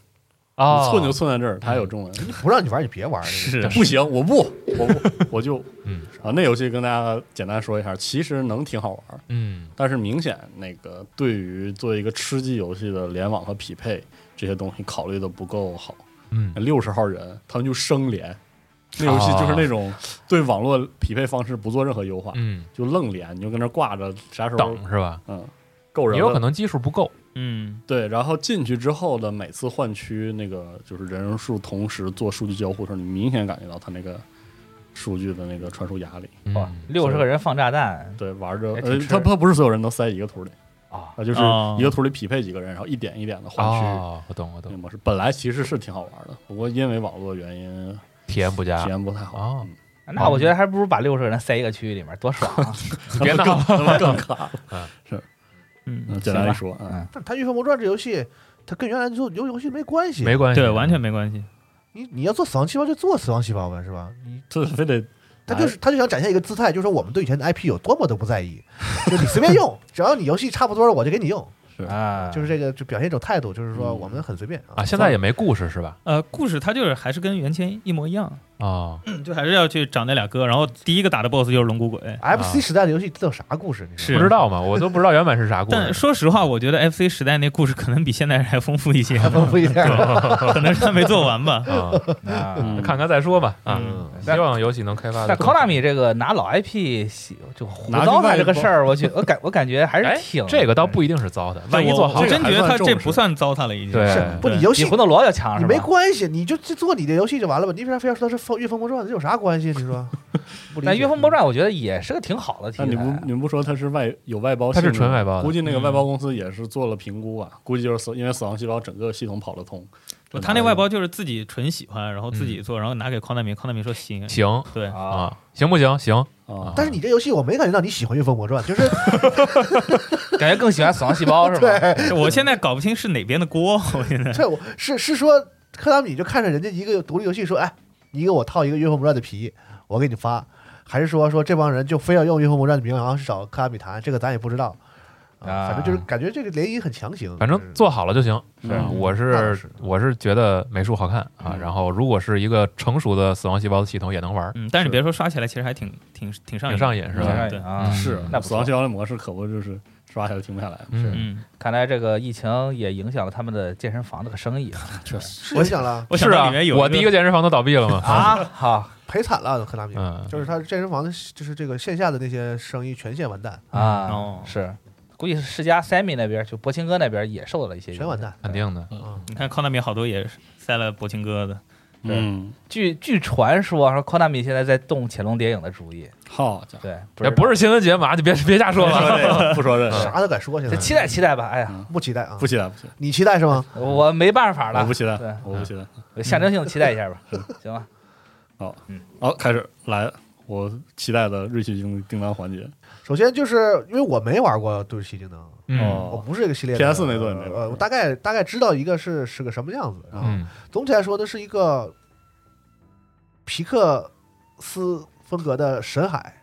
Speaker 4: 嗯
Speaker 6: 你寸就寸在这儿，它有中文。
Speaker 3: 不让你玩，你别玩。是
Speaker 6: 不行，我不，我不，我就
Speaker 4: 嗯
Speaker 6: 啊，那游戏跟大家简单说一下，其实能挺好玩儿，
Speaker 4: 嗯
Speaker 6: 但是明显那个对于做一个吃鸡游戏的联网和匹配这些东西考虑的不够好。
Speaker 4: 嗯
Speaker 6: 六十号人他们就生连，那游戏就是那种对网络匹配方式不做任何优化，
Speaker 4: 嗯，
Speaker 6: 就愣连，你就跟那儿挂着，啥时候
Speaker 4: 等是吧？
Speaker 6: 嗯够人
Speaker 4: 也有可
Speaker 6: 了。
Speaker 4: 能基数不够
Speaker 7: 嗯
Speaker 6: 对，然后进去之后的每次换区，那个就是人数同时做数据交互的时候，你明显感觉到它那个数据的那个传输压力。
Speaker 5: 哇
Speaker 4: 嗯，
Speaker 5: 六十个人放炸弹
Speaker 6: 对，玩着
Speaker 5: 还挺
Speaker 6: 呃，
Speaker 5: 吃
Speaker 6: 它它不是所有人都塞一个图里
Speaker 5: 啊，
Speaker 6: 啊，就是
Speaker 7: 哦
Speaker 6: 一个图里匹配几个人，然后一点一点的换区。
Speaker 4: 哦，我懂我
Speaker 6: 那
Speaker 4: 懂
Speaker 6: 个，模式本来其实是挺好玩的，不过因为网络原因
Speaker 4: 体验不佳
Speaker 6: 体验不太好，
Speaker 4: 哦
Speaker 6: 嗯
Speaker 5: 那我觉得还不如把六十个人塞一个区域里面，多爽啊！
Speaker 4: 别闹
Speaker 6: 那么更那么更卡。
Speaker 7: 嗯，
Speaker 6: 嗯简单一说，嗯，
Speaker 3: 但它《御风魔传》这游戏，它跟原来做游游戏没关系。
Speaker 4: 没关系，
Speaker 7: 对，完全没关系。
Speaker 3: 你你要做死亡细胞就做死亡细胞呗，是吧？你
Speaker 6: 这非得
Speaker 3: 他
Speaker 6: 哎
Speaker 3: 就是他就想展现一个姿态，就是说我们对以前的 IP 有多么的不在意，就你随便用，只要你游戏差不多了，我就给你用，
Speaker 5: 啊，
Speaker 3: 就是这个就表现一种态度，就是说
Speaker 6: 嗯
Speaker 3: 我们很随便
Speaker 4: 啊，现在也没故事是吧？
Speaker 7: 呃，故事它就是还是跟原先一模一样，
Speaker 4: 哦，
Speaker 7: 嗯就还是要去找那俩哥，然后第一个打的 BOSS 就是龙骨鬼。
Speaker 3: FC 时代的游戏这有啥故事？你说
Speaker 7: 是
Speaker 4: 不知道嘛，我都不知道原版是啥故
Speaker 7: 但
Speaker 4: 事。
Speaker 7: 说实话，我觉得 FC 时代那故事可能比现在还丰富一些，
Speaker 3: 还 丰富一点。
Speaker 7: 可能是他没做完吧。
Speaker 4: 啊，
Speaker 5: 啊
Speaker 6: 嗯
Speaker 4: 看看再说吧啊，
Speaker 7: 嗯
Speaker 4: 希望游戏能开发。
Speaker 5: 但 Konami 这个拿老 IP 洗就胡
Speaker 6: 拿去
Speaker 5: 糟蹋
Speaker 6: 外
Speaker 5: 这个
Speaker 6: 包
Speaker 5: 事儿，我去，我感我感觉还
Speaker 4: 哎
Speaker 5: 是挺，
Speaker 4: 这个倒不一定是糟的， 万一做好
Speaker 7: 我
Speaker 4: 了，
Speaker 7: 真觉得他这不
Speaker 6: 还
Speaker 7: 算糟蹋了，已经。
Speaker 4: 对
Speaker 3: 是不，你游戏
Speaker 5: 比魂斗罗要强，
Speaker 3: 你
Speaker 5: 是
Speaker 3: 没
Speaker 5: 吧？
Speaker 3: 关系，你就就做你的游戏就完了吧？你为啥非要说它是风《御风魔传》？这有啥关系？你说？不理
Speaker 5: 但《
Speaker 3: 解
Speaker 5: 岳风魔传》我觉得也是个挺好的题
Speaker 6: 那你不
Speaker 5: 材
Speaker 6: 你不说它是外有外包
Speaker 4: 它
Speaker 6: 性
Speaker 4: 是
Speaker 6: 质吗，
Speaker 4: 纯外包的
Speaker 6: 估计那个外包公司也是做了评估啊，估计就是死因为死亡细胞整个系统跑得通，
Speaker 7: 不他那外包就是自己纯喜欢，然后自己做，然后拿给匡大明，匡大明说行。
Speaker 4: 行
Speaker 7: 对，
Speaker 5: 啊，
Speaker 4: 啊，行不行？行，
Speaker 6: 啊，
Speaker 3: 但是你这游戏我没感觉到你喜欢《御风魔传》，就是
Speaker 5: 感觉更喜欢死亡细胞是吧？
Speaker 7: 我现在搞不清是哪边的锅，我现在。
Speaker 3: 这我是是说科达米就看着人家一个独立游戏说，哎，你给我套一个《约翰魔传》的皮，我给你发，还是说说这帮人就非要用《约翰魔传》的名，然后去找科达米谈，这个咱也不知道。啊，反正就是
Speaker 5: 啊
Speaker 3: 感觉这个联谊很强行，
Speaker 4: 反正做好了就行。
Speaker 6: 是
Speaker 4: 嗯我
Speaker 3: 那
Speaker 4: 是
Speaker 3: 是
Speaker 4: 我是觉得美术好看啊，
Speaker 6: 嗯
Speaker 4: 然后如果是一个成熟的死亡细胞的系统也能玩儿，
Speaker 7: 嗯，但是你别说刷起来，其实还挺挺挺
Speaker 4: 挺
Speaker 7: 上瘾，
Speaker 4: 上瘾是
Speaker 7: 对
Speaker 4: 吧？
Speaker 7: 对
Speaker 5: 啊，
Speaker 6: 是
Speaker 5: 那不
Speaker 6: 嗯死亡
Speaker 5: 错
Speaker 6: 细。胞的模式可不就是刷下来停不下来。
Speaker 4: 嗯，
Speaker 7: 嗯，
Speaker 5: 看来这个疫情也影响了他们的健身房这个生意啊
Speaker 6: 确实，
Speaker 3: 我想了，
Speaker 7: 我
Speaker 4: 是
Speaker 7: 想到
Speaker 4: 啊
Speaker 7: 里面有，
Speaker 4: 我第一个健身房都倒闭了嘛。
Speaker 5: 啊！ 好
Speaker 3: 赔惨了，科纳米。
Speaker 4: 嗯，
Speaker 3: 就是他健身房的，就是这个线下的那些生意全线完蛋，
Speaker 5: 啊
Speaker 7: 哦，
Speaker 5: 是，估计是世家 Sammy 那边，就博清哥那边也受到了一些影
Speaker 3: 全
Speaker 5: 响
Speaker 3: 完。蛋。
Speaker 4: 肯定的。
Speaker 3: 啊，
Speaker 7: 你看康纳米好多也是塞了博清哥的，
Speaker 6: 嗯，
Speaker 5: 据据传说，说 Konami 现在在动《潜龙谍影》的主意，
Speaker 6: 好家
Speaker 5: 对，
Speaker 4: 也不
Speaker 5: 是
Speaker 4: 是新闻节目啊，就别别瞎说了。
Speaker 6: 伙， 不说这个，
Speaker 3: 啥都敢说，现在
Speaker 5: 就期待期待吧。哎呀，
Speaker 6: 嗯
Speaker 3: 不期待啊？
Speaker 6: 不期待，不期待，
Speaker 3: 你期待是 吗？
Speaker 5: 我没办法
Speaker 6: 我
Speaker 5: 了
Speaker 6: 不，期待
Speaker 5: 对，
Speaker 6: 我不期待。
Speaker 5: 我象征性地期待一下吧，行吧？
Speaker 6: 好，开始来我期待的瑞奇叮叮当环节。
Speaker 3: 首先就是因为我没玩过《对齐技能》，
Speaker 4: 嗯
Speaker 3: 我
Speaker 6: 哦，
Speaker 3: 不是这个系列的。
Speaker 6: PS 那段也没玩
Speaker 3: 呃，我大概大概知道一个是是个什么样子，然后
Speaker 4: 嗯，
Speaker 3: 总体来说呢是一个皮克斯风格的神海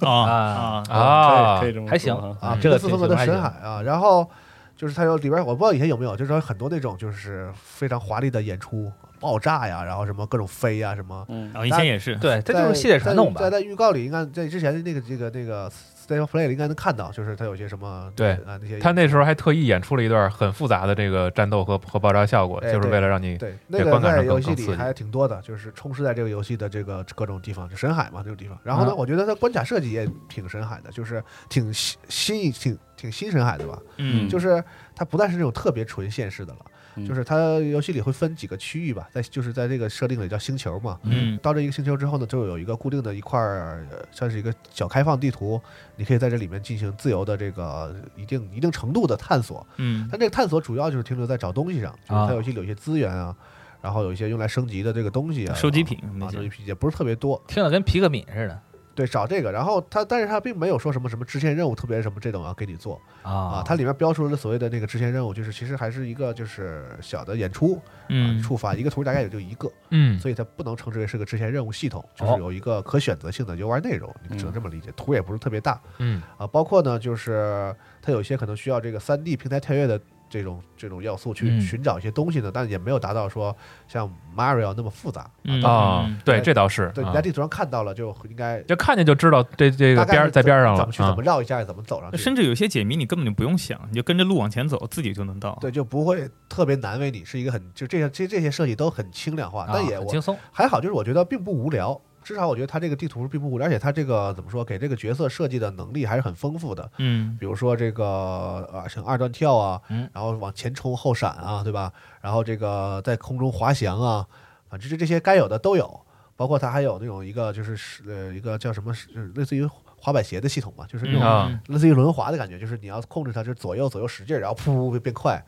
Speaker 7: 啊
Speaker 5: 啊
Speaker 7: 啊
Speaker 4: 啊
Speaker 6: 可以可以这么说
Speaker 5: 还行
Speaker 6: 哈
Speaker 3: 啊，
Speaker 5: 嗯
Speaker 3: 皮
Speaker 5: 这
Speaker 3: 克
Speaker 5: 个
Speaker 3: 斯
Speaker 5: 确
Speaker 3: 风
Speaker 5: 实
Speaker 3: 格的
Speaker 5: 还
Speaker 3: 神
Speaker 5: 行
Speaker 3: 海啊，然后就是它有里边我不知道以前有没有，就是有很多那种就是非常华丽的演出，爆炸呀，然后什么各种飞呀什么。
Speaker 6: 嗯，
Speaker 7: 啊！以前也是，
Speaker 5: 对，这就
Speaker 3: 在
Speaker 5: 是系列传统吧
Speaker 3: 在。在在预告里，应该在之前的那个这个那个 State of Play 里应该能看到，就是它有些什么
Speaker 4: 对
Speaker 3: 啊那些
Speaker 4: 他那时候还特意演出了一段很复杂的这个战斗和和爆炸效果，
Speaker 3: 哎
Speaker 4: 就是为了让你
Speaker 3: 对那
Speaker 4: 对
Speaker 3: 个
Speaker 4: 观感
Speaker 3: 在
Speaker 4: 上更
Speaker 3: 游戏
Speaker 4: 更刺
Speaker 3: 里
Speaker 4: 激
Speaker 3: 还挺多的，就是充斥在这个游戏的这个各种地方，就深海嘛这种地方。然后呢，
Speaker 5: 嗯
Speaker 3: 我觉得它关卡设计也挺深海的，就是挺新新挺挺新深海的吧，
Speaker 7: 嗯
Speaker 3: 就是它不再是那种特别纯现实的了。
Speaker 6: 嗯
Speaker 3: 就是它游戏里会分几个区域吧，在就是在这个设定里叫星球嘛，
Speaker 7: 嗯
Speaker 3: 到这一个星球之后呢，就有一个固定的一块儿，呃算是一个小开放地图，你可以在这里面进行自由的这个呃一定一定程度的探索。
Speaker 7: 嗯
Speaker 3: 但这个探索主要就是停留在找东西上，
Speaker 7: 啊
Speaker 3: 就是它有一些有一些资源啊，然后有一些用来升级的这个东西啊，
Speaker 7: 收集品
Speaker 3: 啊，
Speaker 7: 那些
Speaker 3: 收集品也不是特别多。
Speaker 5: 听着跟皮克敏似的
Speaker 3: 对，找这个，然后它但是它并没有说什么什么支线任务特别什么这种啊给你做啊
Speaker 5: 啊，
Speaker 3: 它里面标出了所谓的那个支线任务，就是其实还是一个就是小的演出啊
Speaker 7: 嗯
Speaker 3: 触发一个图大概也就一个。
Speaker 4: 嗯
Speaker 3: 所以它不能称之为是个支线任务系统，就
Speaker 5: 哦
Speaker 3: 是有一个可选择性的游玩内容，你只能这么理解。图也不是特别大
Speaker 4: 嗯
Speaker 3: 啊，包括呢，就是它有一些可能需要这个三 D 平台跳跃的这种这种要素去
Speaker 4: 嗯
Speaker 3: 寻找一些东西呢，但也没有达到说像 Mario 那么复杂。
Speaker 7: 嗯
Speaker 4: 啊
Speaker 7: 嗯，
Speaker 4: 对，这倒是
Speaker 3: 对，
Speaker 4: 啊
Speaker 3: 你在地图上看到了，就应该
Speaker 4: 就看见就知道这这
Speaker 3: 大概
Speaker 4: 个边儿
Speaker 3: 是
Speaker 4: 在边儿上
Speaker 3: 怎
Speaker 4: 了
Speaker 3: 么去怎
Speaker 4: 啊
Speaker 3: 么。绕一下，怎么走上去，
Speaker 7: 甚至有些解谜你根本就不用想，你就跟着路往前走，自己就能到。
Speaker 3: 对，就不会特别难为你，是一个很就这些这这些设计都很轻量化，
Speaker 5: 啊
Speaker 3: 但也
Speaker 5: 很
Speaker 3: 我
Speaker 5: 轻松
Speaker 3: 还好，就是我觉得并不无聊。至少我觉得他这个地图并不无聊，而且他这个怎么说，给这个角色设计的能力还是很丰富的。
Speaker 7: 嗯
Speaker 3: 比如说这个呃，像二段跳啊，
Speaker 5: 嗯
Speaker 3: 然后往前冲后闪啊，对吧？然后这个在空中滑翔啊，反正这这些该有的都有。包括它还有那种一个就是是呃一个叫什么，是类似于滑板鞋的系统嘛，就是那种
Speaker 7: 嗯
Speaker 4: 啊
Speaker 3: 类似于轮滑的感觉，就是你要控制它，就是左右左右使劲儿，然后噗噗会变快，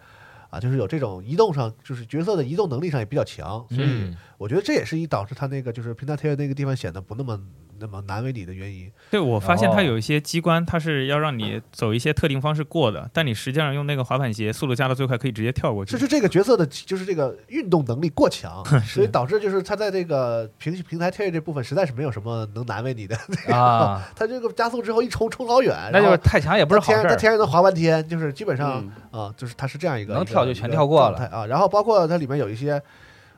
Speaker 3: 啊，就是有这种移动上，就是角色的移动能力上也比较强，所以
Speaker 4: 嗯
Speaker 3: 我觉得这也是一导致它那个就是平台跳跃那个地方显得不那么那么难为你的原因。
Speaker 7: 对，我发现它
Speaker 5: 哦
Speaker 7: 有一些机关，它是要让你走一些特定方式过的，但你实际上用那个滑板鞋速度加到最快，可以直接跳过去
Speaker 3: 是。是这个角色的，就是这个运动能力过 强，所以导致就是他在这个平平台跳跃这部分实在是没有什么能难为你的。
Speaker 5: 啊，
Speaker 3: 他这个加速之后一冲冲老远，
Speaker 5: 那就是
Speaker 3: 然后
Speaker 5: 太强也不是好
Speaker 3: 他
Speaker 5: 事
Speaker 3: 天他
Speaker 5: 儿
Speaker 3: 天上能滑半天，就是基本上
Speaker 6: 嗯
Speaker 3: 啊，就是它是这样一个
Speaker 5: 能
Speaker 3: 一个
Speaker 5: 跳就
Speaker 3: 一
Speaker 5: 全
Speaker 3: 个
Speaker 5: 跳过
Speaker 3: 状
Speaker 5: 了
Speaker 3: 态啊。然后包括它里面有一些，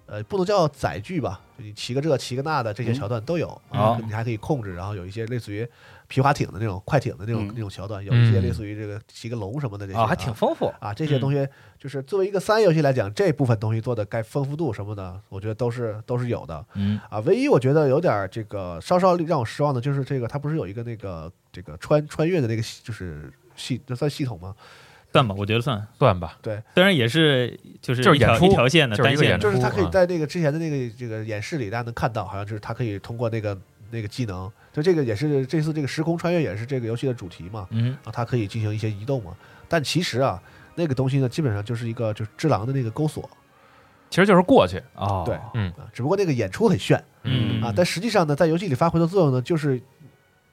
Speaker 3: 呃，不能叫载具吧，就你骑个这骑个那的这些
Speaker 6: 嗯
Speaker 3: 桥段都有、
Speaker 5: 好
Speaker 3: 啊，你还可以控制。然后有一些类似于皮划艇的那种快艇的那种、
Speaker 6: 嗯
Speaker 3: 那种桥段，有一些
Speaker 4: 嗯
Speaker 3: 类似于这个骑个龙什么的这些
Speaker 5: 啊，还挺嗯丰富。
Speaker 3: 啊，这些东西就是作为一个三 A 游戏来讲，这部分东西做的该丰富度什么的，我觉得都是都是有的
Speaker 5: 嗯
Speaker 3: 啊。唯一我觉得有点儿这个稍稍让我失望的就是这个，它不是有一个那个这个穿穿越的那个系就是系这算系统吗？
Speaker 7: 算吧，我觉得算，
Speaker 4: 算吧，
Speaker 7: 虽然也是就是
Speaker 4: 就是
Speaker 7: 一条
Speaker 4: 演出
Speaker 7: 一条线的
Speaker 4: 就是一
Speaker 7: 单
Speaker 4: 个
Speaker 7: 线
Speaker 4: 演
Speaker 7: 的，
Speaker 3: 就是他可以
Speaker 4: 啊
Speaker 3: 在那个之前的那个这个演示里，大家能看到，好像就是他可以通过那个那个技能，就这个也是这次这个时空穿越也是这个游戏的主题嘛，
Speaker 5: 嗯，
Speaker 3: 啊，它可以进行一些移动嘛。但其实啊，那个东西呢，基本上就是一个就是只狼的那个钩锁
Speaker 4: 其实就是过去。
Speaker 5: 哦，
Speaker 3: 对
Speaker 4: 嗯
Speaker 3: 啊，只不过那个演出很炫
Speaker 7: 嗯
Speaker 3: 啊，但实际上呢，在游戏里发挥的作用呢，就是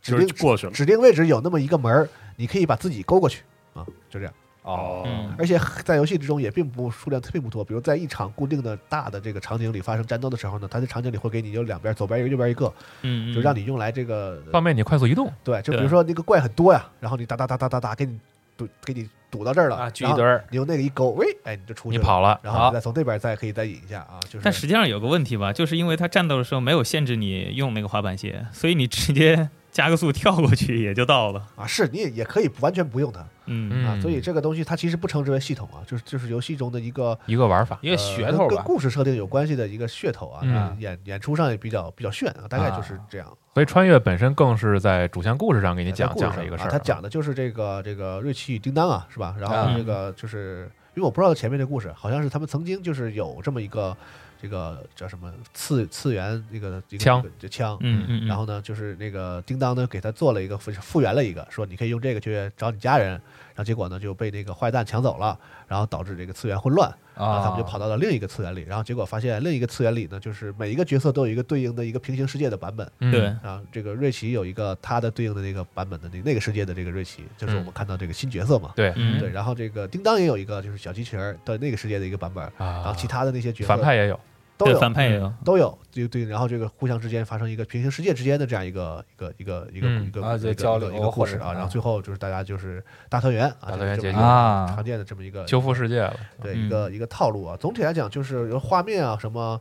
Speaker 3: 指
Speaker 6: 就是
Speaker 3: 定
Speaker 6: 过去了。
Speaker 3: 指定位置有那么一个门儿，你可以把自己勾过去啊，就这样。
Speaker 5: 哦，
Speaker 7: 嗯
Speaker 3: 而且在游戏之中也并不数量并不多，比如在一场固定的大的这个场景里发生战斗的时候呢，它的场景里会给你有两边，左边一个，右边一个，
Speaker 7: 嗯，
Speaker 3: 就让你用来这个呃
Speaker 4: 方便你快速移动，
Speaker 3: 对，就比如
Speaker 7: 对
Speaker 3: 说那个怪很多呀，然后你哒哒哒哒哒哒给你堵给你堵到这儿了，
Speaker 4: 啊，聚
Speaker 3: 然
Speaker 4: 一
Speaker 3: 后
Speaker 4: 堆儿，
Speaker 3: 你用那个一勾，喂，哎，你就出去
Speaker 4: 你
Speaker 3: 了，
Speaker 4: 跑了，
Speaker 3: 然后你再从这边再可以再引一下啊，就是
Speaker 7: 嗯但实际上有个问题吧，就是因为他战斗的时候没有限制你用那个滑板鞋，所以你直接 加个速跳过去也就到了。
Speaker 3: 啊，是你也也可以不完全不用它
Speaker 7: 嗯，
Speaker 4: 嗯
Speaker 3: 啊，所以这个东西它其实不称之为系统啊，就是就是游戏中的一个
Speaker 4: 一个玩法，
Speaker 5: 一个
Speaker 3: 呃
Speaker 5: 噱
Speaker 3: 跟
Speaker 5: 头
Speaker 3: 跟
Speaker 5: 吧。啊
Speaker 3: 故事设定有关系的一个噱头啊，
Speaker 4: 嗯
Speaker 3: 然后演演出上也比较比较炫啊，大概就是这样。
Speaker 4: 所以穿越本身更是在主线故事上给你讲
Speaker 3: 在故事
Speaker 4: 讲
Speaker 3: 上
Speaker 4: 了一个事
Speaker 3: 啊
Speaker 4: 儿，
Speaker 3: 他讲的就是这个这个瑞奇与叮当啊，是吧？然
Speaker 5: 啊
Speaker 3: 后这个就是因为我不知道前面这故事，好像是他们曾经就是有这么一个这个叫什么次次元那个一个
Speaker 4: 枪
Speaker 3: 这枪，
Speaker 7: 嗯嗯，
Speaker 3: 然后呢，就是那个叮当呢，给他做了一个复复原了一个，说你可以用这个去找你家人，然后结果呢就被那个坏蛋抢走了，然后导致这个次元混乱，
Speaker 4: 啊
Speaker 3: 然后他们就跑
Speaker 5: 啊
Speaker 3: 到了另一个次元里，然后结果发现另一个次元里呢，就是每一个角色都有一个对应的一个平行世界的版本，
Speaker 4: 嗯
Speaker 7: 对，
Speaker 3: 啊，这个瑞奇有一个他的对应的那个版本的那那个世界的这个瑞奇，就是我们看到这个新角色嘛，
Speaker 4: 对
Speaker 7: 嗯
Speaker 3: 对，然后这个叮当也有一个就是小机器人儿的那个世界的一个版本，然
Speaker 4: 啊
Speaker 3: 后，其他的那些角色
Speaker 4: 反派也有，
Speaker 3: 都
Speaker 7: 对
Speaker 3: 有嗯
Speaker 7: 反派也有，
Speaker 3: 都有，对对，然后这个互相之间发生一个平行世界之间的这样一个一个一个一个
Speaker 4: 嗯
Speaker 3: 一个
Speaker 5: 啊
Speaker 3: 一
Speaker 5: 就
Speaker 3: 个
Speaker 5: 交流
Speaker 3: 一个故事
Speaker 5: 或者嗯
Speaker 3: 啊，
Speaker 5: 是
Speaker 3: 然后最后就是大家就是大团圆啊，
Speaker 4: 大团圆
Speaker 3: 就是这
Speaker 4: 结
Speaker 3: 么
Speaker 4: 局
Speaker 3: 一个
Speaker 5: 啊
Speaker 3: 常见的这么一个
Speaker 4: 修复世界了，
Speaker 3: 对
Speaker 7: 嗯
Speaker 3: 一个一个套路啊。总体来讲就是有画面啊什么。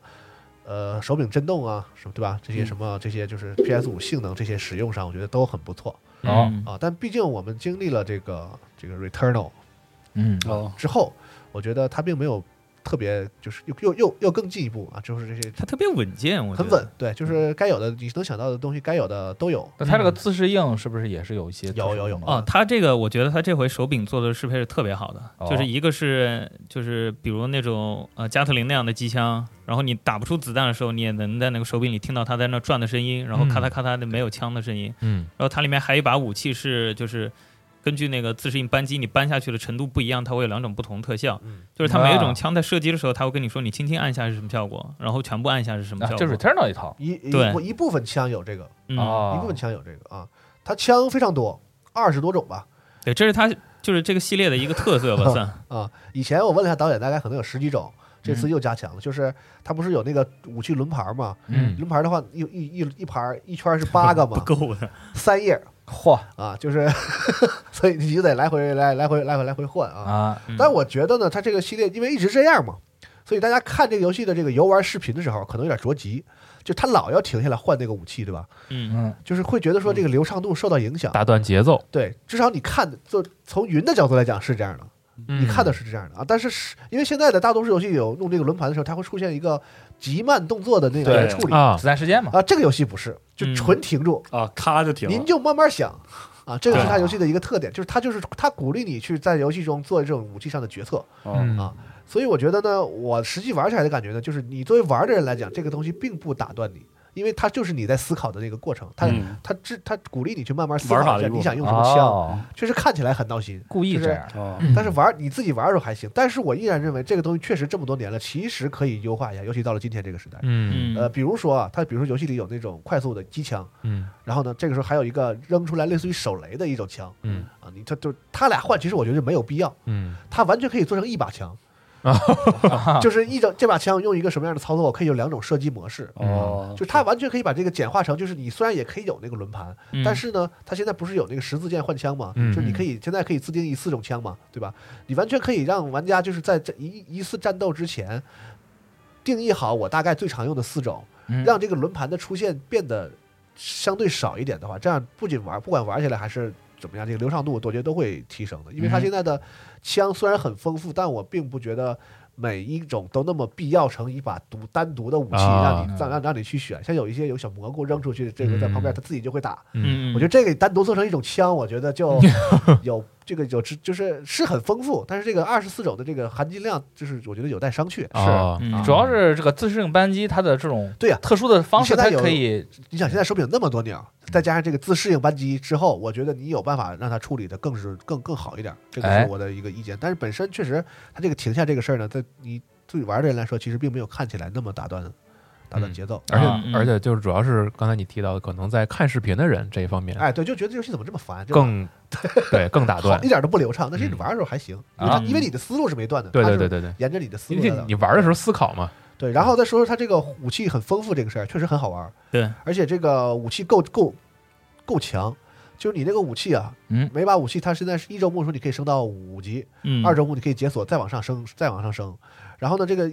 Speaker 3: 呃，手柄震动啊，什么对吧？这
Speaker 7: 嗯
Speaker 3: 些什么，这些就是 PS 五性能，这些使用上，我觉得都很不错
Speaker 5: 哦
Speaker 7: 嗯
Speaker 3: 啊。但毕竟我们经历了这个这个 Returnal
Speaker 5: 嗯，
Speaker 6: 哦，
Speaker 3: 之后，我觉得它并没有特别，就是又又又又更进一步啊，就是这些
Speaker 7: 他特别稳健，我觉
Speaker 3: 很
Speaker 7: 得嗯
Speaker 3: 稳，对，就是该有的你能想到的东西，该有的都有。
Speaker 5: 那它这个自适应是不是也是有一些
Speaker 3: 嗯有有
Speaker 5: 啊
Speaker 3: 有
Speaker 7: 哦，他这个我觉得他这回手柄做的适配是特别好的，
Speaker 5: 哦
Speaker 7: 就是一个是就是比如那种呃加特林那样的机枪，然后你打不出子弹的时候，你也能在那个手柄里听到它在那转的声音，然后
Speaker 4: 嗯
Speaker 7: 咔嗒咔嗒的没有枪的声音，
Speaker 4: 嗯
Speaker 7: 然后它里面还有一把武器是就是根据那个自适应扳机你扳下去的程度不一样，它会有两种不同特效，
Speaker 3: 嗯
Speaker 7: 就是它每一
Speaker 5: 啊
Speaker 7: 种枪在射击的时候，它会跟你说你轻轻按下是什么效果，然后全部按下是什么
Speaker 5: 啊
Speaker 7: 效，果，
Speaker 5: 就是 Turn 到一套
Speaker 3: 一一
Speaker 7: 对
Speaker 3: 部一部分枪有这个，
Speaker 7: 嗯，
Speaker 5: 啊
Speaker 3: 一部分枪有这个啊。它枪非常多，二十多种吧
Speaker 7: 对，这是它就是这个系列的一个特色吧，算，
Speaker 3: 啊。以前我问了一下导演，大概可能有十几种，这次又加强了。就是它不是有那个武器轮盘嘛？
Speaker 4: 嗯，
Speaker 3: 轮盘的话，一一一一盘一圈是八个
Speaker 7: 不
Speaker 3: 嘛，
Speaker 7: 够的，
Speaker 3: 三页
Speaker 5: 嚯
Speaker 3: 啊，就是 所以你就得来回来来回来回来回换啊。
Speaker 5: 啊，
Speaker 7: 嗯
Speaker 3: 但我觉得呢，它这个系列因为一直这样嘛，所以大家看这个游戏的这个游玩视频的时候，可能有点着急，就他老要停下来换那个武器，对吧？
Speaker 7: 嗯
Speaker 5: 嗯，
Speaker 3: 就是会觉得说这个流畅度受到影响。
Speaker 4: 打断节奏，
Speaker 3: 对，至少你看，就从云的角度来讲是这样的，
Speaker 4: 你
Speaker 3: 你看
Speaker 6: 嗯
Speaker 3: 的是这样的啊。但是是因为现在的大多数游戏有弄这个轮盘的时候，它会出现一个极慢动作的那个
Speaker 6: 对
Speaker 3: 处理
Speaker 4: 啊，
Speaker 5: 子弹时间嘛，
Speaker 3: 啊，这个游戏不是，就
Speaker 7: 嗯
Speaker 3: 纯停住，
Speaker 6: 啊，咔就停了
Speaker 3: 您。就慢慢想啊。这个是
Speaker 5: 对
Speaker 3: 它游戏的一个特点，就是它就是它鼓励你去在游戏中做这种武器上的决策。
Speaker 6: 嗯
Speaker 4: 嗯
Speaker 3: 啊所以我觉得呢，我实际玩起来的感觉呢，就是你作为玩的人来讲，这个东西并不打断你，因为它就是你在思考的那个过程，它、
Speaker 6: 嗯
Speaker 3: 它支它鼓励你去慢慢思
Speaker 6: 玩法
Speaker 3: 考
Speaker 6: 的
Speaker 3: 一下
Speaker 6: 一
Speaker 3: 你想用
Speaker 6: 部分
Speaker 3: 什么嗯枪，
Speaker 5: 哦，
Speaker 3: 确实看起来很闹心，
Speaker 5: 故意这样，
Speaker 6: 哦，
Speaker 4: 嗯
Speaker 3: 但是玩你自己玩的时候还行，但是我依然认为这个东西确实这么多年了，其实可以优化一下，尤其到了今天这个时代。
Speaker 4: 嗯
Speaker 7: 嗯
Speaker 3: 呃，比如说啊，它比如说游戏里有那种快速的机枪，
Speaker 4: 嗯
Speaker 3: 然后呢，这个时候还有一个扔出来类似于手雷的一种枪
Speaker 4: 嗯
Speaker 3: 啊，你它就它俩换，其实我觉得没有必要，
Speaker 4: 嗯，
Speaker 3: 它完全可以做成一把枪，就是一种这把枪用一个什么样的操作，我可以有两种射击模式。
Speaker 6: 哦，
Speaker 3: 就是它完全可以把这个简化成，就是你虽然也可以有那个轮盘，
Speaker 7: 嗯
Speaker 3: 但是呢，它现在不是有那个十字键换枪嘛？
Speaker 4: 嗯
Speaker 3: 就是你可以现在可以自定义四种枪嘛，对吧？你完全可以让玩家就是在这一一次战斗之前，定义好我大概最常用的四种，
Speaker 5: 嗯
Speaker 3: 让这个轮盘的出现变得相对少一点的话，这样不仅玩，不管玩起来还是怎么样，这个流畅度我觉得都会提升的。因为它
Speaker 5: 嗯
Speaker 3: 现在的枪虽然很丰富，但我并不觉得每一种都那么必要成一把独单独的武器，
Speaker 4: 啊
Speaker 3: 让你让让让你去选。像有一些有小蘑菇扔出去，这个在旁边它自己就会打。
Speaker 7: 嗯，
Speaker 3: 我觉得这个单独做成一种枪，我觉得就有这个有就是是很丰富，但是这个二十四种的这个含金量，就是我觉得有待商榷。
Speaker 4: 哦
Speaker 7: 嗯
Speaker 3: 啊
Speaker 5: 主要是这个自适应扳机它的这种
Speaker 3: 对呀
Speaker 5: 特殊的方式，
Speaker 3: 现在
Speaker 5: 它
Speaker 3: 有
Speaker 5: 可以
Speaker 3: 你想现在手柄那么多钮，再加上这个自适应扳机之后，我觉得你有办法让它处理的更是更更好一点，这个
Speaker 5: 哎
Speaker 3: 是我的一个意见。但是本身确实，它这个停下这个事儿呢，在你对玩的人来说，其实并没有看起来那么打断打断节奏。
Speaker 4: 而
Speaker 5: 啊
Speaker 4: 且
Speaker 7: 嗯
Speaker 4: 而且就是主要是刚才你提到的，可能在看视频的人这一方面
Speaker 3: 哎，对，就觉得这游戏怎么这么烦，这玩意
Speaker 4: 更啊对更打
Speaker 3: 儿
Speaker 4: 断
Speaker 3: 好一，点都不流畅。但是
Speaker 4: 嗯
Speaker 3: 你玩的时候还行，因为
Speaker 5: 啊
Speaker 3: 它因为你的思路是没断的，
Speaker 4: 对
Speaker 3: 它
Speaker 4: 对
Speaker 3: 是
Speaker 4: 对对对，
Speaker 3: 沿着你的思
Speaker 4: 因
Speaker 3: 路
Speaker 4: 为
Speaker 3: 来
Speaker 4: 你
Speaker 3: 的。
Speaker 4: 你玩的时候思考嘛，
Speaker 3: 对，然后再说说它这个武器很丰富这个事儿，确实很好玩。
Speaker 7: 对，
Speaker 3: 而且这个武器够够够强，就是你这个武器啊，
Speaker 5: 嗯
Speaker 3: 每把武器它现在是一周目的时候你可以升到五级，
Speaker 7: 嗯，
Speaker 3: 二周目你可以解锁再往上升，再往上升。然后呢，这个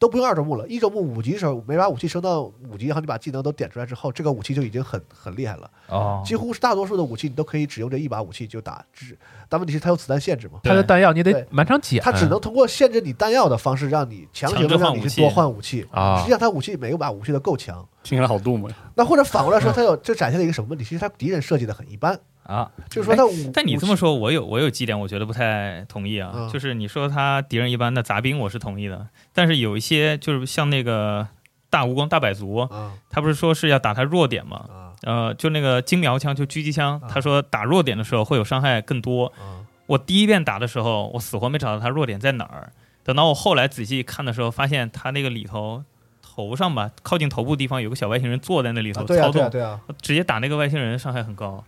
Speaker 3: 都不用二周目了，一周目五级的时候，每把武器升到五级，然后你把技能都点出来之后，这个武器就已经很很厉害了。
Speaker 5: 哦，
Speaker 3: 几乎是大多数的武器你都可以只用这一把武器就打，只但问题是它有子弹限制嘛，
Speaker 4: 它的弹药你得
Speaker 3: 对
Speaker 4: 满场捡，
Speaker 3: 它只能通过限制你弹药的方式让你强行
Speaker 7: 嗯强制
Speaker 3: 的
Speaker 7: 换
Speaker 3: 让你
Speaker 7: 武器
Speaker 3: 去多换武器。
Speaker 4: 啊
Speaker 3: 实际上，它武器每一把武器都够强。
Speaker 6: 听起来好啊杜牧呀。
Speaker 3: 那或者反过来
Speaker 7: 嗯
Speaker 3: 说，它有这展现了一个什么问题？其实它敌人设计的很一般，
Speaker 5: 啊，
Speaker 3: 就是说它武。
Speaker 7: 哎但你这
Speaker 3: 武
Speaker 7: 么
Speaker 3: 器
Speaker 7: 说，我有我有几点我觉得不太同意啊，
Speaker 3: 嗯
Speaker 7: 就是你说他敌人一般，那杂兵我是同意的，但是有一些就是像那个大蜈蚣、大百足，
Speaker 3: 啊
Speaker 7: 他不是说是要打他弱点吗？
Speaker 3: 啊
Speaker 7: 呃，就那个精苗枪，就狙击枪，
Speaker 3: 啊
Speaker 7: 他说打弱点的时候会有伤害更多。
Speaker 3: 啊
Speaker 7: 我第一遍打的时候，我死活没找到他弱点在哪儿。等到我后来仔细看的时候，发现他那个里头头上吧，靠近头部地方有个小外星人坐在那里头
Speaker 3: 啊！对啊
Speaker 7: 操
Speaker 3: 对
Speaker 7: 纵
Speaker 3: 啊，对啊！
Speaker 7: 直接打那个外星人伤害很高。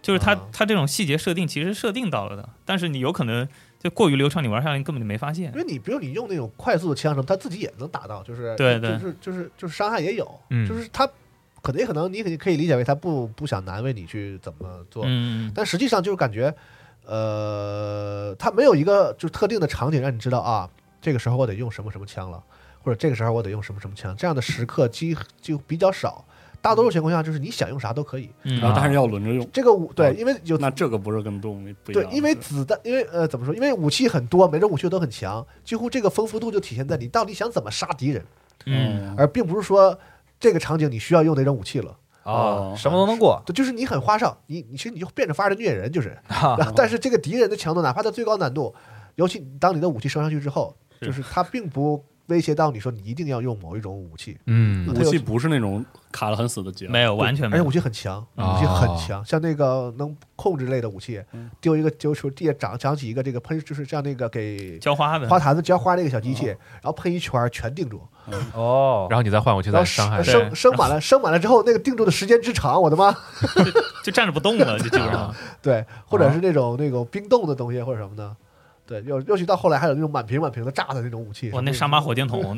Speaker 7: 就是他、
Speaker 3: 啊
Speaker 7: 他这种细节设定其实设定到了的，但是你有可能就过于流畅，你玩下来你根本就没发现
Speaker 3: 因。为你比如你用那种快速的枪什么，它自己也能打到，就是
Speaker 7: 对
Speaker 3: 就
Speaker 7: 对
Speaker 3: 是就是就是伤害也有，
Speaker 4: 嗯
Speaker 3: 就是它可能也可能你肯定可以理解为它不不想难为你去怎么做，
Speaker 7: 嗯，
Speaker 3: 但实际上就是感觉，呃，它没有一个就是特定的场景让你知道啊，这个时候我得用什么什么枪了，或者这个时候我得用什么什么枪，这样的时刻几就比较少。大多数情况下就是你想用啥都可以。
Speaker 7: 嗯
Speaker 6: 然后但是要轮着用，
Speaker 3: 这个武对
Speaker 7: 哦
Speaker 6: 啊，
Speaker 3: 因为有
Speaker 6: 那这个不是跟动物不一
Speaker 3: 对
Speaker 6: 样，，
Speaker 3: 因为子弹，因为呃怎么说？因为武器很多，每种武器都很强，几乎这个丰富度就体现在你到底想怎么杀敌人，
Speaker 7: 嗯，
Speaker 3: 而并不是说这个场景你需要用哪种武器了。
Speaker 5: 哦
Speaker 6: 哦，
Speaker 5: 什么都能过
Speaker 3: 对，就是你很花哨，你你其实你就变着法儿的虐人，就是。
Speaker 5: 啊
Speaker 3: 然后，但是这个敌人的强度，哪怕在最高难度，尤其当你的武器升上去之后，
Speaker 7: 是
Speaker 3: 就是它并不威胁到你说你一定要用某一种武器，
Speaker 4: 嗯
Speaker 6: 武器不是那种卡的很死的结，
Speaker 7: 没有完全
Speaker 3: 而
Speaker 7: 没
Speaker 3: 且
Speaker 7: 有
Speaker 3: 武。器很强，
Speaker 4: 哦
Speaker 3: 武器很强，像那个能控制类的武器，丢一个丢出地下长长起一个这个喷，就是像那个给
Speaker 7: 浇花的
Speaker 3: 花坛子浇花那个小机器，然后喷一圈儿全定住，
Speaker 5: 哦，
Speaker 4: 然后你再换，我去
Speaker 3: 然
Speaker 4: 再
Speaker 3: 后
Speaker 4: 伤害
Speaker 3: 升
Speaker 4: 它。
Speaker 7: 对
Speaker 3: 升升满了，升满了之后那个定住的时间之长，我的妈！
Speaker 7: 就站着不动 了，就基本上。
Speaker 3: 对，或者是那种那种冰冻的东西或者什么的。对，尤尤其到后来还有那种满屏满屏的炸的那种武器，
Speaker 7: 我
Speaker 3: 什
Speaker 7: 那
Speaker 3: 么
Speaker 7: 沙马火箭 筒，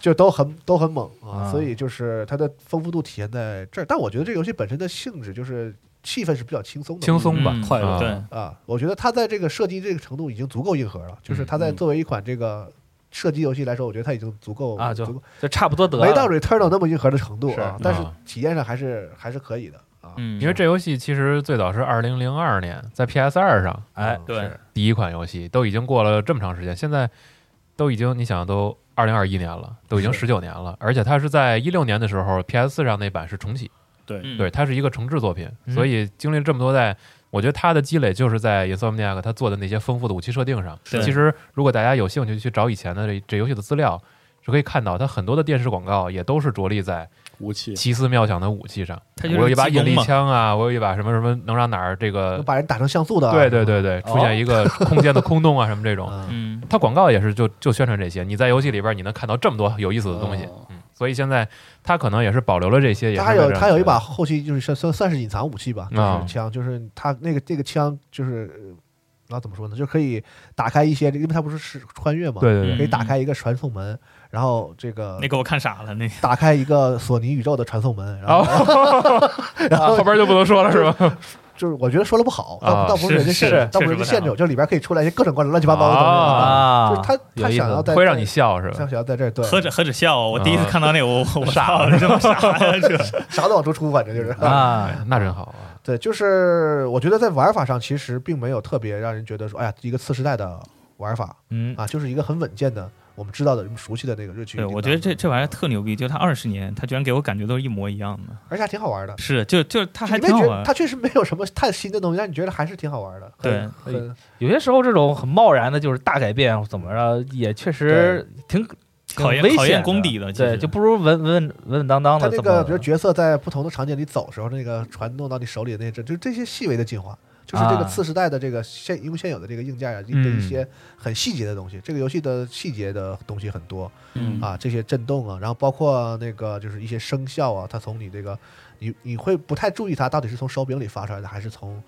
Speaker 3: 就都很都很猛
Speaker 5: 啊
Speaker 3: 啊，所以就是它的丰富度体现在这儿。但我觉得这个游戏本身的性质就是气氛是比较轻松的，
Speaker 4: 轻松吧，
Speaker 7: 嗯
Speaker 6: 快乐
Speaker 4: 啊
Speaker 7: 对，
Speaker 3: 啊。我觉得它在这个射击这个程度已经足够硬核了，就是它在作为一款这个射击游戏来说，我觉得它已经足够
Speaker 5: 啊就
Speaker 3: 足够
Speaker 5: 就差不多得了。
Speaker 3: 没到 Returnal 那么硬核的程度啊
Speaker 5: 是，
Speaker 3: 但是
Speaker 4: 啊
Speaker 3: 体验上还是还是可以的啊。
Speaker 7: 嗯，
Speaker 4: 因为这游戏其实最早是二零零二年在 PS 二上
Speaker 5: 哎，
Speaker 3: 嗯
Speaker 7: 对
Speaker 3: 是
Speaker 4: 第一款游戏，都已经过了这么长时间，现在都已经你想都二零二一年了，都已经十九年了，而且它是在一六年的时候 PS 四上那版是重启，
Speaker 6: 对，
Speaker 7: 嗯
Speaker 4: 对，它是一个重制作品，
Speaker 5: 嗯
Speaker 4: 所以经历了这么多代，我觉得它的积累就是在 Insomniac 它做的那些丰富的武器设定上。
Speaker 7: 对
Speaker 4: 其实如果大家有兴趣去找以前的这这游戏的资料，是可以看到它很多的电视广告也都是着力在
Speaker 6: 武器
Speaker 4: 奇思妙想的武器上。
Speaker 7: 它就是
Speaker 4: 我有一把
Speaker 7: 技
Speaker 4: 引
Speaker 7: 工
Speaker 4: 力
Speaker 7: 嘛
Speaker 4: 枪啊，我有一把什么什么能让哪儿这个
Speaker 3: 能，把人打成像素的啊，
Speaker 4: 对对对对，出现一个空间的空洞啊什么这种。
Speaker 3: 嗯，
Speaker 7: 哦嗯，
Speaker 4: 它广告也是就就宣传这些，你在游戏里边你能看到这么多有意思的东西，
Speaker 6: 哦
Speaker 4: 嗯，所以现在它可能也是保留了这些，也是
Speaker 3: 他还
Speaker 4: 为
Speaker 3: 有
Speaker 4: 了
Speaker 3: 他有一把后期就是算算算是隐藏武器吧，就
Speaker 4: 啊
Speaker 3: 是枪，就是他那个这个枪就是，呃那怎么说呢，就可以打开一些，因为他不是是穿越嘛，
Speaker 4: 对对
Speaker 7: 嗯
Speaker 4: 对
Speaker 3: 可以打开一个传送门，然后这个
Speaker 7: 那给我看傻了，那个
Speaker 3: 打开一个索尼宇宙的传送门，然后
Speaker 4: 哦， 后边就不能说了是 吧？
Speaker 3: 就是我觉得说了不好，
Speaker 4: 啊
Speaker 3: 倒倒不是人家限
Speaker 7: 是
Speaker 3: 制，倒不是人家限
Speaker 7: 确实不太
Speaker 3: 制
Speaker 7: 好，
Speaker 3: 就里边可以出来一些各种各样乱七八糟的
Speaker 4: 啊
Speaker 3: 东西，就
Speaker 5: 啊，
Speaker 3: 是他
Speaker 5: 有
Speaker 3: 他
Speaker 5: 意思
Speaker 3: 想要在
Speaker 4: 会让你笑是
Speaker 3: 他
Speaker 4: 吧？
Speaker 3: 想要在这儿对
Speaker 7: 何止何止笑啊，我第一次
Speaker 4: 啊
Speaker 7: 看到那个，我我
Speaker 4: 傻
Speaker 7: 操，
Speaker 4: 了
Speaker 7: 你这么傻 呀？这
Speaker 3: 啥都往出出，反正就是
Speaker 5: 啊，
Speaker 4: 那真好 啊！
Speaker 3: 对，就是我觉得在玩法上其实并没有特别让人觉得说，哎呀，一个次时代的玩法
Speaker 5: 嗯
Speaker 3: 啊，就是一个很稳健的，我们知道的、我们熟悉的那个日剧。
Speaker 7: 对，我觉得这这玩意儿特牛逼，就它二十年，它居然给我感觉都是一模一样的。
Speaker 3: 而且还挺好玩的。
Speaker 7: 是，就就它还
Speaker 3: 你没
Speaker 7: 挺好
Speaker 3: 觉
Speaker 7: 玩
Speaker 3: 得
Speaker 7: 儿。
Speaker 3: 它确实没有什么太新的东西，但你觉得还是挺好玩的。很
Speaker 5: 对
Speaker 3: 很
Speaker 5: 有些时候这种很贸然的，就是大改变怎么着，也确实挺挺
Speaker 7: 考验
Speaker 5: 危险
Speaker 7: 考
Speaker 5: 的
Speaker 7: 验功底的其
Speaker 5: 对，
Speaker 7: 实
Speaker 5: 就不如稳稳稳稳当当
Speaker 3: 它
Speaker 5: 的。
Speaker 3: 那
Speaker 5: 这
Speaker 3: 个，
Speaker 5: 么
Speaker 3: 比
Speaker 7: 啊
Speaker 3: 如角色在不同的场景里走时候，那个传动到你手里的那这，就这些细微的进化，就是这
Speaker 5: 啊
Speaker 3: 个次时代的这个现因为现有的这个硬件啊，的
Speaker 4: 嗯
Speaker 3: 一些很细节的东西。这个游戏的细节的东西很多，
Speaker 7: 嗯
Speaker 3: 啊，这些震动啊，然后包括那个就是一些声效啊，它从你这个，你你会不太注意它到底是从手柄里发出来的，还是从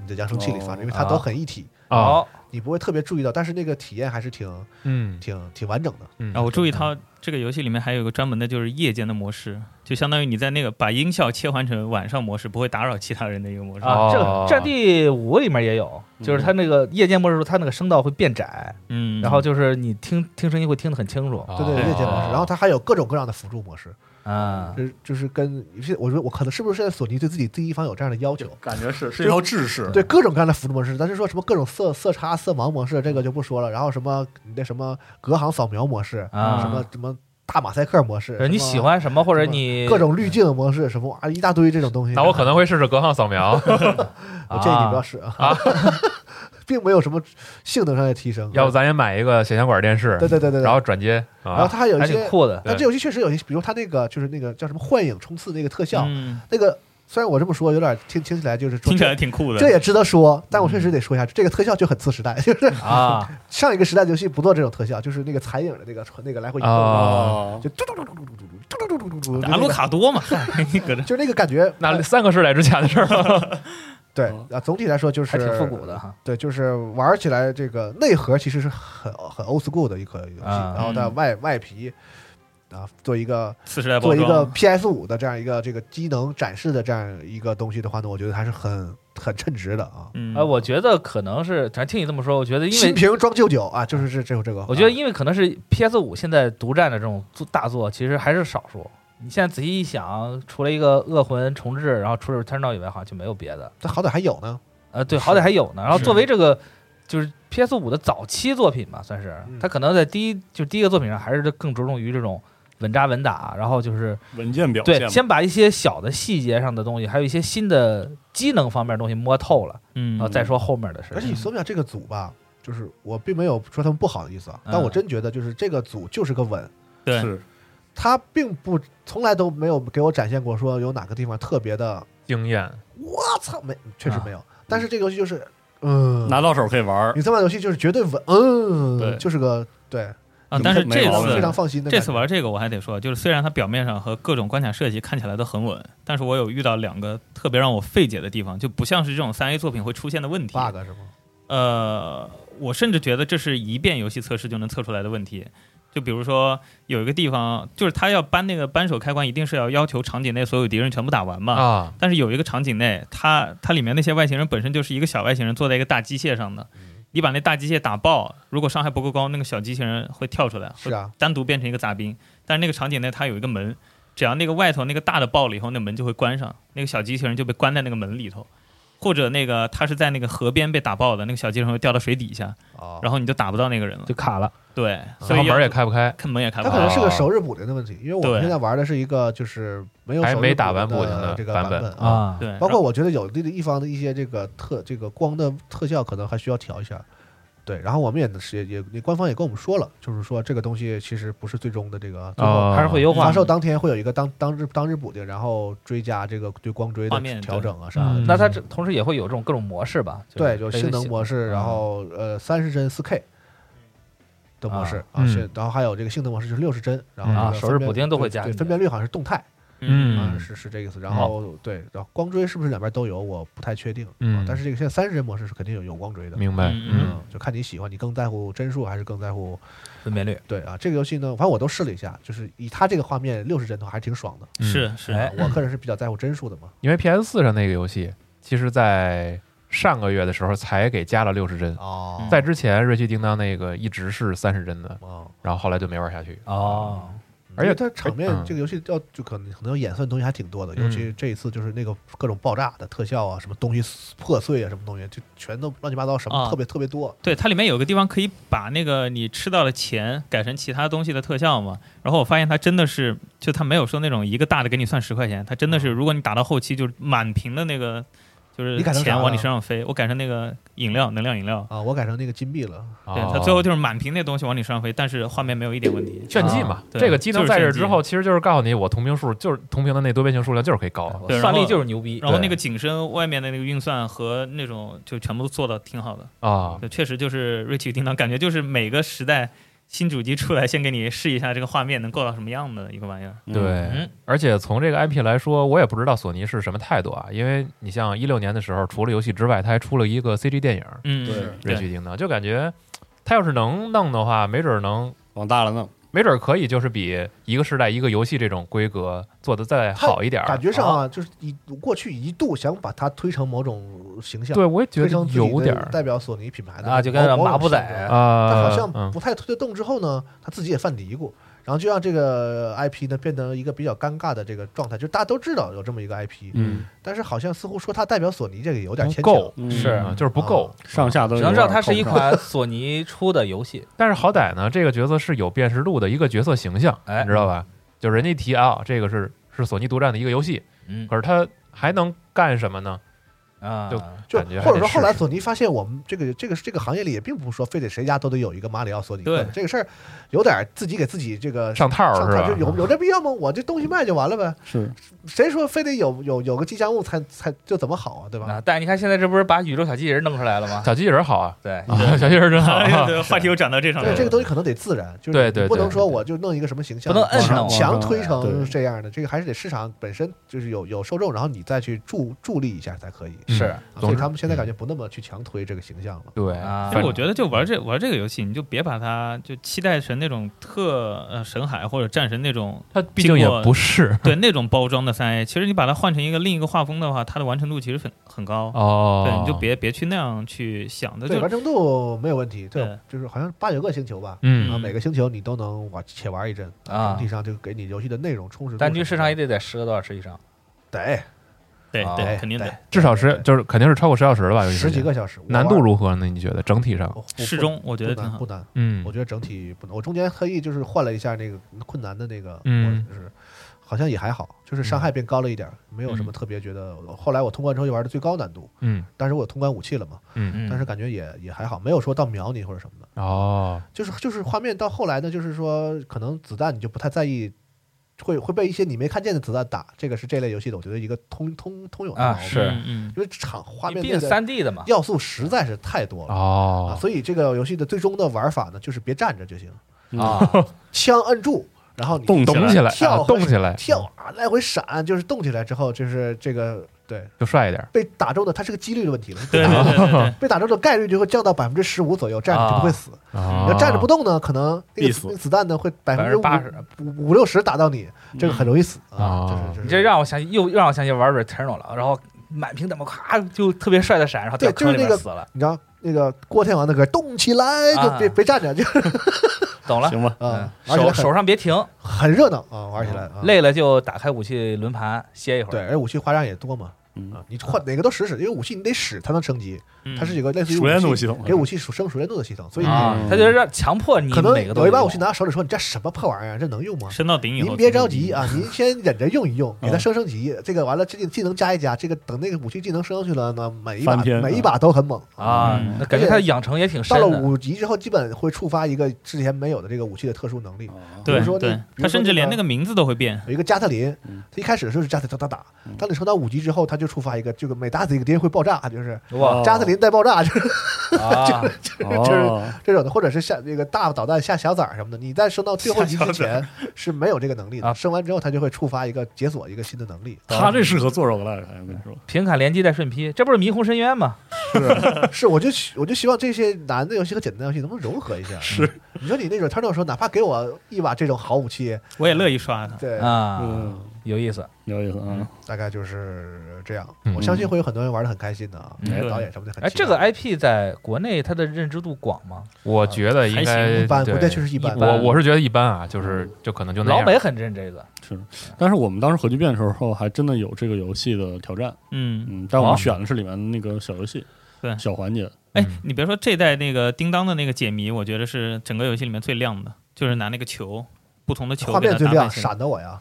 Speaker 3: 你的扬声器里发出来，因为它
Speaker 5: 啊
Speaker 3: 都很一体，
Speaker 4: 啊，
Speaker 5: 好，
Speaker 3: 你不会特别注意到，但是那个体验还是挺
Speaker 4: 嗯
Speaker 3: 挺挺完整的。
Speaker 4: 嗯
Speaker 7: 啊，我注意到这个游戏里面还有一个专门的，就是夜间的模式，就相当于你在那个把音效切换成晚上模式，不会打扰其他人的一个模式。
Speaker 5: 啊，这个
Speaker 4: 哦
Speaker 5: 《战地五》里面也有，
Speaker 3: 嗯
Speaker 5: 就是它那个夜间模式的时候，它那个声道会变窄，
Speaker 7: 嗯，啊
Speaker 5: 然后就是你听听声音会听得很清楚。
Speaker 3: 对对，
Speaker 4: 哦
Speaker 3: 夜间模式，然后它还有各种各样的辅助模式，
Speaker 5: 啊，
Speaker 3: 就是就是跟是我觉得我可能是不是现在索尼对自己第一方有这样的要求？
Speaker 6: 感觉是是一条制式，
Speaker 3: 对各种各样的辅助模式，咱是说什么各种色色差、色盲模式，这个就不说了。然后什么你那什么隔行扫描模式，
Speaker 5: 啊
Speaker 3: 什么什么大马赛克模式，
Speaker 5: 就是你
Speaker 3: 什么
Speaker 5: 喜欢什么或者你
Speaker 3: 各种滤镜模式，什么啊一大堆这种东西。
Speaker 4: 那我可能会试试隔行扫描，
Speaker 3: 我建议你不要试啊，并没有什么性能上的提升。
Speaker 4: 要不咱也买一个显像管电视，
Speaker 3: 对对对对，对
Speaker 4: 然后转接
Speaker 3: 然后
Speaker 4: 啊，
Speaker 3: 它还有一
Speaker 5: 还
Speaker 3: 些
Speaker 5: 挺，酷的。
Speaker 3: 但这游戏确实有一些，比如它那个就是那个叫什么幻影冲刺那个特效，
Speaker 7: 嗯、
Speaker 3: 那个虽然我这么说有点听听起来就是说
Speaker 7: 听起来挺酷的。
Speaker 3: 这也值得说，但我确实得说一下，这个特效就很次时代，就是
Speaker 5: 啊，
Speaker 3: 上一个时代的游戏不做这种特效，就是那个残影的那个那个来回移动，
Speaker 6: 啊
Speaker 3: 啊
Speaker 4: 哦
Speaker 3: 就嘟嘟嘟嘟嘟嘟嘟嘟嘟嘟嘟嘟，
Speaker 7: 阿鲁卡多嘛，搁这
Speaker 3: 就那个感觉，
Speaker 4: 那三个世代之前的事儿了。
Speaker 3: 对啊，总体来说就是
Speaker 5: 还挺复古的哈。
Speaker 3: 对，就是玩起来这个内核其实是很很 old school 的一款游戏，
Speaker 5: 啊
Speaker 3: 然后它外外皮啊做一个
Speaker 7: 次时代包
Speaker 3: 做一个
Speaker 7: 装，
Speaker 3: PS 五的这样一个这个机能展示的这样一个东西的话呢，我觉得还是很很称职的啊。
Speaker 7: 嗯，
Speaker 5: 呃，我觉得可能是，咱听你这么说，我觉得因
Speaker 3: 新
Speaker 5: 为
Speaker 3: 瓶装旧酒啊，就是这这这个，
Speaker 5: 我觉得
Speaker 3: 啊
Speaker 5: 因为可能是 PS 五现在独占的这种作大作，其实还是少数。你现在仔细一想，除了一个《恶魂重置》，然后除了《Returnal》以外，好像就没有别的。
Speaker 3: 它好歹还有呢，
Speaker 5: 呃，对，
Speaker 3: 是
Speaker 5: 好歹还有呢。然后
Speaker 7: 是
Speaker 5: 作为这个就是 PS 五的早期作品吧，算是
Speaker 3: 嗯
Speaker 5: 它可能在第一就第一个作品上还是更着重于这种稳扎稳打，然后就是
Speaker 6: 文件表现
Speaker 5: 对，
Speaker 6: 嘛，
Speaker 5: 先把一些小的细节上的东西，还有一些新的机能方面的东西摸透了，
Speaker 7: 嗯
Speaker 5: 然后再说后面的事
Speaker 3: 而且
Speaker 5: 情
Speaker 3: 你。说不了这个组吧，就是我并没有说他们不好的意思啊，但我
Speaker 5: 嗯
Speaker 3: 真觉得就是这个组就是个稳，
Speaker 7: 对
Speaker 6: 是
Speaker 3: 他并不从来都没有给我展现过说有哪个地方特别的，
Speaker 4: 经验
Speaker 3: 我操，没确实
Speaker 5: 啊
Speaker 3: 没有。但是这个游戏就是，嗯，
Speaker 6: 拿到手可以玩儿
Speaker 3: 你，这款游戏就是绝对稳，嗯，
Speaker 6: 对
Speaker 3: 就是个对，
Speaker 5: 嗯
Speaker 7: 啊，但是
Speaker 6: 没
Speaker 7: 这
Speaker 6: 毛
Speaker 3: 让
Speaker 6: 病
Speaker 3: 人非常
Speaker 7: 次
Speaker 3: 放心的
Speaker 7: 这
Speaker 3: 感觉。
Speaker 7: 次玩这个我还得说，就是虽然它表面上和各种关卡设计看起来都很稳，但是我有遇到两个特别让我费解的地方，就不像是这种三 A 作品会出现的问题。
Speaker 3: bug 是吗？
Speaker 7: 呃，我甚至觉得这是一遍游戏测试就能测出来的问题。就比如说有一个地方，就是他要搬那个扳手开关，一定是要要求场景内所有敌人全部打完嘛。
Speaker 4: 啊，
Speaker 7: 但是有一个场景内，它它里面那些外星人本身就是一个小外星人坐在一个大机械上的，你把那大机械打爆，如果伤害不够高，那个小机器人会跳出来，
Speaker 3: 是啊
Speaker 7: 会单独变成一个杂兵。但是那个场景内它有一个门，只要那个外头那个大的爆了以后，那门就会关上，那个小机器人就被关在那个门里头。或者那个它是在那个河边被打爆的，那个小机器人会掉到水底下，
Speaker 3: 哦，
Speaker 7: 然后你就打不到那个人了
Speaker 5: 就。卡了，
Speaker 7: 对，所
Speaker 4: 然后
Speaker 7: 以要
Speaker 4: 门也开不开，
Speaker 7: 看门也开
Speaker 3: 它
Speaker 7: 不
Speaker 3: 可
Speaker 7: 了。
Speaker 3: 能是个首日补丁的问题，因为我们
Speaker 7: 对
Speaker 3: 现在玩的是一个就是没有
Speaker 4: 还
Speaker 3: 首日
Speaker 4: 没打完补
Speaker 3: 补
Speaker 4: 丁的
Speaker 3: 这个
Speaker 4: 版本
Speaker 3: 本啊。
Speaker 5: 啊，
Speaker 7: 对，
Speaker 3: 包括我觉得有的一方的一些这个特这个光的特效可能还需要调一下，对。然后我们也是也也官方也跟我们说了，就是说这个东西其实不是最终的这个最后
Speaker 4: 啊
Speaker 5: 还是会优化
Speaker 3: 发。售当天会有一个当当日当日补丁，然后追加这个对光追
Speaker 7: 画
Speaker 3: 的
Speaker 7: 面
Speaker 3: 调
Speaker 7: 对
Speaker 3: 整啊啥的。
Speaker 5: 那它这同时也会有这种各种模式吧？就
Speaker 3: 对，
Speaker 5: 是
Speaker 3: 有
Speaker 5: 类似
Speaker 3: 性能
Speaker 5: 于
Speaker 3: 模式，然
Speaker 5: 嗯
Speaker 3: 后呃三十帧四 K 的模式啊，
Speaker 4: 嗯
Speaker 3: 是然后还有这个性能模式就是六十帧，然后
Speaker 4: 嗯啊
Speaker 3: 这个
Speaker 5: 手
Speaker 3: 分
Speaker 5: 势
Speaker 3: 辨
Speaker 5: 补丁都会
Speaker 3: 对
Speaker 5: 加
Speaker 3: 对，
Speaker 5: 进
Speaker 3: 分
Speaker 5: 去
Speaker 3: 辨率好像是动态，啊
Speaker 4: 嗯
Speaker 3: 是是这个意思。然后对，然后光追是不是两边都有，我不太确定，
Speaker 4: 嗯，
Speaker 3: 啊但是这个现在三十帧模式是肯定有有光追的，
Speaker 4: 明白，
Speaker 7: 嗯
Speaker 4: 嗯
Speaker 3: 嗯，就看你喜欢，你更在乎帧数还是更在乎
Speaker 5: 分辨率，
Speaker 3: 对啊？这个游戏呢，反正我都试了一下，就是以它这个画面六十帧的话还挺爽的，
Speaker 4: 嗯
Speaker 7: 是是，
Speaker 5: 哎
Speaker 3: 啊我个人是比较在乎帧数的嘛，
Speaker 4: 因为 PS 四上那个游戏，其实在上个月的时候才给加了六十帧，
Speaker 3: 哦
Speaker 4: 在之前《瑞奇叮当》那个一直是三十帧的，
Speaker 3: 哦，哎
Speaker 4: 然后后来就没玩下去。
Speaker 5: 哦，
Speaker 4: 而
Speaker 3: 因
Speaker 4: 且
Speaker 3: 为它场面
Speaker 4: 嗯
Speaker 3: 这个游戏要就可能可能要演算的东西还挺多的，
Speaker 4: 嗯
Speaker 3: 尤其这一次就是那个各种爆炸的特效啊，什么东西破碎啊，什么东西就全都乱七八糟，什么
Speaker 7: 啊
Speaker 3: 特别特别多。
Speaker 7: 对，它里面有个地方可以把那个你吃到的钱改成其他东西的特效嘛。然后我发现它真的是，就它没有说那种一个大的给你算十块钱，它真的是，如果你打到后期就是满屏的那个，就是
Speaker 3: 你改成啥
Speaker 7: 钱
Speaker 3: 了
Speaker 7: 往你身上飞。我改成那个饮料，能量饮料。
Speaker 3: 啊，我改成那个金币了，
Speaker 4: 对
Speaker 7: 对，它最后就是满屏那东西往你身上飞，但是画面没有一点问题。
Speaker 4: 炫技嘛，
Speaker 7: 啊对
Speaker 4: 这个机能在这
Speaker 7: 就是炫
Speaker 4: 之
Speaker 7: 技
Speaker 4: 后，其实就是告诉你，我同屏数就是同屏的那多边形数量就是可以高。
Speaker 5: 我
Speaker 7: 对然
Speaker 5: 算力
Speaker 7: 后
Speaker 5: 就是牛逼。
Speaker 7: 然后
Speaker 4: 对
Speaker 7: 那个景深外面的那个运算和那种就全部做的挺好的，
Speaker 4: 啊，
Speaker 7: 对，确实就是瑞奇叮当，感觉就是每个时代新主机出来，先给你试一下这个画面能够到什么样的一个玩意儿。
Speaker 6: 嗯
Speaker 4: 对
Speaker 7: 嗯，
Speaker 4: 而且从这个 IP 来说，我也不知道索尼是什么态度啊，因为你像一六年的时候，除了游戏之外，它还出了一个 CG 电影
Speaker 7: 嗯，
Speaker 6: 对
Speaker 4: 《人
Speaker 7: 对
Speaker 4: 血叮当》，就感觉它要是能弄的话，没准能，
Speaker 6: 往大了弄，
Speaker 4: 没准可以就是比一个时代一个游戏这种规格做的再好一点儿。
Speaker 3: 感觉上啊，就是一过去一度想把它推成某种形象，
Speaker 4: 对，我也觉
Speaker 3: 推
Speaker 4: 得
Speaker 3: 成自己
Speaker 4: 有
Speaker 3: 的
Speaker 4: 点儿
Speaker 3: 代表索尼品牌的
Speaker 5: 啊就跟
Speaker 3: 某
Speaker 5: 马布仔，
Speaker 3: 某种形状
Speaker 4: 啊，
Speaker 3: 但好
Speaker 4: 嗯
Speaker 3: 像不太推得动之后呢，他自己也犯嘀咕，然后就让这个 IP 呢变成一个比较尴尬的这个状态，就是大家都知道有这么一个 IP，
Speaker 6: 嗯，
Speaker 3: 但是好像似乎说它代表索尼这个有点
Speaker 4: 不
Speaker 3: 牵强，啊
Speaker 4: 够
Speaker 6: 嗯
Speaker 5: 是
Speaker 4: 嗯就是不够。
Speaker 6: 上下都
Speaker 5: 只
Speaker 6: 有
Speaker 5: 能知道它是一
Speaker 6: 点扣不上
Speaker 5: 款索尼出的游戏。
Speaker 4: 但是好歹呢，这个角色是有辨识度的一个角色形象，
Speaker 5: 哎
Speaker 4: 你知道吧？就人家一提啊，这个是是索尼独占的一个游戏，
Speaker 5: 嗯
Speaker 4: 可是他还能干什么呢？
Speaker 5: 啊，
Speaker 4: 就
Speaker 3: 就
Speaker 4: 感觉还
Speaker 3: 或者
Speaker 4: 得
Speaker 3: 说后来
Speaker 4: 试试
Speaker 3: 索尼发现我们这个这个这个行业里也并不是说非得谁家都得有一个马里奥索尼克
Speaker 7: 对
Speaker 3: 这个事儿，有点自己给自己这个
Speaker 4: 上套儿
Speaker 3: 上
Speaker 4: 是
Speaker 3: 套
Speaker 4: 吧？
Speaker 3: 就有有这必要吗？我这东西卖就完了呗，
Speaker 6: 是
Speaker 3: 谁说非得有有有个吉祥物才才就怎么好啊，对吧？
Speaker 5: 啊，但是你看现在这不是把宇宙小机器人弄出来了吗？
Speaker 4: 小机器人好啊，
Speaker 5: 对，
Speaker 4: 啊 小机器人真好
Speaker 7: 哎
Speaker 4: 啊
Speaker 7: 对，话题又转到这上
Speaker 3: 对
Speaker 7: 面
Speaker 3: 这
Speaker 7: 了。
Speaker 3: 个东西可能得自然，就是
Speaker 4: 对对
Speaker 3: 你不能
Speaker 4: 对
Speaker 3: 说我就弄一个什么形象，
Speaker 5: 不能摁
Speaker 3: 强
Speaker 5: 上
Speaker 3: 强
Speaker 6: 往上
Speaker 3: 推成
Speaker 6: 对
Speaker 3: 这样的，这个还是得市场本身就是有有受众，然后你再去助助力一下才可以。
Speaker 4: 嗯
Speaker 5: 是
Speaker 3: 啊
Speaker 4: 总
Speaker 3: 所以
Speaker 4: 之嗯
Speaker 3: 他们现在感觉不那么去强推这个形象了。
Speaker 4: 对
Speaker 5: 啊
Speaker 7: 其
Speaker 4: 反
Speaker 7: 实我觉得，就玩这玩这个游戏，你就别把它就期待成那种特呃神海或者战神那种
Speaker 4: 他毕竟也不是
Speaker 7: 对那种包装的三 A。其实你把它换成一个另一个画风的话，它的完成度其实很很高。
Speaker 4: 哦，
Speaker 7: 对，你就别别去那样去想的，
Speaker 3: 对
Speaker 7: 就
Speaker 3: 完成度没有问题，对
Speaker 7: 对，
Speaker 3: 就是好像八九个星球吧，啊，
Speaker 4: 嗯，
Speaker 3: 每个星球你都能玩且玩一阵，
Speaker 5: 啊
Speaker 3: 整体上就给你游戏的内容充实度什么的。
Speaker 5: 单局时长也得在十个多小时以上。
Speaker 3: 得
Speaker 7: 对
Speaker 5: 啊
Speaker 7: 对，肯定得
Speaker 3: 得
Speaker 4: 至少十就是肯定是超过十小时了吧？有一
Speaker 3: 十几
Speaker 4: 些
Speaker 3: 个小时，我
Speaker 4: 难
Speaker 3: 玩
Speaker 4: 度如何呢？你觉得整体上？
Speaker 3: 我不
Speaker 7: 适
Speaker 3: 不
Speaker 7: 中，我觉
Speaker 3: 不
Speaker 7: 得挺
Speaker 3: 难
Speaker 7: 好
Speaker 3: 不。难，
Speaker 4: 嗯
Speaker 3: 我觉得整体不能。我中间特意就是换了一下那个困难的那个模
Speaker 4: 嗯
Speaker 3: 式，是好像也还好，就是伤害
Speaker 5: 嗯
Speaker 3: 变高了一点儿，没有什么特别觉得。后来我通关之后就玩的最高难度，
Speaker 4: 嗯
Speaker 3: 但是我有通关武器了嘛，
Speaker 4: 嗯
Speaker 5: 嗯，
Speaker 3: 但是感觉也也还好，没有说到秒你或者什么的。
Speaker 4: 哦，
Speaker 3: 就是就是画面到后来呢，就是说可能子弹你就不太在意。会会被一些你没看见的子弹打，这个是这类游戏的，我觉得一个通通通有的
Speaker 5: 啊
Speaker 3: 毛病，
Speaker 5: 是
Speaker 7: 嗯嗯，
Speaker 3: 因为场画
Speaker 5: 你
Speaker 3: 面
Speaker 5: 毕
Speaker 3: 内
Speaker 5: 竟
Speaker 3: 的
Speaker 5: 三 D 的嘛，
Speaker 3: 要素实在是太多了、啊，
Speaker 4: 哦，
Speaker 3: 所以这个游戏的最终的玩法呢，就是别站着就行，
Speaker 5: 啊，
Speaker 3: 枪摁住，然后你
Speaker 6: 动
Speaker 4: 动起
Speaker 6: 起
Speaker 4: 来，
Speaker 3: 跳
Speaker 4: 啊
Speaker 3: 和
Speaker 4: 动起来，
Speaker 3: 跳啊，来回闪，就是动起来之后，就是这个对
Speaker 4: 就帅一点。
Speaker 3: 被打中的，它是个几率的问题了。
Speaker 7: 对对对对对，
Speaker 3: 被打中的概率就会降到百分之十五左右，站着就不会死。
Speaker 4: 你
Speaker 3: 你要站
Speaker 4: 哦
Speaker 3: 着不动呢，可能那
Speaker 6: 啊必
Speaker 3: 个
Speaker 6: 死
Speaker 3: 那个子弹呢会百分之
Speaker 5: 80%
Speaker 3: 五五五六十打到你，
Speaker 6: 嗯
Speaker 3: 这个很容易死
Speaker 4: 啊
Speaker 3: 啊。就是就是
Speaker 5: 你这让我想起又让我想起玩 Returnal 了，然后满屏怎么咔就特别帅的闪，然后掉
Speaker 3: 对就是
Speaker 5: 坑里
Speaker 3: 那
Speaker 5: 面
Speaker 3: 个
Speaker 5: 死了。
Speaker 3: 你知道那个郭天王的歌动起来，就别
Speaker 5: 啊
Speaker 3: 别站着，就
Speaker 5: 懂了，
Speaker 6: 行吧，
Speaker 5: 嗯
Speaker 3: 啊，，玩起
Speaker 5: 手
Speaker 3: 来很
Speaker 5: 手上别停，
Speaker 3: 很热闹啊，玩起来啊。
Speaker 5: 累了就打开武器轮盘歇一会儿。
Speaker 3: 对，哎而且武器花样也多嘛。
Speaker 6: 嗯
Speaker 3: 啊，你换哪个都使使，因为武器你得使才能升级，
Speaker 7: 嗯
Speaker 3: 它是有个类似于
Speaker 6: 熟练度
Speaker 3: 武
Speaker 6: 系统啊
Speaker 3: 给武器属生熟练度的系统，所以你
Speaker 5: 啊
Speaker 6: 嗯，
Speaker 5: 他就是让强迫你
Speaker 3: 可能
Speaker 5: 每个都
Speaker 3: 有一把武器
Speaker 5: 用
Speaker 3: 拿到手里说：“你这什么破玩意儿，这能用吗
Speaker 7: 升到？”顶以后，
Speaker 3: 您别着急啊，您先忍着用一用，给它
Speaker 6: 嗯
Speaker 3: 升升级。这个完了，这个技能加一加，这个等那个武器技能升上去了呢，每一把
Speaker 6: 翻篇
Speaker 3: 每一把都很猛。
Speaker 5: 啊
Speaker 7: 嗯，
Speaker 5: 那感觉他的养成也挺
Speaker 3: 到
Speaker 5: 深
Speaker 3: 了
Speaker 5: 的。
Speaker 3: 五级之后，基本会触发一个之前没有的这个武器的特殊能力。啊比
Speaker 7: 对
Speaker 3: 如说那
Speaker 7: 对
Speaker 3: 比，如说
Speaker 7: 他甚至
Speaker 3: 那
Speaker 7: 连
Speaker 3: 个
Speaker 7: 那个名字都会变。
Speaker 3: 有一个加特林
Speaker 6: 嗯，
Speaker 3: 他一开始就是加特打打打，当你升到五级之后，他就触发一个这个每打死一个敌人会爆炸，就是
Speaker 5: 哇
Speaker 3: 加特林带爆炸，啊 就是
Speaker 5: 啊，
Speaker 6: 哦，，
Speaker 3: 这种的，或者是下那个大导弹下小崽儿什么的，你在升到最后级之前是没有这个能力
Speaker 5: 啊
Speaker 3: 的，升完之后它就会触发一个解锁一个新的能力
Speaker 6: 他这适合做 roguelike，我跟你说，
Speaker 5: 平砍连击带顺劈，这不是迷宫深渊吗？
Speaker 3: 是我就希我就希望这些难的游戏和简单游戏能不能融合一下？是，你说你那种他那种说，哪怕给我一把这种好武器，
Speaker 7: 我也乐意刷它。
Speaker 3: 对，
Speaker 5: 啊，
Speaker 6: 嗯，
Speaker 5: 有意思。
Speaker 6: 有意思啊，
Speaker 3: 大概就是这样
Speaker 4: 嗯。
Speaker 3: 我相信会有很多人玩的很开心的啊，
Speaker 5: 嗯
Speaker 3: 导演什么的很
Speaker 5: 哎，
Speaker 3: 期
Speaker 5: 这个
Speaker 3: 待
Speaker 5: IP 在国内它的认知度广吗？
Speaker 4: 我觉得应
Speaker 7: 还
Speaker 4: 该
Speaker 7: 行
Speaker 3: 一般，
Speaker 4: 对
Speaker 3: 国内确实一般嗯
Speaker 5: 一。般
Speaker 4: 我我是觉得一般啊，就是就可能就那
Speaker 5: 老
Speaker 4: 样。
Speaker 5: 美很认这个
Speaker 6: 但是我们当时核聚变的时候，还真的有这个游戏的挑战，
Speaker 7: 嗯，
Speaker 6: 嗯，但我
Speaker 5: 哦
Speaker 6: 们选的是里面那个小游戏，
Speaker 7: 对
Speaker 6: 小环节，
Speaker 7: 哎
Speaker 4: 嗯，
Speaker 7: 你别说这代那个叮当的那个解谜，我觉得是整个游戏里面最亮的，就是拿那个球。不同的球
Speaker 3: 画
Speaker 7: 给
Speaker 3: 面
Speaker 7: 它
Speaker 3: 最
Speaker 7: 打
Speaker 3: 亮，
Speaker 7: 扮成
Speaker 3: 闪的我呀！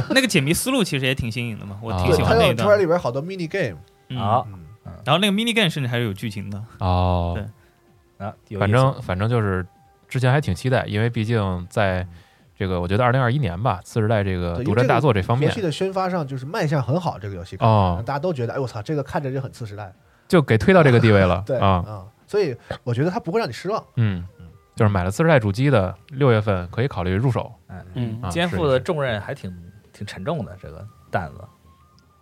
Speaker 7: 那个解谜思路其实也挺新颖的嘛，我
Speaker 4: 啊
Speaker 7: 挺
Speaker 3: 对，
Speaker 7: 喜
Speaker 3: 它
Speaker 7: 欢那
Speaker 3: 有
Speaker 7: 一
Speaker 3: 它
Speaker 7: 段。
Speaker 3: 里边好多 mini game，
Speaker 7: 嗯
Speaker 5: 啊
Speaker 3: 嗯，
Speaker 7: 然后那个 mini game 甚至还是有剧情的。
Speaker 4: 哦，
Speaker 7: 对
Speaker 5: 啊，有意思
Speaker 4: 反正反正就是之前还挺期待，因为毕竟在这个我觉得二零二一年吧，次时代这个
Speaker 3: 对因为
Speaker 4: 独占大作这方面
Speaker 3: 游戏的宣发上就是卖相很好，这个游戏
Speaker 4: 哦，
Speaker 3: 大家都觉得，哎我操，这个看着就很次时代，
Speaker 4: 就给推到这个地位了
Speaker 3: 对
Speaker 4: 啊，
Speaker 3: 所以我觉得它不会让你失望。
Speaker 4: 嗯
Speaker 3: 嗯。
Speaker 4: 就是买了次世代主机的，六月份可以考虑入手。
Speaker 6: 嗯
Speaker 4: 啊、
Speaker 5: 哎肩
Speaker 4: 试
Speaker 5: 负
Speaker 4: 一
Speaker 5: 的
Speaker 4: 试
Speaker 5: 重任还挺挺沉重的，这个担子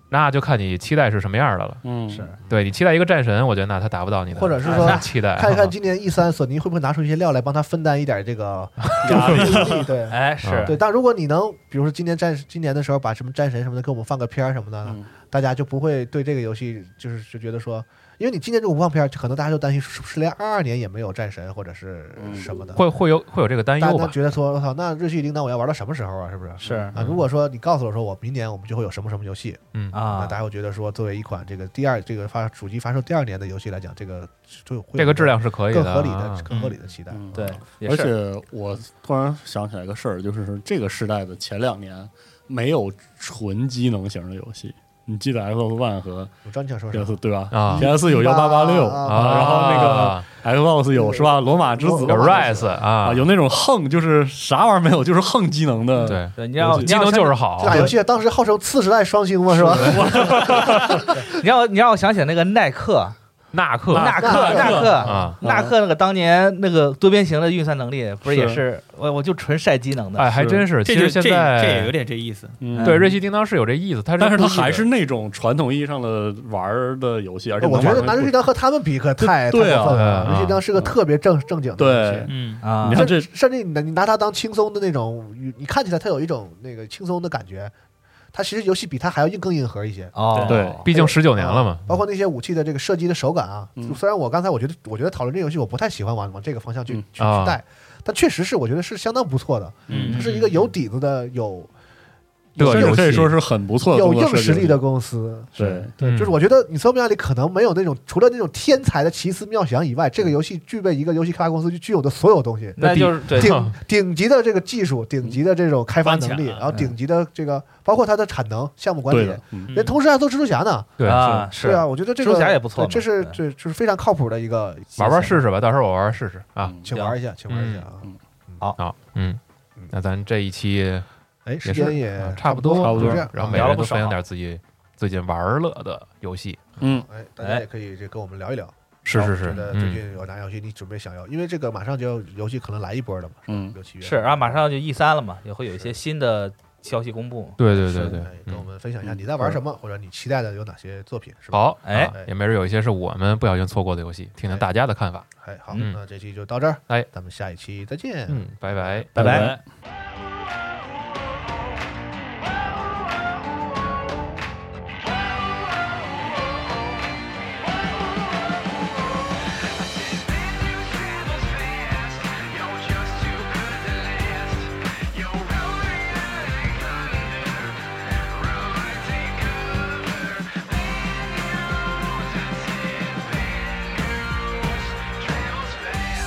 Speaker 4: 那就看你期待是什么样的了。
Speaker 6: 嗯
Speaker 5: 是
Speaker 4: 对你期待一个战神，我觉得那他达不到你的，
Speaker 3: 或者是
Speaker 4: 啊
Speaker 3: 说
Speaker 4: 那期待
Speaker 3: 看一看今年 E 三索尼会不会拿出一些料来帮他分担一点这个压力？ 对
Speaker 5: 哎是
Speaker 3: 啊对，但如果你能，比如说今年战今年的时候把什么战神什么的给我们放个片儿什么的，
Speaker 6: 嗯
Speaker 3: 大家就不会对这个游戏就是就觉得说，因为你今年如果不放片儿，可能大家就担心是不是连二二年也没有战神或者是什么的，
Speaker 4: 会会有会有这个担
Speaker 3: 大
Speaker 4: 忧
Speaker 3: 家
Speaker 4: 吧？
Speaker 3: 觉得说我操，那日系铃铛我要玩到什么时候啊？是不是？
Speaker 5: 是
Speaker 3: 啊，如果说你告诉我说我明年我们就会有什么什么游戏，
Speaker 4: 嗯
Speaker 3: 那
Speaker 5: 啊
Speaker 3: 大，家会觉得说，作为一款这个第二这个发主机发售第二年的游戏来讲，这个就会有
Speaker 4: 这个质量是可以
Speaker 3: 更
Speaker 4: 的，
Speaker 3: 合理
Speaker 4: 啊
Speaker 3: 的、更合理的期待。
Speaker 6: 嗯
Speaker 5: 对，也
Speaker 6: 而
Speaker 5: 是
Speaker 6: 且我突然想起来一个事儿，就是这个时代的前两年没有纯机能型的游戏，你记得 Xbox One 和
Speaker 3: 我知道你想说什
Speaker 6: PS
Speaker 3: 么，
Speaker 6: 对吧
Speaker 4: 啊
Speaker 6: ？PS 有幺八八六，
Speaker 3: 啊
Speaker 4: 啊，
Speaker 6: 然后那个 Xbox 有是吧？罗马之子
Speaker 4: 有 Rise 啊
Speaker 6: 啊，，有那嗯种横就是啥玩意儿没有，就是横机能的。
Speaker 4: 对，
Speaker 5: 对你要
Speaker 6: 技
Speaker 5: 你
Speaker 4: 技
Speaker 5: 要
Speaker 4: 能就是
Speaker 5: 想
Speaker 4: 好
Speaker 3: 这，俩游戏当时号称次时代双星嘛，是吧？
Speaker 5: 你要你要想起那个耐克
Speaker 4: 纳啊克
Speaker 5: 耐克嗯
Speaker 3: 纳克
Speaker 5: 耐克
Speaker 4: 啊，
Speaker 5: 耐克那个当年那个多边形的运算能力，不是也
Speaker 6: 是
Speaker 5: 是我我就纯晒机能的，
Speaker 4: 哎，还
Speaker 6: 是
Speaker 4: 真是。其
Speaker 7: 这就
Speaker 4: 实现
Speaker 7: 这这也有
Speaker 4: 在
Speaker 7: 点这意思。
Speaker 6: 嗯
Speaker 4: 对瑞希叮当是有这意思，它
Speaker 6: 但是它
Speaker 4: 它
Speaker 6: 还是那种传统意义上的玩儿的游戏，而且
Speaker 3: 我觉
Speaker 6: 能玩
Speaker 3: 得
Speaker 6: 得
Speaker 3: 拿
Speaker 6: 过
Speaker 3: 游戏当和他们比可太太过
Speaker 6: 对
Speaker 3: 分
Speaker 6: 啊
Speaker 3: 了。
Speaker 4: 对啊
Speaker 3: 游戏当是个特别正正经的游戏
Speaker 6: 对，
Speaker 7: 嗯，
Speaker 5: 啊
Speaker 6: 你，看这
Speaker 3: 甚甚至你拿你拿它当轻松的那种，你看起来它有一种那个轻松的感觉，它其实游戏比它还要硬更硬核一些。
Speaker 5: 哦
Speaker 6: 对
Speaker 4: 毕竟十九年了嘛，
Speaker 3: 包括那些武器的这个射击的手感啊，
Speaker 6: 嗯
Speaker 3: 虽然我刚才我觉得我觉得讨论这个游戏我不太喜欢往往这个方向去、
Speaker 6: 嗯
Speaker 3: 去
Speaker 4: 啊
Speaker 3: 去带，但确实是我觉得是相当不错的，
Speaker 6: 嗯
Speaker 3: 它是一个有底子的、有
Speaker 4: 这
Speaker 6: 甚
Speaker 4: 游
Speaker 6: 至可以
Speaker 4: 戏
Speaker 6: 说是很不错的
Speaker 3: 有
Speaker 6: 动作
Speaker 3: 硬
Speaker 6: 设计
Speaker 3: 实力
Speaker 6: 游戏
Speaker 3: 的公司。
Speaker 6: 对。
Speaker 3: 对，
Speaker 4: 嗯
Speaker 3: 就是我觉得你搜不亚里可能没有那种除了那种天才的奇思妙想以
Speaker 6: 嗯
Speaker 3: 外，这个游戏具备一个游戏开发公司具有的所有东西，
Speaker 5: 那就是对
Speaker 3: 顶顶级的这个技术、顶级的这种开发能力，
Speaker 7: 关卡
Speaker 3: 然后顶级的这个包括它的产能、项目管
Speaker 6: 嗯对
Speaker 3: 理
Speaker 6: 的，，嗯
Speaker 3: 人同时还做蜘蛛侠呢。
Speaker 4: 对
Speaker 5: 啊
Speaker 3: 对啊，我觉得这个
Speaker 5: 蜘蛛侠也不错嘛
Speaker 3: 对这是
Speaker 5: 对
Speaker 3: 这就是非常靠谱的一个
Speaker 4: 玩玩试试吧，到时候我玩玩试试啊。
Speaker 6: 嗯
Speaker 3: 请玩一下，请玩一下啊！
Speaker 4: 好，嗯，那咱这一期
Speaker 3: 哎，时
Speaker 4: 是
Speaker 3: 间也
Speaker 4: 啊
Speaker 3: 差
Speaker 4: 差不多
Speaker 6: 差不多
Speaker 3: 就这样。
Speaker 4: 然后
Speaker 3: 啊
Speaker 4: 每个
Speaker 5: 聊了
Speaker 4: 人
Speaker 5: 不
Speaker 4: 都分享
Speaker 5: 少
Speaker 4: 点自己最近玩乐的游戏，
Speaker 6: 嗯，
Speaker 3: 哎，大家也可以这跟我们聊一聊。
Speaker 4: 是
Speaker 3: 觉
Speaker 4: 是是
Speaker 3: 得，最
Speaker 4: 嗯，
Speaker 3: 近有哪游戏你准备想要？因为这个马上就要游戏可能来一波了嘛，是吧
Speaker 6: 嗯
Speaker 3: 六七月
Speaker 4: 啊
Speaker 3: 哎
Speaker 5: 是，然后马上就 E 三了嘛，也会有一些新的消息公布。
Speaker 4: 对对对
Speaker 6: 是
Speaker 4: 对
Speaker 3: 哎，跟我
Speaker 4: 嗯，
Speaker 3: 们分享一下你在玩什么，或者你期待的有哪些作品，是吧？
Speaker 4: 好，
Speaker 5: 哎
Speaker 4: 啊也没准有一些是我们不小心错过的游戏，听听大家的看法，
Speaker 3: 哎，好，
Speaker 4: 嗯
Speaker 3: 那这期就到这儿，
Speaker 4: 哎
Speaker 3: 咱们下一期再见，
Speaker 4: 嗯，拜拜。
Speaker 5: 拜拜。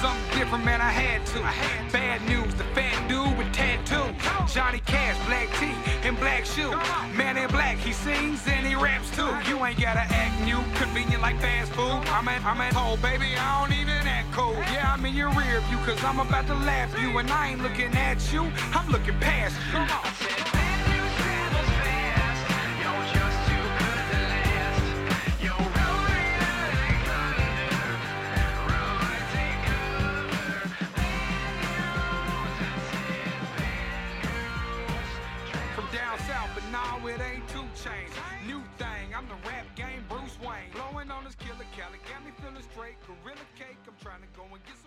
Speaker 8: Something different, man, I had to. Bad news, the fat dude with tattoos. Johnny Cash, black tee and black shoe. Man in black, he sings and he raps too. You ain't gotta act new, convenient like fast food. I'm at, I'm at home, baby, I don't even act cool. Yeah, I'm in your rear view, cause I'm about to laugh you. And I ain't looking at you, I'm looking past you. from down south, but now it ain't two chains. New thing, I'm the rap game, Bruce Wayne. Blowing on this killer Kelly, got me feeling straight. Gorilla cake, I'm trying to go and get